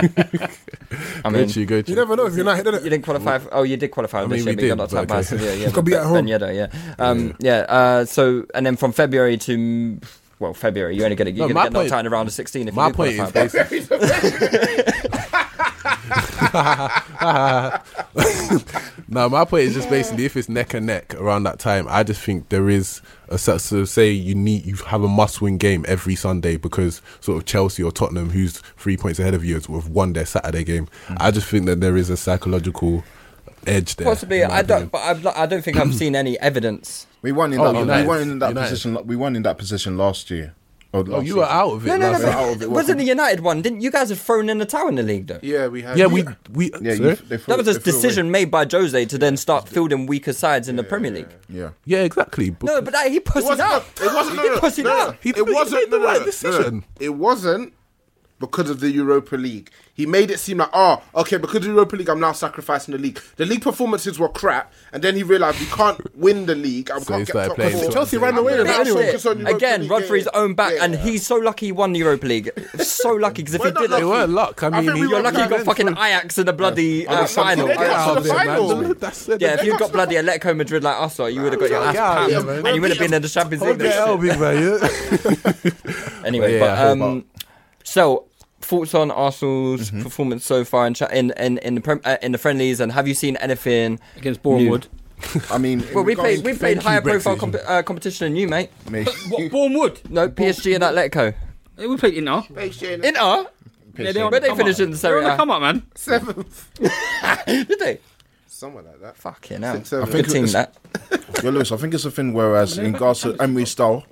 Speaker 3: I mean,
Speaker 5: Gucci, Gucci.
Speaker 9: You never know if United did
Speaker 3: you
Speaker 9: it.
Speaker 3: didn't qualify. For, oh, you did qualify for this
Speaker 5: mean, we
Speaker 3: year, but you got
Speaker 5: did,
Speaker 3: knocked
Speaker 5: but
Speaker 3: out by
Speaker 5: okay.
Speaker 3: Sevilla. Yeah,
Speaker 9: Could be
Speaker 3: but-
Speaker 9: at home.
Speaker 3: then Yedda, yeah. Um, yeah. Uh, so and then from February to mm, well, February, you're only going to
Speaker 5: No,
Speaker 3: you're
Speaker 5: my
Speaker 3: going to get knocked
Speaker 5: point-
Speaker 3: out in a round of 16 if
Speaker 5: my
Speaker 3: you do
Speaker 5: point is
Speaker 3: qualify.
Speaker 5: basically- No, my point is just basically if it's neck and neck around that time, I just think there is a sort of say you need you have a must win game every Sunday because sort of Chelsea or Tottenham, who's three points ahead of you, have won their Saturday game. I just think that there is a psychological edge there.
Speaker 3: Possibly,
Speaker 5: in my
Speaker 3: I don't.
Speaker 5: opinion.
Speaker 3: But I've, not- I don't think I've seen any evidence.
Speaker 6: We won in
Speaker 3: Oh,
Speaker 6: that.
Speaker 3: United.
Speaker 6: We won in that
Speaker 3: United.
Speaker 6: position. We won in that position last year. Or
Speaker 5: Oh,
Speaker 6: last
Speaker 5: you were
Speaker 6: season.
Speaker 5: out of it
Speaker 3: No, no, no.
Speaker 6: We were out
Speaker 3: But
Speaker 6: of it,
Speaker 3: it
Speaker 6: wasn't
Speaker 3: wasn't the United one? Didn't you guys have thrown in the towel in the league though?
Speaker 8: Yeah, we had.
Speaker 5: Yeah, we we
Speaker 6: Yeah,
Speaker 5: sorry?
Speaker 6: you, they threw-
Speaker 3: That was
Speaker 6: they
Speaker 3: a
Speaker 6: threw away.
Speaker 3: decision made by Jose to then start fielding weaker sides in the Premier League.
Speaker 6: Yeah.
Speaker 5: yeah exactly.
Speaker 3: No, but that, he
Speaker 8: It
Speaker 3: pussied
Speaker 8: wasn't.
Speaker 3: out.
Speaker 8: It wasn't. No,
Speaker 3: He
Speaker 8: no,
Speaker 3: pussied
Speaker 8: no, no,
Speaker 3: out.
Speaker 8: no. It wasn't. No,
Speaker 5: the
Speaker 8: no,
Speaker 5: right
Speaker 8: no, no, no.
Speaker 5: decision.
Speaker 8: It wasn't because of the Europa League. He made it seem like, oh, okay, because of the Europa League, I'm now sacrificing the league. The league performances were crap, and then he realised we can't win the league. I
Speaker 5: So he
Speaker 8: can't get
Speaker 5: started
Speaker 8: top
Speaker 5: playing
Speaker 8: four.
Speaker 5: Chelsea Chelsea
Speaker 6: ran away with
Speaker 8: Yeah,
Speaker 6: it anyway.
Speaker 8: focus on Europa
Speaker 3: Again,
Speaker 8: League,
Speaker 3: run for
Speaker 8: yeah,
Speaker 3: his own back,
Speaker 8: yeah.
Speaker 3: and he's so lucky he won the Europa League. So lucky, because if
Speaker 8: We're
Speaker 3: he
Speaker 8: not
Speaker 3: didn't,
Speaker 8: lucky.
Speaker 5: They weren't luck. I mean,
Speaker 8: think we
Speaker 3: you're
Speaker 8: were
Speaker 3: lucky you got
Speaker 8: lucky.
Speaker 3: fucking Ajax in the bloody
Speaker 6: Oh,
Speaker 3: uh,
Speaker 6: there's something
Speaker 3: final.
Speaker 6: there.
Speaker 8: Get out of
Speaker 5: That's
Speaker 8: there,
Speaker 5: it,
Speaker 8: man.
Speaker 5: man. That's it.
Speaker 3: Yeah, if
Speaker 8: They
Speaker 3: you'd
Speaker 8: got
Speaker 3: got bloody Atletico Madrid like us, lot, you would have got your ass
Speaker 5: Yeah, yeah,
Speaker 3: panned,
Speaker 5: man.
Speaker 3: and you would have been in the Champions League
Speaker 5: Hold your
Speaker 3: next
Speaker 5: L,
Speaker 3: year.
Speaker 5: big man. yeah.
Speaker 3: Anyway,
Speaker 5: Yeah, I
Speaker 3: but
Speaker 5: heard
Speaker 3: um, so thoughts on Arsenal's
Speaker 5: Mm-hmm.
Speaker 3: performance so far in cha- in in in the prem- uh, in the friendlies, and have you seen anything
Speaker 4: against Bournemouth.
Speaker 6: I mean,
Speaker 3: Well, we
Speaker 6: regards-
Speaker 3: played we played
Speaker 5: you,
Speaker 3: higher profile
Speaker 5: Brexit.
Speaker 3: comp- uh, competition than you, mate.
Speaker 6: Mate,
Speaker 4: What Bournemouth?
Speaker 3: No, PSG and Atletico.
Speaker 4: Eh, We played Inter.
Speaker 3: In R,
Speaker 4: Yeah,
Speaker 6: PSG.
Speaker 4: on
Speaker 3: where
Speaker 4: the
Speaker 3: they
Speaker 4: come up.
Speaker 3: finished in the
Speaker 4: They're
Speaker 3: Serie
Speaker 4: on the
Speaker 3: A.
Speaker 4: come up, man.
Speaker 8: Seventh.
Speaker 3: Did they?
Speaker 8: Somewhere like that.
Speaker 3: Fucking hell.
Speaker 8: Six, seven.
Speaker 6: I think
Speaker 3: Good team
Speaker 6: it's-
Speaker 3: that.
Speaker 6: Yeah, Lewis, I think it's a thing. Whereas in regards to Emery's style,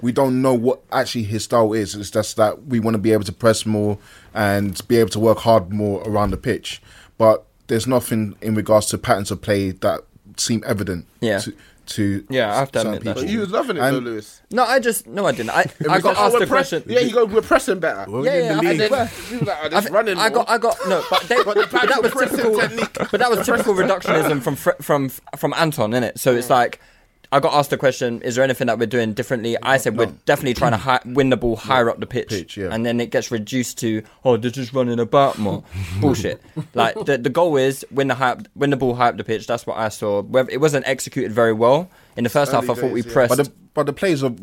Speaker 6: we don't know what actually his style is. It's just that we want to be able to press more and be able to work hard more around the pitch. But there's nothing in regards to patterns of play that seem evident.
Speaker 3: Yeah.
Speaker 6: To, to
Speaker 3: Yeah, I have to
Speaker 6: certain
Speaker 3: admit that.
Speaker 8: But
Speaker 6: people.
Speaker 8: you was loving it
Speaker 6: And-
Speaker 8: though, Lewis.
Speaker 3: No, I just no, I didn't. I, I
Speaker 8: Because,
Speaker 3: got
Speaker 8: oh,
Speaker 3: asked
Speaker 8: we're
Speaker 3: a
Speaker 8: press-
Speaker 3: question.
Speaker 8: Yeah, you go. We're pressing better.
Speaker 5: Well,
Speaker 3: Yeah,
Speaker 5: in
Speaker 3: yeah,
Speaker 5: the
Speaker 3: I
Speaker 5: league.
Speaker 3: did.
Speaker 8: We were like, oh,
Speaker 3: I,
Speaker 8: just
Speaker 3: thi-
Speaker 8: running.
Speaker 3: I got,
Speaker 8: more.
Speaker 3: I got no, but, they,
Speaker 8: But
Speaker 3: but,
Speaker 8: the
Speaker 3: that was
Speaker 8: pressing
Speaker 3: typical.
Speaker 8: technique.
Speaker 3: But that was typical reductionism from Fre- from from Anton, innit? So it's like. I got asked the question: Is there anything that we're doing differently? I said we're definitely trying to hi- win the ball higher up the pitch,
Speaker 6: Pitch, yeah.
Speaker 3: and then it gets reduced to oh, they're just running about more bullshit. Like the the goal is win the high up, win the ball high up the pitch. That's what I saw. Whether- It wasn't executed very well in the first half. I
Speaker 8: Early
Speaker 3: thought we
Speaker 8: days, yeah.
Speaker 3: pressed.
Speaker 6: But the, but the players are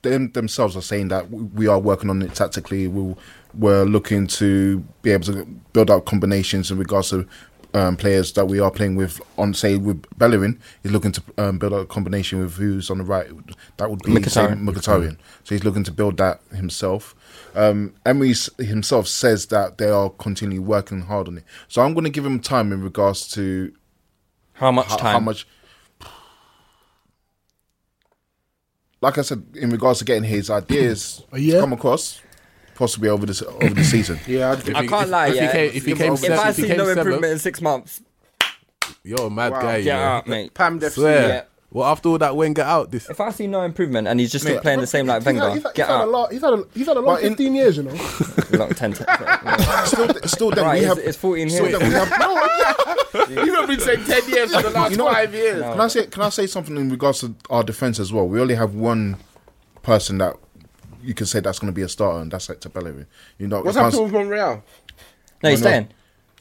Speaker 6: them themselves are saying that w- we are working on it tactically. We we're looking to be able to build out combinations in regards to um, players that we are playing with. On say with Bellerin, he's looking to um, build out a combination with who's on the right. That would be say,
Speaker 3: Mkhitaryan.
Speaker 6: Mkhitaryan. So he's looking to build that himself. Um, Emery s- himself says that they are continually working hard on it. So I'm going to give him time in regards to
Speaker 3: how much
Speaker 6: how,
Speaker 3: time?
Speaker 6: how much like i said in regards to getting his ideas
Speaker 9: A year?
Speaker 6: to come across possibly over the, over the season
Speaker 8: Yeah, I'd give
Speaker 3: I
Speaker 8: it-
Speaker 3: can't lie.
Speaker 5: if he
Speaker 3: yeah.
Speaker 5: came- if he came
Speaker 3: if I
Speaker 5: seventh-
Speaker 3: see
Speaker 5: if he
Speaker 3: no
Speaker 5: came
Speaker 3: improvement
Speaker 5: seventh-
Speaker 3: in six months,
Speaker 5: You're a mad
Speaker 8: Wow.
Speaker 5: guy. you
Speaker 3: get
Speaker 5: know.
Speaker 3: out, mate.
Speaker 8: Pam Def-
Speaker 5: Swear.
Speaker 3: Yeah.
Speaker 5: Well, after all that Wenger out, this
Speaker 3: If I see no improvement and he's just still
Speaker 6: Mate,
Speaker 3: playing the same like Wenger,
Speaker 9: he's, had, he's
Speaker 3: get
Speaker 9: had a
Speaker 3: out.
Speaker 9: lot. He's had a, he's had a long
Speaker 6: But in-
Speaker 9: 15 years, you know.
Speaker 3: Like 10 to- yeah.
Speaker 6: still still then
Speaker 3: Right,
Speaker 6: we
Speaker 3: it's,
Speaker 6: have
Speaker 3: it's 14
Speaker 6: still
Speaker 3: here.
Speaker 6: then we have no
Speaker 8: You've not been saying ten years for the last
Speaker 6: You know what?
Speaker 8: five years.
Speaker 6: Can I say can I say something in regards to our defense as well? We only have one person that you can say that's going to be a starter, and that's like Bellerin. You know,
Speaker 8: What's
Speaker 6: you can't-
Speaker 8: happening with Monreal?
Speaker 3: No, he's
Speaker 6: No, no.
Speaker 3: staying.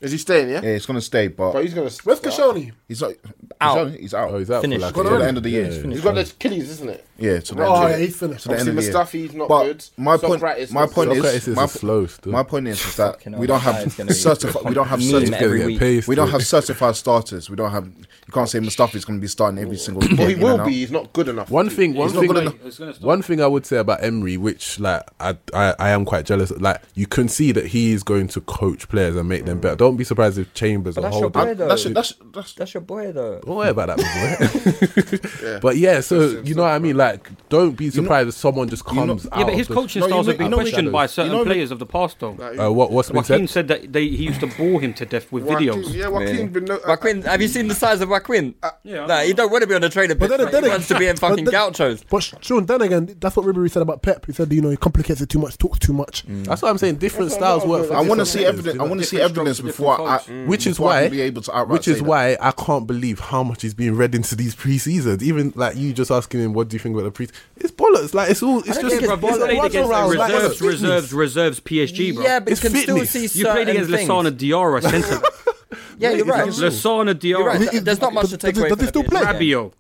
Speaker 8: Is he staying? Yeah.
Speaker 6: Yeah, it's going to stay, but
Speaker 8: But he's gonna.
Speaker 9: With Kashani.
Speaker 6: he's not. He's
Speaker 3: Out.
Speaker 6: out. He's out.
Speaker 5: oh, he's out
Speaker 3: Finished.
Speaker 5: for like
Speaker 6: Got
Speaker 5: a
Speaker 6: it
Speaker 5: year.
Speaker 6: at the end of the year.
Speaker 5: Yeah,
Speaker 6: It's
Speaker 5: yeah.
Speaker 8: He's got the Achilles, isn't it?
Speaker 6: Yeah, to
Speaker 9: Oh,
Speaker 6: the end
Speaker 9: yeah,
Speaker 6: of the
Speaker 9: he's
Speaker 6: year.
Speaker 9: finished.
Speaker 6: To the end of the
Speaker 8: Obviously,
Speaker 6: year.
Speaker 8: Mustafi's not
Speaker 6: but
Speaker 8: good.
Speaker 6: My point,
Speaker 8: Socrates
Speaker 6: my
Speaker 8: was-
Speaker 6: point
Speaker 5: Socrates
Speaker 6: is,
Speaker 5: is
Speaker 6: my,
Speaker 5: a slow still.
Speaker 6: my point is, is that
Speaker 3: Fucking
Speaker 6: we don't
Speaker 3: hell,
Speaker 6: have
Speaker 3: it's gonna be
Speaker 6: certified. We don't have
Speaker 3: meme
Speaker 6: certified.
Speaker 3: every
Speaker 5: He's gonna
Speaker 3: week.
Speaker 5: get paced,
Speaker 6: We don't
Speaker 5: dude.
Speaker 6: have certified starters. We don't have. You can't say Mustafi's going to be starting every single.
Speaker 8: Well, he
Speaker 6: game in and
Speaker 8: will
Speaker 6: out.
Speaker 8: be. He's not good enough.
Speaker 5: One thing, one
Speaker 6: not
Speaker 5: thing,
Speaker 6: good
Speaker 5: one thing I would say about Emery, which like I, I, I am quite jealous. of, Like you can see that he is going to coach players and make them better. Don't be surprised if Chambers
Speaker 3: But
Speaker 5: or
Speaker 3: that's your
Speaker 5: Holden.
Speaker 3: boy, though.
Speaker 6: That's that's that's.
Speaker 3: That's your boy, though.
Speaker 5: Don't worry about that, my boy. But yeah, so you know what I mean. Like, don't be surprised if someone just
Speaker 6: know-
Speaker 5: comes. out
Speaker 4: Yeah, but his
Speaker 5: of the-
Speaker 4: coaching
Speaker 6: No, you
Speaker 4: styles
Speaker 6: know-
Speaker 4: have been
Speaker 6: you know-
Speaker 4: questioned by certain
Speaker 6: you know-
Speaker 4: players of the past, though.
Speaker 5: Uh, what, what's been
Speaker 4: Joaquin said
Speaker 5: said?
Speaker 4: that they, he used to bore him to death with
Speaker 8: Joaquin-
Speaker 4: Uh, videos.
Speaker 8: Yeah, Joaquin
Speaker 3: Really?
Speaker 8: been. No,
Speaker 3: Joaquin, have you seen the size of Joaquin?
Speaker 4: Yeah, I
Speaker 3: nah, he
Speaker 4: know.
Speaker 3: don't want to be on the training pitch.
Speaker 9: then-
Speaker 3: mate.
Speaker 9: then
Speaker 3: He
Speaker 9: it-
Speaker 3: wants to be in
Speaker 9: but
Speaker 3: fucking
Speaker 9: then-
Speaker 3: gauchos.
Speaker 9: But Sean, then again, that's what Ribery said about Pep. He said, you know, he complicates it too much, talks too much.
Speaker 5: That's what I'm saying. Different styles work. For
Speaker 6: I want to
Speaker 5: different
Speaker 6: see
Speaker 5: players,
Speaker 6: evidence.
Speaker 5: you
Speaker 6: I
Speaker 5: know?
Speaker 6: want to see
Speaker 4: Different
Speaker 6: evidence
Speaker 4: strokes for
Speaker 6: before I,
Speaker 4: different
Speaker 3: Mm.
Speaker 4: folks.
Speaker 5: which is
Speaker 6: before I
Speaker 5: why
Speaker 6: can be able to outright
Speaker 5: which is
Speaker 6: say that.
Speaker 5: why I can't believe how much he's being read into these pre-seasons. Even like you just asking him, "What do you think about the pre?" It's bollocks. Like it's all. It's
Speaker 3: don't
Speaker 5: just
Speaker 3: think
Speaker 5: it's
Speaker 3: it's bollocks.
Speaker 5: a
Speaker 3: Played
Speaker 5: run
Speaker 3: against the
Speaker 5: around, like, it's
Speaker 4: Reserves,
Speaker 5: business.
Speaker 4: reserves, reserves, PSG, bro.
Speaker 3: Yeah, but
Speaker 5: It's
Speaker 3: you can
Speaker 5: fitness.
Speaker 3: still see
Speaker 4: You played
Speaker 3: certain
Speaker 4: against
Speaker 3: things.
Speaker 4: Lissana Diarra, centre.
Speaker 3: Yeah, you're right.
Speaker 4: Lasana Diarra.
Speaker 3: Right. There's not much to take away.
Speaker 9: Does he still play?
Speaker 4: Rabio,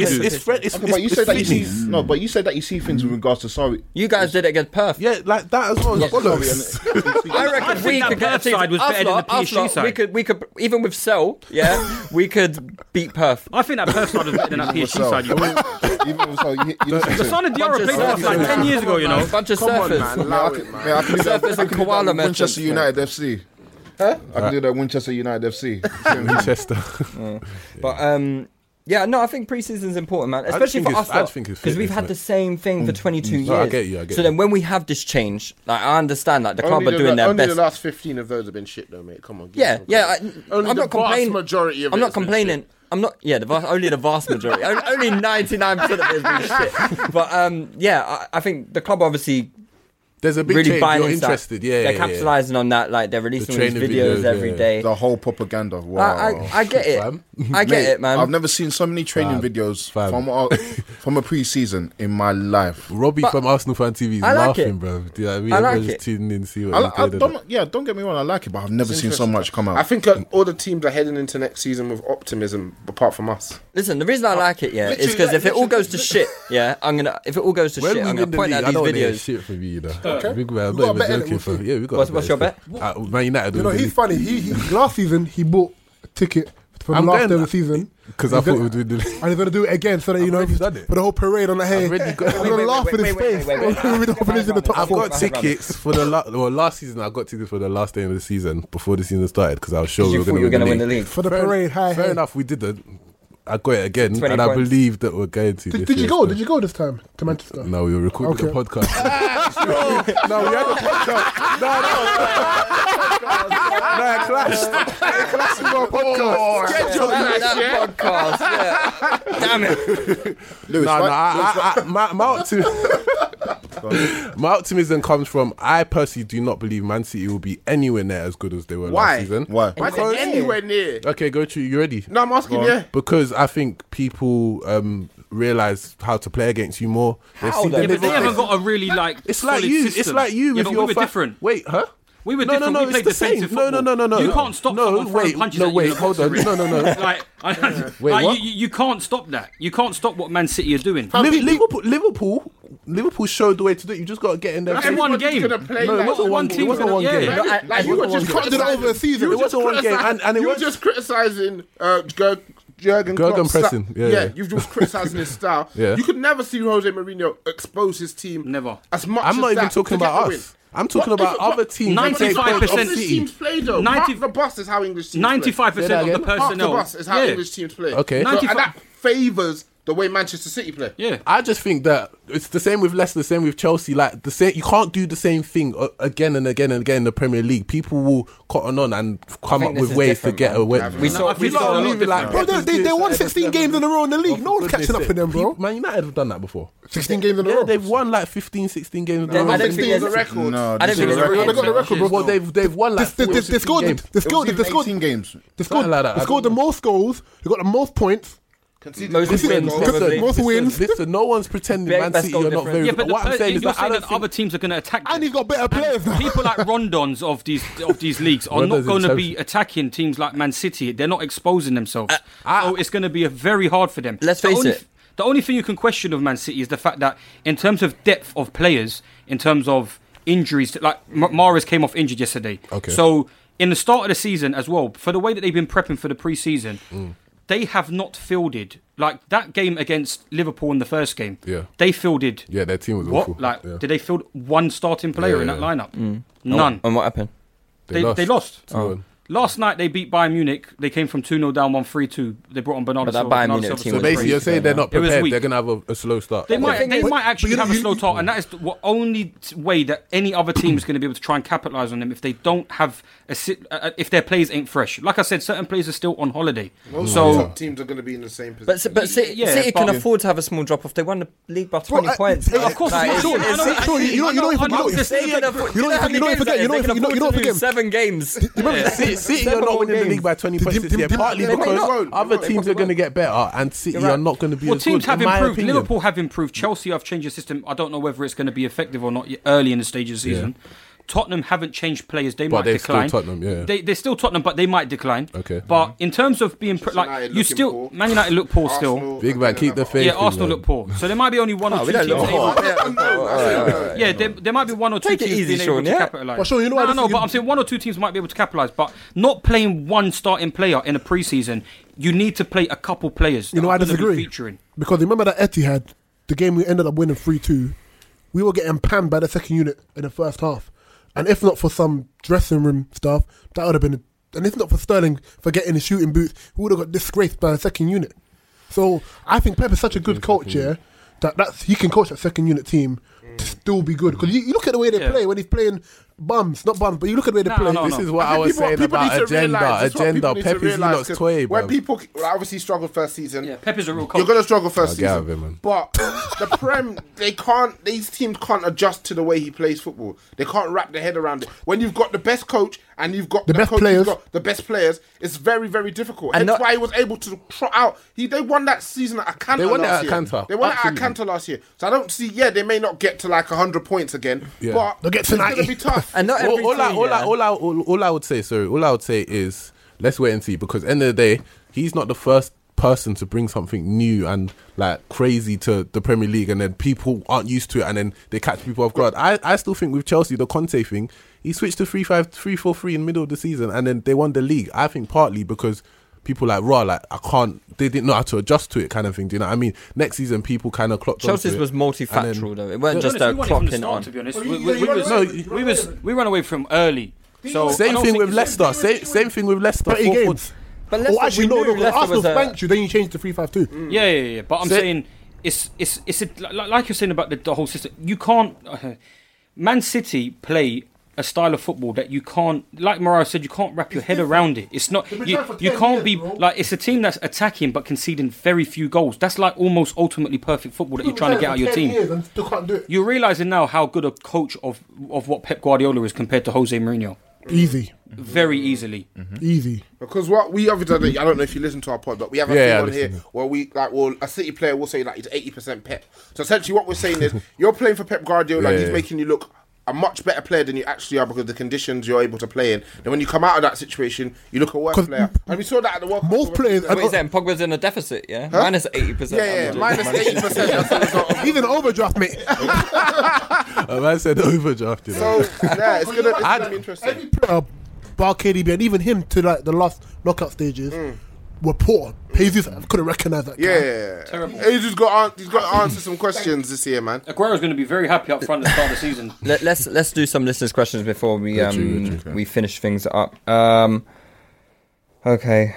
Speaker 6: Okay, but you said that you see no, but you said that you see things with regards to sorry.
Speaker 3: You guys did it against Perth.
Speaker 5: Yeah, like that as well.
Speaker 6: Yeah,
Speaker 5: as bollocks.
Speaker 6: sorry, and-
Speaker 3: I reckon
Speaker 4: think
Speaker 3: we
Speaker 4: that
Speaker 3: could get a
Speaker 4: Perth
Speaker 3: team-
Speaker 4: side was
Speaker 3: us
Speaker 4: better than
Speaker 3: lot-
Speaker 4: the
Speaker 3: us
Speaker 4: PSG
Speaker 3: lot, We
Speaker 4: side.
Speaker 3: could, we could, even with Cell, yeah, we could beat Perth.
Speaker 4: I think that Perth side was better than that PSG side. You know?
Speaker 6: Even so, you, you
Speaker 4: Lasana Diarra played for us like ten years ago. You know.
Speaker 3: bunch of
Speaker 8: Come on,
Speaker 3: surfers.
Speaker 8: man. Allow it, man.
Speaker 6: Yeah, I can do that.
Speaker 3: Surface
Speaker 6: I
Speaker 3: and
Speaker 6: can do
Speaker 3: koala
Speaker 6: that with
Speaker 3: merchants,
Speaker 6: Winchester
Speaker 3: mate.
Speaker 6: United FC. I can do that Winchester United FC.
Speaker 5: Manchester.
Speaker 3: But um, yeah, no, I think preseason's important, man,
Speaker 5: just
Speaker 3: especially
Speaker 5: think
Speaker 3: for
Speaker 5: it's-
Speaker 3: us
Speaker 5: I just think it's
Speaker 3: because we've
Speaker 5: fitness,
Speaker 3: had
Speaker 5: mate.
Speaker 3: the same thing for 22 years.
Speaker 5: Mm. No, I get you, I get
Speaker 3: so
Speaker 5: you.
Speaker 3: then when we have this change, like I understand, like the club
Speaker 8: Only
Speaker 3: are
Speaker 8: the-
Speaker 3: doing their
Speaker 8: only
Speaker 3: best.
Speaker 8: the last 15 of those have been shit, though, mate. Come on. give
Speaker 3: yeah,
Speaker 8: me some
Speaker 3: yeah, I,
Speaker 8: credit.
Speaker 3: I'm
Speaker 8: Only the
Speaker 3: not complaining.
Speaker 8: vast majority of
Speaker 3: I'm
Speaker 8: it
Speaker 3: not
Speaker 8: has been
Speaker 3: complaining.
Speaker 8: shit.
Speaker 3: I'm not. Yeah, the vast, only the vast majority. On- only 99 percent of it has been shit. But um, yeah, I, I think the club obviously
Speaker 5: There's a big
Speaker 3: really
Speaker 5: change.
Speaker 3: buying
Speaker 5: You're
Speaker 3: into that.
Speaker 5: interested. Yeah,
Speaker 3: they're
Speaker 5: yeah, yeah.
Speaker 3: capitalizing on that. Like they're releasing all these
Speaker 5: training
Speaker 3: videos,
Speaker 5: videos,
Speaker 3: every
Speaker 5: yeah.
Speaker 3: day.
Speaker 6: the whole propaganda. Wow.
Speaker 3: I, I, I get it.
Speaker 5: Fam.
Speaker 3: I get
Speaker 6: Mate,
Speaker 3: it, man.
Speaker 6: I've never seen so many training
Speaker 5: Fam.
Speaker 6: videos
Speaker 5: Fam.
Speaker 6: from a, from a pre-season in my life.
Speaker 5: Robbie
Speaker 3: But-
Speaker 5: from Arsenal fan TV is
Speaker 3: I like
Speaker 5: laughing,
Speaker 3: it.
Speaker 5: bro. Do you know what I mean?
Speaker 3: I like
Speaker 5: Everyone's
Speaker 3: it.
Speaker 5: just tuning in, see what
Speaker 6: I,
Speaker 5: he's
Speaker 6: li- I
Speaker 5: doing.
Speaker 6: don't, yeah, don't get me wrong, I like it, but I've never seen so
Speaker 8: interesting.
Speaker 6: much come out.
Speaker 8: I think uh, all the teams are heading into next season with optimism, apart from us.
Speaker 3: Listen, the reason I like it, yeah, is
Speaker 8: Literally,
Speaker 3: because
Speaker 8: like,
Speaker 3: if it all
Speaker 8: literally,
Speaker 3: goes to shit, yeah, I'm gonna. If it all goes to
Speaker 5: When
Speaker 3: shit,
Speaker 5: we
Speaker 3: I'm
Speaker 5: win
Speaker 3: gonna
Speaker 5: the
Speaker 3: point
Speaker 5: league,
Speaker 3: out
Speaker 5: I
Speaker 3: these
Speaker 5: don't want to hear
Speaker 3: videos.
Speaker 5: shit from you, you know. Big man, I'm
Speaker 6: We
Speaker 5: not
Speaker 6: got a bet
Speaker 5: even
Speaker 6: in
Speaker 5: joking,
Speaker 6: it,
Speaker 5: fam. Yeah, we got.
Speaker 3: What's-
Speaker 5: a
Speaker 3: what's
Speaker 5: bet.
Speaker 3: your bet?
Speaker 5: Uh, Man United.
Speaker 9: You know, he's funny. He, he last season he bought a ticket for the
Speaker 5: I'm
Speaker 9: last
Speaker 5: going-
Speaker 9: day of the season.
Speaker 5: Because I
Speaker 9: He's
Speaker 5: thought
Speaker 9: gonna-
Speaker 5: we would do the.
Speaker 9: and he's gonna do it again so that you know
Speaker 5: already
Speaker 9: for
Speaker 5: done it.
Speaker 9: the whole parade on the hay.
Speaker 5: already got-
Speaker 9: We're gonna
Speaker 3: Wait, wait,
Speaker 9: laugh in
Speaker 3: wait, wait,
Speaker 9: his
Speaker 3: wait,
Speaker 9: face.
Speaker 3: wait, wait, wait.
Speaker 9: We don't finish in the top
Speaker 5: I've
Speaker 9: four.
Speaker 5: got tickets for the la- well, last season. I got tickets for the last day of the season before the season started because I was sure
Speaker 3: You
Speaker 5: we were
Speaker 3: thought
Speaker 5: going
Speaker 3: you
Speaker 5: to
Speaker 3: were gonna win the
Speaker 5: league.
Speaker 3: league.
Speaker 9: For the parade, hi.
Speaker 5: Fair
Speaker 9: hey.
Speaker 5: enough, we did it. I got it again,
Speaker 3: 20
Speaker 5: and I
Speaker 3: points.
Speaker 5: believe that we're going to.
Speaker 9: Did,
Speaker 5: this
Speaker 9: did you
Speaker 5: year
Speaker 9: go?
Speaker 5: still.
Speaker 9: Did you go this time to Manchester?
Speaker 5: No, we were recording the
Speaker 9: Okay.
Speaker 5: podcast.
Speaker 9: no, we had a podcast. No, no,
Speaker 5: nah, it clashed. It clashed with
Speaker 8: Oh,
Speaker 5: our podcast.
Speaker 3: Schedule that, that podcast. Yeah. Damn it.
Speaker 5: No, no, I, I, I, my, my, optim- my optimism comes from I personally do not believe Man City will be anywhere near as good as they were
Speaker 8: Why?
Speaker 5: last season.
Speaker 6: Why?
Speaker 8: Why is it
Speaker 3: Because-
Speaker 8: anywhere near?
Speaker 5: Okay, go to you ready?
Speaker 8: No, I'm asking, yeah.
Speaker 5: Because I think people um, realize how to play against you more. They've
Speaker 3: How
Speaker 5: seen
Speaker 3: though? Yeah,
Speaker 5: the
Speaker 3: but
Speaker 4: They
Speaker 5: Liverpool-
Speaker 4: haven't got a really like.
Speaker 5: It's like
Speaker 4: solid
Speaker 5: you.
Speaker 4: System.
Speaker 5: It's like you.
Speaker 4: Yeah,
Speaker 5: if
Speaker 4: but
Speaker 5: you're
Speaker 4: we were
Speaker 5: fa-
Speaker 4: different.
Speaker 5: Wait, huh?
Speaker 4: We were
Speaker 5: no,
Speaker 4: different.
Speaker 5: No, no,
Speaker 4: we
Speaker 5: it's
Speaker 4: played
Speaker 5: the
Speaker 4: defensive
Speaker 5: same. No, no, no, no, no.
Speaker 4: You can't stop
Speaker 5: No,
Speaker 4: someone
Speaker 5: Oh, wait.
Speaker 4: throwing punches
Speaker 5: No,
Speaker 4: at you in
Speaker 5: wait.
Speaker 4: the
Speaker 5: Hold on.
Speaker 4: box
Speaker 5: No, no, no.
Speaker 4: like, I,
Speaker 5: Wait,
Speaker 4: like,
Speaker 5: what?
Speaker 4: You, you can't stop that. You can't stop what Man City are doing.
Speaker 5: Liv- Liverpool, Liverpool, Liverpool showed the way to do it. You just got to get in there.
Speaker 4: That's one game.
Speaker 8: Gonna play
Speaker 5: No, it
Speaker 8: like-
Speaker 5: wasn't one
Speaker 4: team
Speaker 5: game. It wasn't
Speaker 4: gonna-
Speaker 5: one
Speaker 4: yeah.
Speaker 5: game.
Speaker 4: No,
Speaker 8: I- like, you were just
Speaker 9: You can't do that
Speaker 8: criticising-
Speaker 9: over a season.
Speaker 8: you
Speaker 9: It
Speaker 8: were just
Speaker 5: wasn't one game,
Speaker 8: criticising-
Speaker 5: and- and it
Speaker 8: you were
Speaker 5: was-
Speaker 8: just criticizing uh, Jurgen Jurgen
Speaker 5: Jurgen
Speaker 8: Klopp's
Speaker 5: Preston,
Speaker 8: sta-
Speaker 5: yeah, yeah.
Speaker 8: you've just criticizing his style.
Speaker 5: Yeah.
Speaker 8: you could never see Jose Mourinho expose his team.
Speaker 4: Never.
Speaker 8: As much.
Speaker 5: I'm
Speaker 8: as
Speaker 5: not even
Speaker 8: that to
Speaker 5: talking
Speaker 8: get
Speaker 5: about
Speaker 8: a win.
Speaker 5: us. I'm talking
Speaker 8: What-
Speaker 5: about
Speaker 8: what-
Speaker 5: other teams. that take
Speaker 4: 95%
Speaker 5: points off
Speaker 8: English teams play though.
Speaker 4: 90
Speaker 8: 90, Park the bus is how English teams
Speaker 4: Ninety-five
Speaker 5: Say that
Speaker 4: percent of
Speaker 5: again.
Speaker 4: the
Speaker 8: play. Park the
Speaker 4: personnel.
Speaker 8: bus is how
Speaker 4: yeah.
Speaker 8: English teams play.
Speaker 5: Okay.
Speaker 8: so, and
Speaker 4: 95
Speaker 8: that favors the way Manchester City play.
Speaker 4: Yeah.
Speaker 5: I just think that it's the same with Leicester, the same with Chelsea. Like the same, you can't do the same thing uh, again and again and again in the Premier League. People will cotton on and come
Speaker 3: think
Speaker 5: up
Speaker 3: this
Speaker 5: with
Speaker 3: is
Speaker 5: ways to
Speaker 3: different,
Speaker 5: get
Speaker 3: man.
Speaker 5: away.
Speaker 3: We saw.
Speaker 4: I
Speaker 3: We
Speaker 4: feel like
Speaker 3: saw.
Speaker 4: a lot
Speaker 5: Leave it like-
Speaker 9: Bro, they, they, they won 16 games in a row in the league. No one's
Speaker 5: Oh, Goodness
Speaker 9: catching up
Speaker 5: sake.
Speaker 9: for them, bro.
Speaker 5: Man United have done that before.
Speaker 9: 16 games in a
Speaker 5: Yeah,
Speaker 9: row.
Speaker 5: they've won like 15, 16 games.
Speaker 3: No,
Speaker 5: in
Speaker 3: I don't
Speaker 5: a row.
Speaker 3: think
Speaker 8: Sixteen is a
Speaker 3: there's-
Speaker 8: record.
Speaker 6: No,
Speaker 3: I don't think
Speaker 6: this
Speaker 3: there's
Speaker 6: is-
Speaker 3: a record.
Speaker 6: They got the record, bro.
Speaker 5: Well, they've they've won like
Speaker 9: They, they,
Speaker 5: 14
Speaker 9: they scored.
Speaker 5: games.
Speaker 9: They scored.
Speaker 6: It
Speaker 9: They
Speaker 6: was even
Speaker 9: scored.
Speaker 6: 18 games.
Speaker 9: They scored.
Speaker 5: Something like that.
Speaker 9: They
Speaker 5: I
Speaker 9: scored the
Speaker 5: don't know.
Speaker 9: most goals. They got the most points.
Speaker 8: Conceded
Speaker 3: Most
Speaker 8: three
Speaker 3: wins,
Speaker 8: goals.
Speaker 3: probably.
Speaker 9: Listen, most
Speaker 3: Listen,
Speaker 9: wins.
Speaker 5: Listen, no one's pretending
Speaker 3: Best
Speaker 5: Man
Speaker 3: goal
Speaker 5: City are not
Speaker 3: difference.
Speaker 5: very
Speaker 4: Yeah, but
Speaker 5: good. But
Speaker 4: the
Speaker 5: what I'm
Speaker 4: per-
Speaker 5: saying is
Speaker 4: you're
Speaker 5: that I
Speaker 4: saying
Speaker 5: don't
Speaker 4: that other
Speaker 5: think
Speaker 4: teams are going to attack.
Speaker 9: And
Speaker 4: them.
Speaker 9: he's got better players now.
Speaker 4: people like Rondons of these of these leagues are
Speaker 5: Rondon's
Speaker 4: not
Speaker 5: in
Speaker 4: going to be
Speaker 5: Chelsea.
Speaker 4: attacking teams like Man City. They're not exposing themselves,
Speaker 5: Uh,
Speaker 4: so it's going to be a very hard for them.
Speaker 3: Let's
Speaker 4: The
Speaker 3: face
Speaker 4: only-
Speaker 3: it.
Speaker 4: The only thing you can question of Man City is the fact that, in terms of depth of players, in terms of injuries, like M- Mahrez came off injured yesterday.
Speaker 5: Okay.
Speaker 4: So in the start of the season as well, for the way that they've been prepping for the preseason,
Speaker 5: Mm.
Speaker 4: they have not fielded like that game against Liverpool in the first game.
Speaker 5: Yeah.
Speaker 4: They fielded.
Speaker 5: Yeah, their team was
Speaker 4: What?
Speaker 5: awful.
Speaker 4: Like,
Speaker 5: Yeah.
Speaker 4: did they field one starting player
Speaker 5: Yeah,
Speaker 4: in
Speaker 5: yeah,
Speaker 4: that
Speaker 5: yeah.
Speaker 4: lineup?
Speaker 3: Mm.
Speaker 4: None.
Speaker 3: And what happened? Oh.
Speaker 4: They, they lost. Oh.
Speaker 5: So-
Speaker 4: Last night they beat Bayern Munich. They came from 2 0 down 1 3 2. They brought on Bernardo
Speaker 3: But that Bayern
Speaker 4: Silva. Bernardo
Speaker 3: Munich
Speaker 4: Silva
Speaker 3: team
Speaker 5: So
Speaker 4: was
Speaker 3: was
Speaker 4: great.
Speaker 5: basically, you're saying they're not
Speaker 4: It was
Speaker 5: prepared.
Speaker 4: weak.
Speaker 5: They're going to have a, a slow start.
Speaker 4: They might, they
Speaker 9: but-
Speaker 4: might actually
Speaker 9: but you
Speaker 4: have
Speaker 9: know,
Speaker 4: a slow
Speaker 9: you-
Speaker 4: start, and that is the what only t- way that any other team is going to be able to try and capitalize on them if they don't have a si- uh, uh, if their players ain't fresh. Like I said, certain players are still on holiday.
Speaker 8: Most
Speaker 4: So-
Speaker 8: top teams are going to be in the same position.
Speaker 3: But C- but City,
Speaker 4: Yeah,
Speaker 3: City can
Speaker 4: but-
Speaker 3: afford to have a small drop off. They won the league by
Speaker 9: Bro,
Speaker 3: twenty
Speaker 9: I-
Speaker 3: points.
Speaker 9: Of course,
Speaker 3: Like, it's-
Speaker 9: it's Sean.
Speaker 3: it's-
Speaker 9: You know- Sean, you know- you know- you know-
Speaker 3: Just
Speaker 9: you
Speaker 3: say
Speaker 9: know-
Speaker 3: you're gonna-
Speaker 9: you
Speaker 3: know
Speaker 9: know-
Speaker 3: how
Speaker 9: you know-
Speaker 3: many
Speaker 9: you
Speaker 3: games that
Speaker 9: forget-
Speaker 3: is?
Speaker 9: you know-
Speaker 3: They can
Speaker 9: you know- you know-
Speaker 3: afford to
Speaker 9: forget-
Speaker 3: lose seven games.
Speaker 5: City, City are not winning the league by 20 points this
Speaker 9: They
Speaker 5: year,
Speaker 9: won't.
Speaker 5: partly
Speaker 9: They
Speaker 5: because
Speaker 8: won't.
Speaker 5: other
Speaker 8: They
Speaker 5: teams are
Speaker 8: won't.
Speaker 5: going to get better and City
Speaker 3: You're right.
Speaker 5: are not going to be
Speaker 4: Well,
Speaker 5: as
Speaker 4: teams
Speaker 5: good.
Speaker 4: have
Speaker 5: in my
Speaker 4: improved.
Speaker 5: opinion.
Speaker 4: Liverpool have improved. Chelsea have changed their system. I don't know whether it's going to be effective or not y- early in the stage of the season. Tottenham haven't changed players. They
Speaker 5: But
Speaker 4: might
Speaker 5: they're still
Speaker 4: decline.
Speaker 5: Tottenham, yeah.
Speaker 4: They, they're still Tottenham, but they might decline.
Speaker 5: Okay.
Speaker 4: But in terms of being pre- like,
Speaker 5: United
Speaker 4: you
Speaker 5: looking
Speaker 4: still
Speaker 5: poor.
Speaker 4: Man United look poor still.
Speaker 5: Big man, keep the faith.
Speaker 4: yeah, Arsenal look poor. So there might be only one or
Speaker 5: Oh,
Speaker 4: two
Speaker 5: we don't
Speaker 4: teams.
Speaker 5: look
Speaker 4: able-
Speaker 5: poor.
Speaker 4: yeah, there, there might be one or two
Speaker 3: Take it
Speaker 4: teams
Speaker 3: easy,
Speaker 4: being able
Speaker 3: Sean,
Speaker 4: to
Speaker 3: yeah?
Speaker 4: capitalize.
Speaker 3: Well, Sean, you know
Speaker 4: no,
Speaker 3: what,
Speaker 4: no,
Speaker 3: this
Speaker 4: no,
Speaker 3: is-
Speaker 4: but I'm saying one or two teams might be able to capitalize, but not playing one starting player in a preseason. You need to play a couple players.
Speaker 9: You
Speaker 4: that
Speaker 9: know,
Speaker 4: are
Speaker 9: I
Speaker 4: gonna be
Speaker 9: disagree.
Speaker 4: Featuring.
Speaker 9: Because remember that Etihad, the game we ended up winning 3 2, we were getting panned by the second unit in the first half. And if not for some dressing room stuff, that would have been. and if not for Sterling for getting his shooting boots, we would have got disgraced by the second unit. So I think Pep is such a good coach, yeah, that that's, he can coach that second unit team to still be good. Because you, you look at the way they
Speaker 5: Mm. Yeah.
Speaker 9: play when he's playing bums, not bums, but you look at the way they
Speaker 5: No,
Speaker 9: play.
Speaker 5: no, This no. is what I was saying about agenda, agenda. Pep is Elox Toy,
Speaker 8: When
Speaker 5: bruv.
Speaker 8: people well, obviously struggle first season, yeah,
Speaker 4: Pep is a real
Speaker 8: You're gonna struggle first
Speaker 5: Nah, get out
Speaker 8: season,
Speaker 5: of here, man.
Speaker 8: but the Prem, they can't. These teams can't adjust to the way he plays football. They can't wrap their head around it. When you've got the best coach and you've got the,
Speaker 9: best
Speaker 8: coach who's
Speaker 9: players.
Speaker 8: got the best players, it's very, very difficult.
Speaker 9: And
Speaker 8: And
Speaker 9: not-
Speaker 8: that's why he was able to trot out. He they won that season at Akanto.
Speaker 5: They won it
Speaker 8: last
Speaker 5: at
Speaker 8: year.
Speaker 5: Akanto,
Speaker 8: They won it at
Speaker 5: absolutely.
Speaker 8: Akanto last year. So I don't see. Yeah, they may not get to like hundred points again,
Speaker 5: Yeah.
Speaker 8: but
Speaker 5: They'll get to
Speaker 8: it's gonna
Speaker 5: 90.
Speaker 8: be tough.
Speaker 3: And not
Speaker 5: all, all, I, all, I,
Speaker 8: yeah.
Speaker 5: all, I, all, all I would say, sorry, all I would say is let's wait and see because end of the day, he's not the first person to bring something new and like crazy to the Premier League, and then people aren't used to it, and then they catch people off guard. I, I still think with Chelsea, the Conte thing, he switched to 3 5 3 4 3 in the middle of the season, and then they won the league. I think partly because. People like raw, like I can't. They didn't know how to adjust to it, kind of thing. Do you know what I mean? Next season, people kind of clocked. onto
Speaker 3: Chelsea's
Speaker 5: it,
Speaker 3: was
Speaker 5: and
Speaker 3: multifactorial, though. It weren't
Speaker 5: Yeah.
Speaker 3: just a
Speaker 4: We won it from the
Speaker 3: clocking
Speaker 4: start,
Speaker 3: on.
Speaker 4: to be honest.
Speaker 3: Well,
Speaker 4: We,
Speaker 3: you-
Speaker 4: we,
Speaker 3: you
Speaker 4: we,
Speaker 3: run
Speaker 4: was,
Speaker 3: away-
Speaker 4: we, was, we ran away from early. So I
Speaker 5: same
Speaker 4: don't
Speaker 5: thing
Speaker 4: think
Speaker 5: with
Speaker 4: it's-
Speaker 5: Leicester. Same, same thing with Leicester.
Speaker 9: 30
Speaker 5: Four- four-
Speaker 9: games.
Speaker 3: But
Speaker 9: oh,
Speaker 3: Leicester-
Speaker 9: actually,
Speaker 3: we
Speaker 9: no,
Speaker 3: knew
Speaker 9: no, because
Speaker 3: Leicester
Speaker 9: Arsenal
Speaker 3: was a-
Speaker 9: spanked you, then you changed to 3 5 2.
Speaker 6: Mm.
Speaker 4: Yeah, yeah, yeah. But I'm
Speaker 9: So-
Speaker 4: saying it's it's it's a, like, like you're saying about the, the whole system. You can't. Man City play a style of football that you can't. Like Morales said, you can't wrap your head around it. It's not.
Speaker 9: They've been
Speaker 4: You,
Speaker 9: trying for
Speaker 4: you
Speaker 9: 10
Speaker 4: can't
Speaker 9: years,
Speaker 4: be
Speaker 9: bro.
Speaker 4: like it's a team that's attacking but conceding very few goals. That's like almost ultimately perfect football that you're trying to get out of your team.
Speaker 9: And still can't do it.
Speaker 4: You're realizing now how good a coach of of what Pep Guardiola is compared to Jose Mourinho.
Speaker 9: Easy.
Speaker 4: Very easily.
Speaker 5: Mm-hmm.
Speaker 9: Easy.
Speaker 8: Because what we obviously, I don't know if you listen to our pod, but we have a
Speaker 9: Yeah,
Speaker 8: thing
Speaker 9: yeah, I
Speaker 8: on here
Speaker 9: listen.
Speaker 8: where we like, well, a City player will say like he's eighty percent Pep. So essentially, what we're saying is you're playing for Pep Guardiola, like
Speaker 5: Yeah,
Speaker 8: he's
Speaker 5: yeah.
Speaker 8: making you look a much better player than you actually are because of the conditions you're able to play in. Then when you come out of that situation, you look a worse player. And we saw that at the World Cup. Most
Speaker 9: players,
Speaker 3: What is that? Pogba's in a deficit, yeah?
Speaker 8: Huh?
Speaker 3: Minus 80%.
Speaker 8: Yeah, yeah, minus 80%, that's the
Speaker 9: He's an overdraft, mate.
Speaker 5: A man said overdrafted.
Speaker 8: So yeah, it's gonna, it's gonna
Speaker 9: I'd-
Speaker 8: be interesting.
Speaker 9: uh, Bar KDB and even him to like the last knockout stages
Speaker 8: Mm.
Speaker 9: were poor. Jesus couldn't recognize that. guy.
Speaker 8: Yeah, He's just got an- he's got to answer some questions this year, man.
Speaker 4: Aguero's going to be very happy up front at the start of the season.
Speaker 3: Let, us let's do some listeners' questions before we
Speaker 4: Got
Speaker 3: um,
Speaker 4: you,
Speaker 3: we finish things up. Um, okay,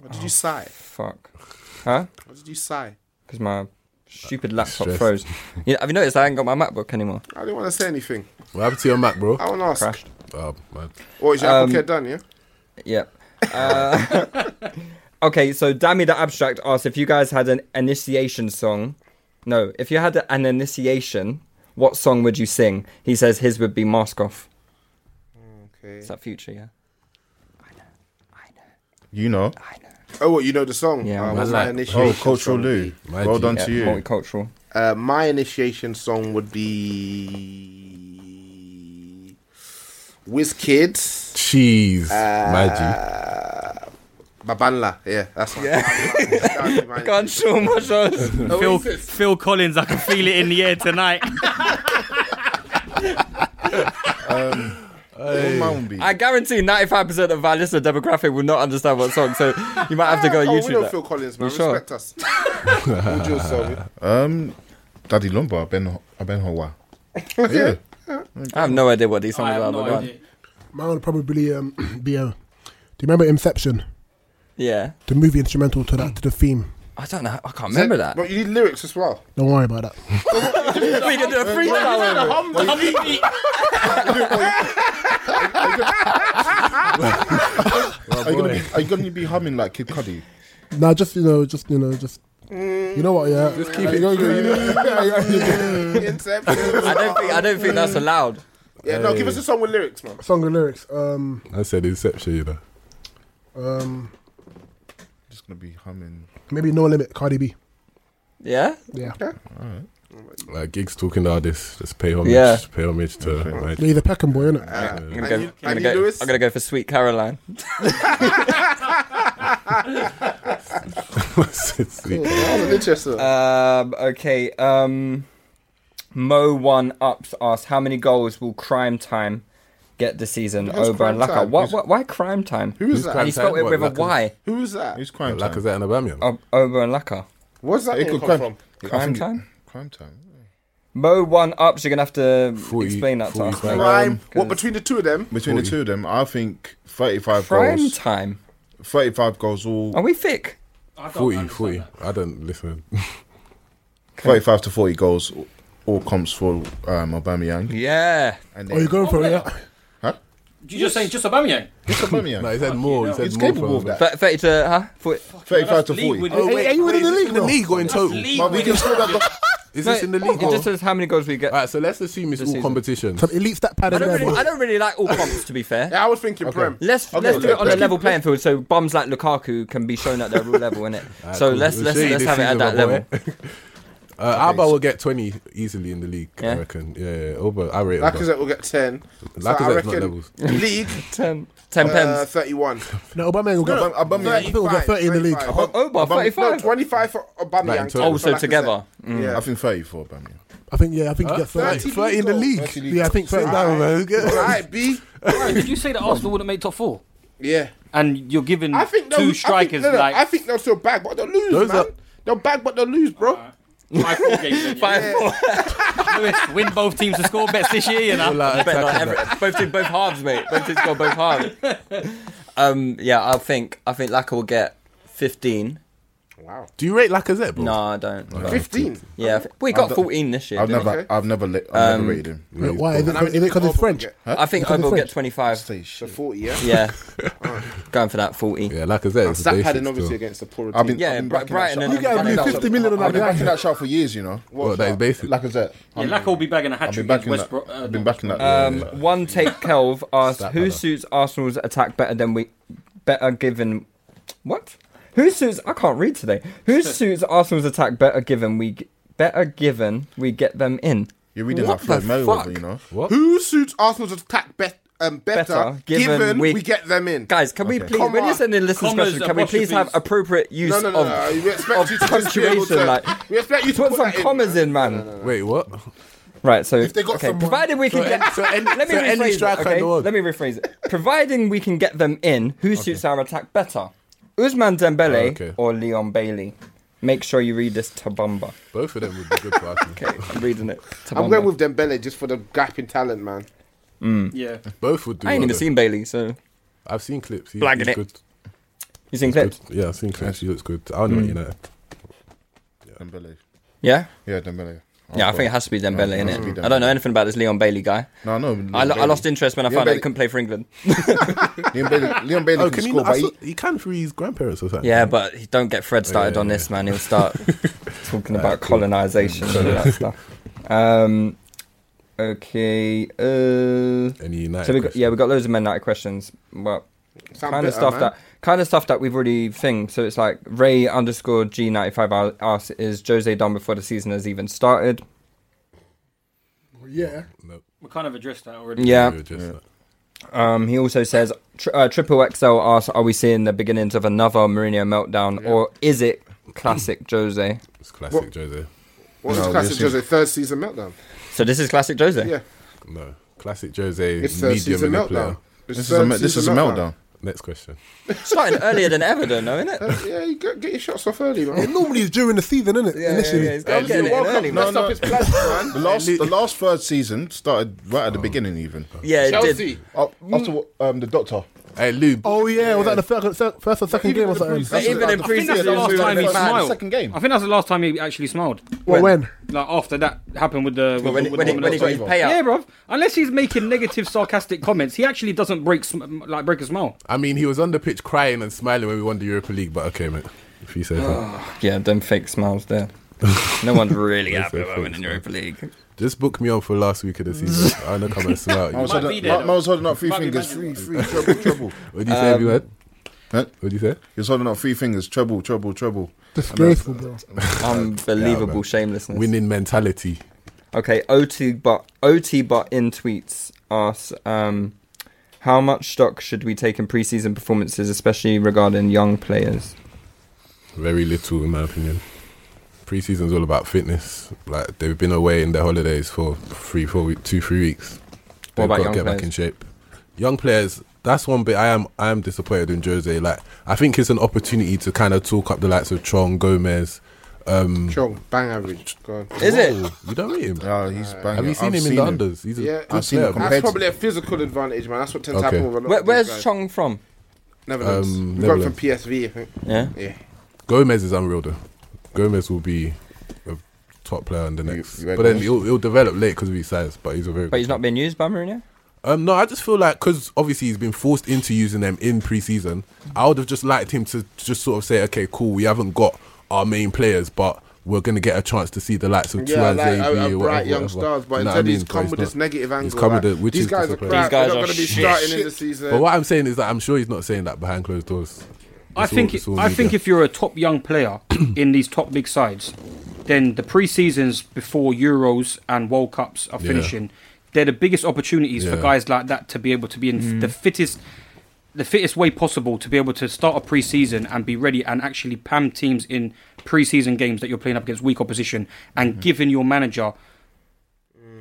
Speaker 8: What did you sigh?
Speaker 3: fuck, huh?
Speaker 8: What did you sigh?
Speaker 3: Because my stupid laptop
Speaker 5: Stress.
Speaker 3: froze. You know, have you noticed I ain't got my MacBook anymore?
Speaker 8: I didn't want to say anything.
Speaker 5: What happened to your Mac, bro?
Speaker 8: I want to ask.
Speaker 3: Crashed.
Speaker 5: Oh man.
Speaker 8: Or is your
Speaker 3: Um,
Speaker 8: um, care done? Yeah.
Speaker 3: Yep. Uh, okay, so Dammy the Abstract asked if you guys had an initiation song. No, if you had an initiation, what song would you sing? He says his would be Mask Off.
Speaker 8: Okay.
Speaker 3: Is that future? Yeah.
Speaker 6: You know.
Speaker 8: Oh, what you know the song?
Speaker 3: Yeah,
Speaker 8: Uh,
Speaker 3: man.
Speaker 8: what's
Speaker 3: Like-
Speaker 8: my initiation
Speaker 6: Oh, Cultural
Speaker 8: song?
Speaker 6: Lou. My Well G. done to you.
Speaker 3: Multicultural.
Speaker 8: Uh, my initiation song would be Whiz Kids.
Speaker 5: Cheese, magic.
Speaker 8: Babanla. Yeah, that's one. Yeah.
Speaker 3: Can't show much on.
Speaker 8: Oh,
Speaker 10: Phil, Phil Collins, I can feel it in the air tonight.
Speaker 6: Um,
Speaker 3: I guarantee 95% of our listener demographic will not understand what song, so you might have to go
Speaker 8: oh,
Speaker 3: YouTube.
Speaker 8: we know
Speaker 3: that.
Speaker 8: Phil Collins,
Speaker 3: You
Speaker 8: man.
Speaker 3: sure?
Speaker 8: Respect us. Would you also-
Speaker 6: um, Daddy Lumba, Ben, Ben Hawa. Yeah.
Speaker 3: I have no idea what these songs
Speaker 6: I have
Speaker 3: are.
Speaker 6: no
Speaker 3: but-
Speaker 6: idea.
Speaker 9: Mine would probably um, be a. Do you remember Inception?
Speaker 3: Yeah.
Speaker 9: The movie instrumental to that to the theme.
Speaker 3: Mm. I don't know. I can't remember that.
Speaker 8: But you need lyrics as well.
Speaker 9: Don't worry about that.
Speaker 3: we can do a freestyle over it.
Speaker 6: are, you gonna be, are you gonna be humming like Kid Cudi?
Speaker 9: Nah, just you know, just you know, just you know what? Yeah, just
Speaker 6: keep it
Speaker 3: I don't think I don't think that's allowed.
Speaker 8: Yeah, no,
Speaker 5: Hey.
Speaker 8: give us a song with lyrics, man.
Speaker 9: Song and lyrics. Um,
Speaker 5: I said Inception, you know.
Speaker 9: um,
Speaker 6: Just gonna be humming.
Speaker 9: maybe No Limit, Cardi B.
Speaker 3: Yeah.
Speaker 9: Yeah.
Speaker 8: Okay.
Speaker 6: All right.
Speaker 5: Uh, gigs talking about this. Just pay homage.
Speaker 3: Yeah.
Speaker 5: Pay homage to. Nigel.
Speaker 9: He's a Peckham boy,
Speaker 5: Uh,
Speaker 9: innit?
Speaker 3: I'm gonna
Speaker 8: and you-
Speaker 3: go- I'm
Speaker 8: and
Speaker 3: gonna
Speaker 8: you,
Speaker 3: go-
Speaker 8: Uh, Lewis?
Speaker 3: I'm gonna go for Sweet Caroline. Um, okay. Um, Mo one ups asks how many goals will Crime Time get this season
Speaker 8: Who's
Speaker 3: over and
Speaker 8: Crime Time?
Speaker 3: Laka? Why,
Speaker 8: Who's-
Speaker 3: why, why Crime Time?
Speaker 8: Who is that?
Speaker 3: And he spelled it with a Y.
Speaker 8: Who is that? Who's crime
Speaker 5: Like is that an Aubameyang?
Speaker 3: O- Oba and Laka.
Speaker 8: Where's that name come from?
Speaker 3: Crime Time.
Speaker 6: Crime time.
Speaker 3: Mo one ups. You're gonna have to explain that to us. mate.
Speaker 8: Crime.
Speaker 3: Because-
Speaker 8: What between the two of them?
Speaker 6: Um, Between the two of them, I think 35
Speaker 3: Crime
Speaker 6: goals.
Speaker 3: time.
Speaker 6: 35 goals all.
Speaker 3: Are we thick?
Speaker 5: 40, 40. I don't listen.
Speaker 6: 35 to 40 goals all comps for um, Aubameyang.
Speaker 3: Yeah.
Speaker 6: And
Speaker 9: Oh, you going for it? Yeah.
Speaker 10: You just saying just Aubameyang?
Speaker 6: It's Aubameyang.
Speaker 5: No, he said more. He said
Speaker 6: He's
Speaker 5: more
Speaker 6: capable of
Speaker 5: for him.
Speaker 6: that.
Speaker 3: Th- Thirty to huh? 40.
Speaker 6: 35 to
Speaker 10: league
Speaker 6: 40.
Speaker 10: winning.
Speaker 6: Oh,
Speaker 10: Oh,
Speaker 5: wait,
Speaker 9: Hey, you winning the
Speaker 5: is this
Speaker 9: league?
Speaker 5: in the
Speaker 9: though?
Speaker 5: league or in total?
Speaker 10: league
Speaker 6: but we can still have the-
Speaker 5: Is this in the
Speaker 3: It
Speaker 5: league or?
Speaker 3: just says how many goals we get.
Speaker 5: All right, so let's assume it's
Speaker 3: This
Speaker 5: all
Speaker 3: season.
Speaker 5: competitions.
Speaker 9: Some elite stat pad
Speaker 3: I
Speaker 9: in
Speaker 3: don't
Speaker 9: there.
Speaker 3: really,
Speaker 9: boy.
Speaker 3: I don't really like all comps to be fair.
Speaker 8: Yeah, I was thinking Prem.
Speaker 3: Let's
Speaker 8: Okay,
Speaker 3: let's do it on a
Speaker 8: let's-
Speaker 3: level playing field, so bums like Lukaku can be shown at their real level, innit? it? so
Speaker 5: Ah, cool.
Speaker 3: let's
Speaker 5: We'll
Speaker 3: let's
Speaker 5: see
Speaker 3: let's
Speaker 5: this
Speaker 3: have it at
Speaker 5: season,
Speaker 3: that
Speaker 5: my
Speaker 3: level.
Speaker 5: boy. Uh, Alba will get 20 easily in the league,
Speaker 3: Yeah.
Speaker 5: I reckon. Yeah, yeah, yeah. Oba, I rate Oba.
Speaker 8: Lacazette will get 10. So
Speaker 5: Lacazette's
Speaker 8: I
Speaker 5: not
Speaker 8: reckon
Speaker 5: levels.
Speaker 8: league
Speaker 3: Ten, ten
Speaker 8: uh,
Speaker 3: pens.
Speaker 8: 31.
Speaker 9: No, Aubameyang will
Speaker 8: No,
Speaker 9: get.
Speaker 5: uh,
Speaker 8: no, Aubameyang,
Speaker 9: I think we'll get 30 in the league.
Speaker 8: 35.
Speaker 3: Oh, Oba,
Speaker 8: Aubame-
Speaker 3: 35.
Speaker 8: No, 25 for
Speaker 5: Like,
Speaker 8: Aubameyang.
Speaker 5: to-
Speaker 6: Oh,
Speaker 3: Also
Speaker 8: for Lacazette.
Speaker 3: together.
Speaker 8: Yeah.
Speaker 6: I think 34 Aubameyang.
Speaker 9: I think yeah. I think you get
Speaker 5: 30,
Speaker 9: 30.
Speaker 5: 30 in the league.
Speaker 6: 30 league.
Speaker 9: Yeah, I think 30.
Speaker 5: Damn, man.
Speaker 8: All right, B.
Speaker 10: Right, did you say that Arsenal wouldn't make top four?
Speaker 8: Yeah.
Speaker 10: And you're giving
Speaker 8: I think they'll,
Speaker 10: two
Speaker 8: I think,
Speaker 10: strikers
Speaker 8: no, no,
Speaker 10: like
Speaker 8: I think they'll still bag, but they'll lose,
Speaker 5: Those
Speaker 8: man.
Speaker 5: are-
Speaker 8: They'll bag, but they'll lose, bro.
Speaker 10: five four games. then, yeah.
Speaker 3: Five more.
Speaker 10: Lewis, win both teams to score bets this year, you know.
Speaker 5: Like,
Speaker 3: Bet not
Speaker 5: attacking
Speaker 3: every-
Speaker 5: that.
Speaker 3: both teams, both halves, mate. Both teams got both halves. Um, yeah, I think I think Laka will get fifteen.
Speaker 8: Wow.
Speaker 5: Do you rate Lacazette, bro?
Speaker 3: No, I don't.
Speaker 8: 15.
Speaker 3: Yeah, I thi- we got fourteen this year.
Speaker 6: I've
Speaker 3: didn't
Speaker 6: never,
Speaker 3: we? Um,
Speaker 6: I've never, let, I've never rated him.
Speaker 9: Wait, Why is it?
Speaker 8: And how
Speaker 9: Is
Speaker 8: many
Speaker 9: it because
Speaker 8: did Oba
Speaker 9: it's French?
Speaker 8: get?
Speaker 3: I think Oba will get twenty-five.
Speaker 6: Stay
Speaker 8: The
Speaker 6: shit.
Speaker 8: 40, yeah.
Speaker 3: Yeah, going for that forty.
Speaker 5: Yeah, Lacazette is
Speaker 8: That had
Speaker 5: basic
Speaker 8: an obviously
Speaker 5: still.
Speaker 8: against the poorer
Speaker 6: I've
Speaker 8: team.
Speaker 6: been,
Speaker 3: Yeah,
Speaker 6: I've been
Speaker 3: Bri-
Speaker 6: backing
Speaker 3: Brighton
Speaker 6: that
Speaker 3: and-
Speaker 6: shot.
Speaker 3: You gotta
Speaker 6: I've been
Speaker 3: do
Speaker 6: backing
Speaker 9: 50
Speaker 6: that
Speaker 9: million
Speaker 6: shot.
Speaker 9: on
Speaker 6: I've been
Speaker 9: that
Speaker 6: backing that shot for years, you know.
Speaker 8: What
Speaker 5: Well, that is
Speaker 8: shot?
Speaker 5: basic.
Speaker 6: Lacazette.
Speaker 10: Yeah, Laka will be bagging a hat
Speaker 6: I've been
Speaker 10: trick
Speaker 6: backing
Speaker 10: against
Speaker 6: that.
Speaker 10: Westbrook. uh,
Speaker 6: I've been backing that.
Speaker 3: Um, One take Kelv asked,
Speaker 5: Stat
Speaker 3: "Who
Speaker 5: ladder.
Speaker 3: suits Arsenal's attack better than we better given what? Who suits? I can't read today. Who suits Arsenal's attack better given we g- better given we get them in?
Speaker 6: You're reading
Speaker 3: What
Speaker 6: like Floyd
Speaker 3: the
Speaker 6: Mayweather,
Speaker 3: fuck?
Speaker 6: you know.
Speaker 5: What?
Speaker 8: Who suits Arsenal's attack be- um, better,
Speaker 3: Better,
Speaker 8: given,
Speaker 3: given
Speaker 8: we...
Speaker 3: we-
Speaker 8: get them in?
Speaker 3: Guys, can we
Speaker 6: Okay.
Speaker 3: please?
Speaker 8: Comma.
Speaker 3: When you're sending listeners
Speaker 10: Commas,
Speaker 3: questions, can we please have
Speaker 10: apostrophes.
Speaker 3: appropriate use
Speaker 8: no, no, no,
Speaker 3: of
Speaker 8: no, We expect
Speaker 3: of
Speaker 8: you to just be able
Speaker 3: punctuation,
Speaker 8: to,
Speaker 3: like-
Speaker 8: we expect you to
Speaker 3: put some
Speaker 8: that
Speaker 3: commas in, man?
Speaker 5: Wait, what?
Speaker 3: Right, so
Speaker 6: they got
Speaker 3: okay,
Speaker 6: someone-
Speaker 3: provided we can
Speaker 5: So
Speaker 3: get
Speaker 5: any- so any-
Speaker 3: let me
Speaker 5: so any
Speaker 3: rephrase
Speaker 5: striker
Speaker 3: it,
Speaker 5: in
Speaker 3: okay?
Speaker 5: the world.
Speaker 3: Let me rephrase it. Providing we can get them in, who suits our attack better? Usman Dembele
Speaker 5: Oh, okay.
Speaker 3: or Leon Bailey? Make sure you read this Tabamba.
Speaker 5: Both of them would be good for Arsenal.
Speaker 3: Okay, I'm reading it. Tabamba.
Speaker 8: I'm going with Dembele just for the gap in talent, man.
Speaker 3: Mm.
Speaker 10: Yeah.
Speaker 5: Both would do.
Speaker 3: I ain't
Speaker 5: well,
Speaker 3: even
Speaker 5: though.
Speaker 3: seen Bailey, so
Speaker 5: I've seen clips. He's,
Speaker 3: Blagging
Speaker 5: he's
Speaker 3: it.
Speaker 5: good.
Speaker 3: you seen
Speaker 5: good.
Speaker 3: clips? Mm.
Speaker 5: Yeah, I've seen clips. He looks good. I don't know you know.
Speaker 6: Dembele.
Speaker 3: Yeah,
Speaker 6: Yeah, Dembele.
Speaker 3: yeah.
Speaker 5: Oh,
Speaker 3: I think it has to be Dembele in
Speaker 6: has to be
Speaker 3: it. I don't know anything about this Leon Bailey guy.
Speaker 6: No, no.
Speaker 3: I, lo- I lost
Speaker 6: Leon
Speaker 3: interest when I
Speaker 6: Leon
Speaker 3: found out he
Speaker 6: Bailey-
Speaker 3: couldn't play for England.
Speaker 6: Bailey. Leon Bailey
Speaker 5: Oh,
Speaker 6: can,
Speaker 5: can he?
Speaker 6: score,
Speaker 5: Not, I
Speaker 6: but
Speaker 5: saw,
Speaker 6: he-
Speaker 5: he can for his grandparents or something.
Speaker 3: Yeah, but he- don't get Fred started
Speaker 5: yeah,
Speaker 3: on this, man. He'll start talking about colonization and all that stuff. Um, okay. Uh,
Speaker 5: Any United?
Speaker 3: so we got, yeah, we got loads of Man United questions. Well,
Speaker 8: Sound
Speaker 3: kind of
Speaker 8: better,
Speaker 3: stuff
Speaker 8: man.
Speaker 3: that kind of stuff that we've already thing. So it's like Ray underscore G ninety five asks, "Is Jose done before the season has even started?"
Speaker 9: Yeah.
Speaker 5: No,
Speaker 10: We kind of addressed that already.
Speaker 3: Yeah.
Speaker 5: we were just, uh,
Speaker 3: Um, he also says tri- uh, Triple XL asks, "Are we seeing the beginnings of another Mourinho meltdown, or is it classic Jose?"
Speaker 5: It's classic Jose.
Speaker 8: What
Speaker 6: No,
Speaker 8: was
Speaker 6: we
Speaker 8: classic
Speaker 6: assume-
Speaker 8: Jose? Third season meltdown.
Speaker 3: So this is classic Jose.
Speaker 8: Yeah.
Speaker 5: No, classic Jose.
Speaker 8: It's third
Speaker 5: medium
Speaker 8: season
Speaker 5: in the
Speaker 8: meltdown.
Speaker 5: player.
Speaker 8: It's
Speaker 6: This is
Speaker 8: third
Speaker 6: a me- this
Speaker 8: season
Speaker 6: is a meltdown.
Speaker 5: Next question.
Speaker 3: Starting earlier than ever, though, no, isn't it?
Speaker 8: Uh, Yeah, you get, get your shots off early,
Speaker 9: It
Speaker 8: man.
Speaker 9: normally is during the season, isn't it? Initially.
Speaker 3: he's got- getting it in early, man.
Speaker 8: Messed up his plans, man.
Speaker 6: The last, the last third season started right at the beginning, even.
Speaker 3: Oh. Yeah, it did.
Speaker 8: Chelsea.
Speaker 6: Oh, after um, the doctor.
Speaker 5: Hey, Lou.
Speaker 9: Oh yeah, was that the fir- fir- first or second game or
Speaker 6: the
Speaker 9: something?
Speaker 6: pre-season-
Speaker 3: Even in
Speaker 6: I think
Speaker 3: pre-season,
Speaker 6: that's the last
Speaker 3: we were
Speaker 6: time
Speaker 3: in
Speaker 6: he
Speaker 3: the
Speaker 6: smiled.
Speaker 3: smiled.
Speaker 6: Second game.
Speaker 10: I think that was the last time he actually smiled.
Speaker 9: Well, when?
Speaker 10: Like after that happened with the
Speaker 3: When,
Speaker 10: with,
Speaker 3: when, he,
Speaker 10: with
Speaker 3: when he got his
Speaker 6: Over.
Speaker 3: payout.
Speaker 10: yeah, bruv. Unless he's making negative, sarcastic comments, he actually doesn't break sm- like break a smile.
Speaker 5: I mean, he was on the pitch crying and smiling when we won the Europa League, but okay, mate. If you say so.
Speaker 3: Yeah, them fake smiles there. Ah, No one's really happy
Speaker 5: so
Speaker 3: about winning
Speaker 5: fake,
Speaker 3: Europa League. Mm.
Speaker 5: Just book me on for last week of the season. I know come and smile. at
Speaker 6: Uh, I was
Speaker 5: you.
Speaker 10: be
Speaker 6: holding,
Speaker 10: there,
Speaker 6: I was holding up three
Speaker 10: Might be
Speaker 6: fingers,
Speaker 10: Manuel.
Speaker 6: three, three, trouble, trouble.
Speaker 5: What do you say, everyone?
Speaker 6: Huh?
Speaker 5: What do you say?
Speaker 6: He was holding up three fingers: treble, treble, treble. uh,
Speaker 9: Disgraceful, bro.
Speaker 3: Unbelievable
Speaker 5: Yeah, man.
Speaker 3: shamelessness.
Speaker 5: Winning mentality.
Speaker 3: Okay, OT but OT but in tweets asks, um, how much stock should we take in preseason performances, especially regarding young players?
Speaker 5: Very little, in my opinion. Preseason's all about fitness. Like they've been away in their holidays for three, four weeks, two, three weeks.
Speaker 3: What
Speaker 5: They've
Speaker 3: about
Speaker 5: got
Speaker 3: young
Speaker 5: to get
Speaker 3: players?
Speaker 5: back in shape. Young players. That's one bit I am. I am disappointed in Jose. Like I think it's an opportunity to kind of talk up the likes of Chong, Gomez. Um,
Speaker 8: Chong, bang average. Go on.
Speaker 3: Is it?
Speaker 5: Whoa, You don't rate him.
Speaker 3: Ah,
Speaker 6: Oh, he's banging.
Speaker 5: Have you seen
Speaker 6: I've
Speaker 5: him in the unders? He's a
Speaker 8: Yeah,
Speaker 5: good
Speaker 8: I've seen
Speaker 5: player,
Speaker 8: him.
Speaker 5: bro.
Speaker 8: That's probably a physical advantage, man. That's what tends
Speaker 5: Okay.
Speaker 8: to happen with a lot
Speaker 3: Where,
Speaker 8: of these
Speaker 3: where's
Speaker 8: guys.
Speaker 3: Chong from?
Speaker 8: Netherlands.
Speaker 5: Um,
Speaker 8: we got it from
Speaker 5: Netherlands.
Speaker 8: PSV, I think.
Speaker 3: Yeah.
Speaker 8: Yeah.
Speaker 5: Gomez is unreal though. Gomez will be a top player in the next,
Speaker 8: you read
Speaker 5: but then
Speaker 8: Gomez?
Speaker 5: he'll, he'll develop late because of his size. But he's a very.
Speaker 3: But he's not being used by Mourinho.
Speaker 5: Um, no, I just feel like because obviously he's been forced into using them in preseason. I would have just liked him to just sort of say, okay, cool, we haven't got our main players, but we're gonna get a chance to see the likes of
Speaker 8: Yeah,
Speaker 5: Tuan
Speaker 8: like a,
Speaker 5: Zabi
Speaker 8: a
Speaker 5: or
Speaker 8: bright
Speaker 5: whatever,
Speaker 8: young
Speaker 5: whatever.
Speaker 8: stars, but
Speaker 5: You know
Speaker 8: instead
Speaker 5: what I mean?
Speaker 8: he's
Speaker 5: But
Speaker 8: come
Speaker 5: he's
Speaker 8: with
Speaker 5: not-
Speaker 8: this negative angle.
Speaker 5: He's come
Speaker 8: like,
Speaker 5: with it, which
Speaker 8: these
Speaker 5: is
Speaker 8: guys are
Speaker 5: disappointing.
Speaker 8: crap.
Speaker 3: These
Speaker 8: They're
Speaker 3: guys
Speaker 8: not
Speaker 3: are
Speaker 8: going to be
Speaker 3: shit.
Speaker 8: starting in the season.
Speaker 5: But what I'm saying is that I'm sure he's not saying that behind closed doors.
Speaker 4: I
Speaker 5: It's all-
Speaker 4: think
Speaker 5: it's all
Speaker 4: I
Speaker 5: media.
Speaker 4: think if you're a top young player in these top big sides, then the pre-seasons before Euros and World Cups are
Speaker 5: Yeah.
Speaker 4: finishing, they're the biggest opportunities for
Speaker 5: Yeah.
Speaker 4: guys like that to be able to be in the fittest the fittest way possible to be able to start a pre-season and be ready and actually pam teams in pre-season games that you're playing up against weak opposition and
Speaker 5: Mm.
Speaker 4: giving your manager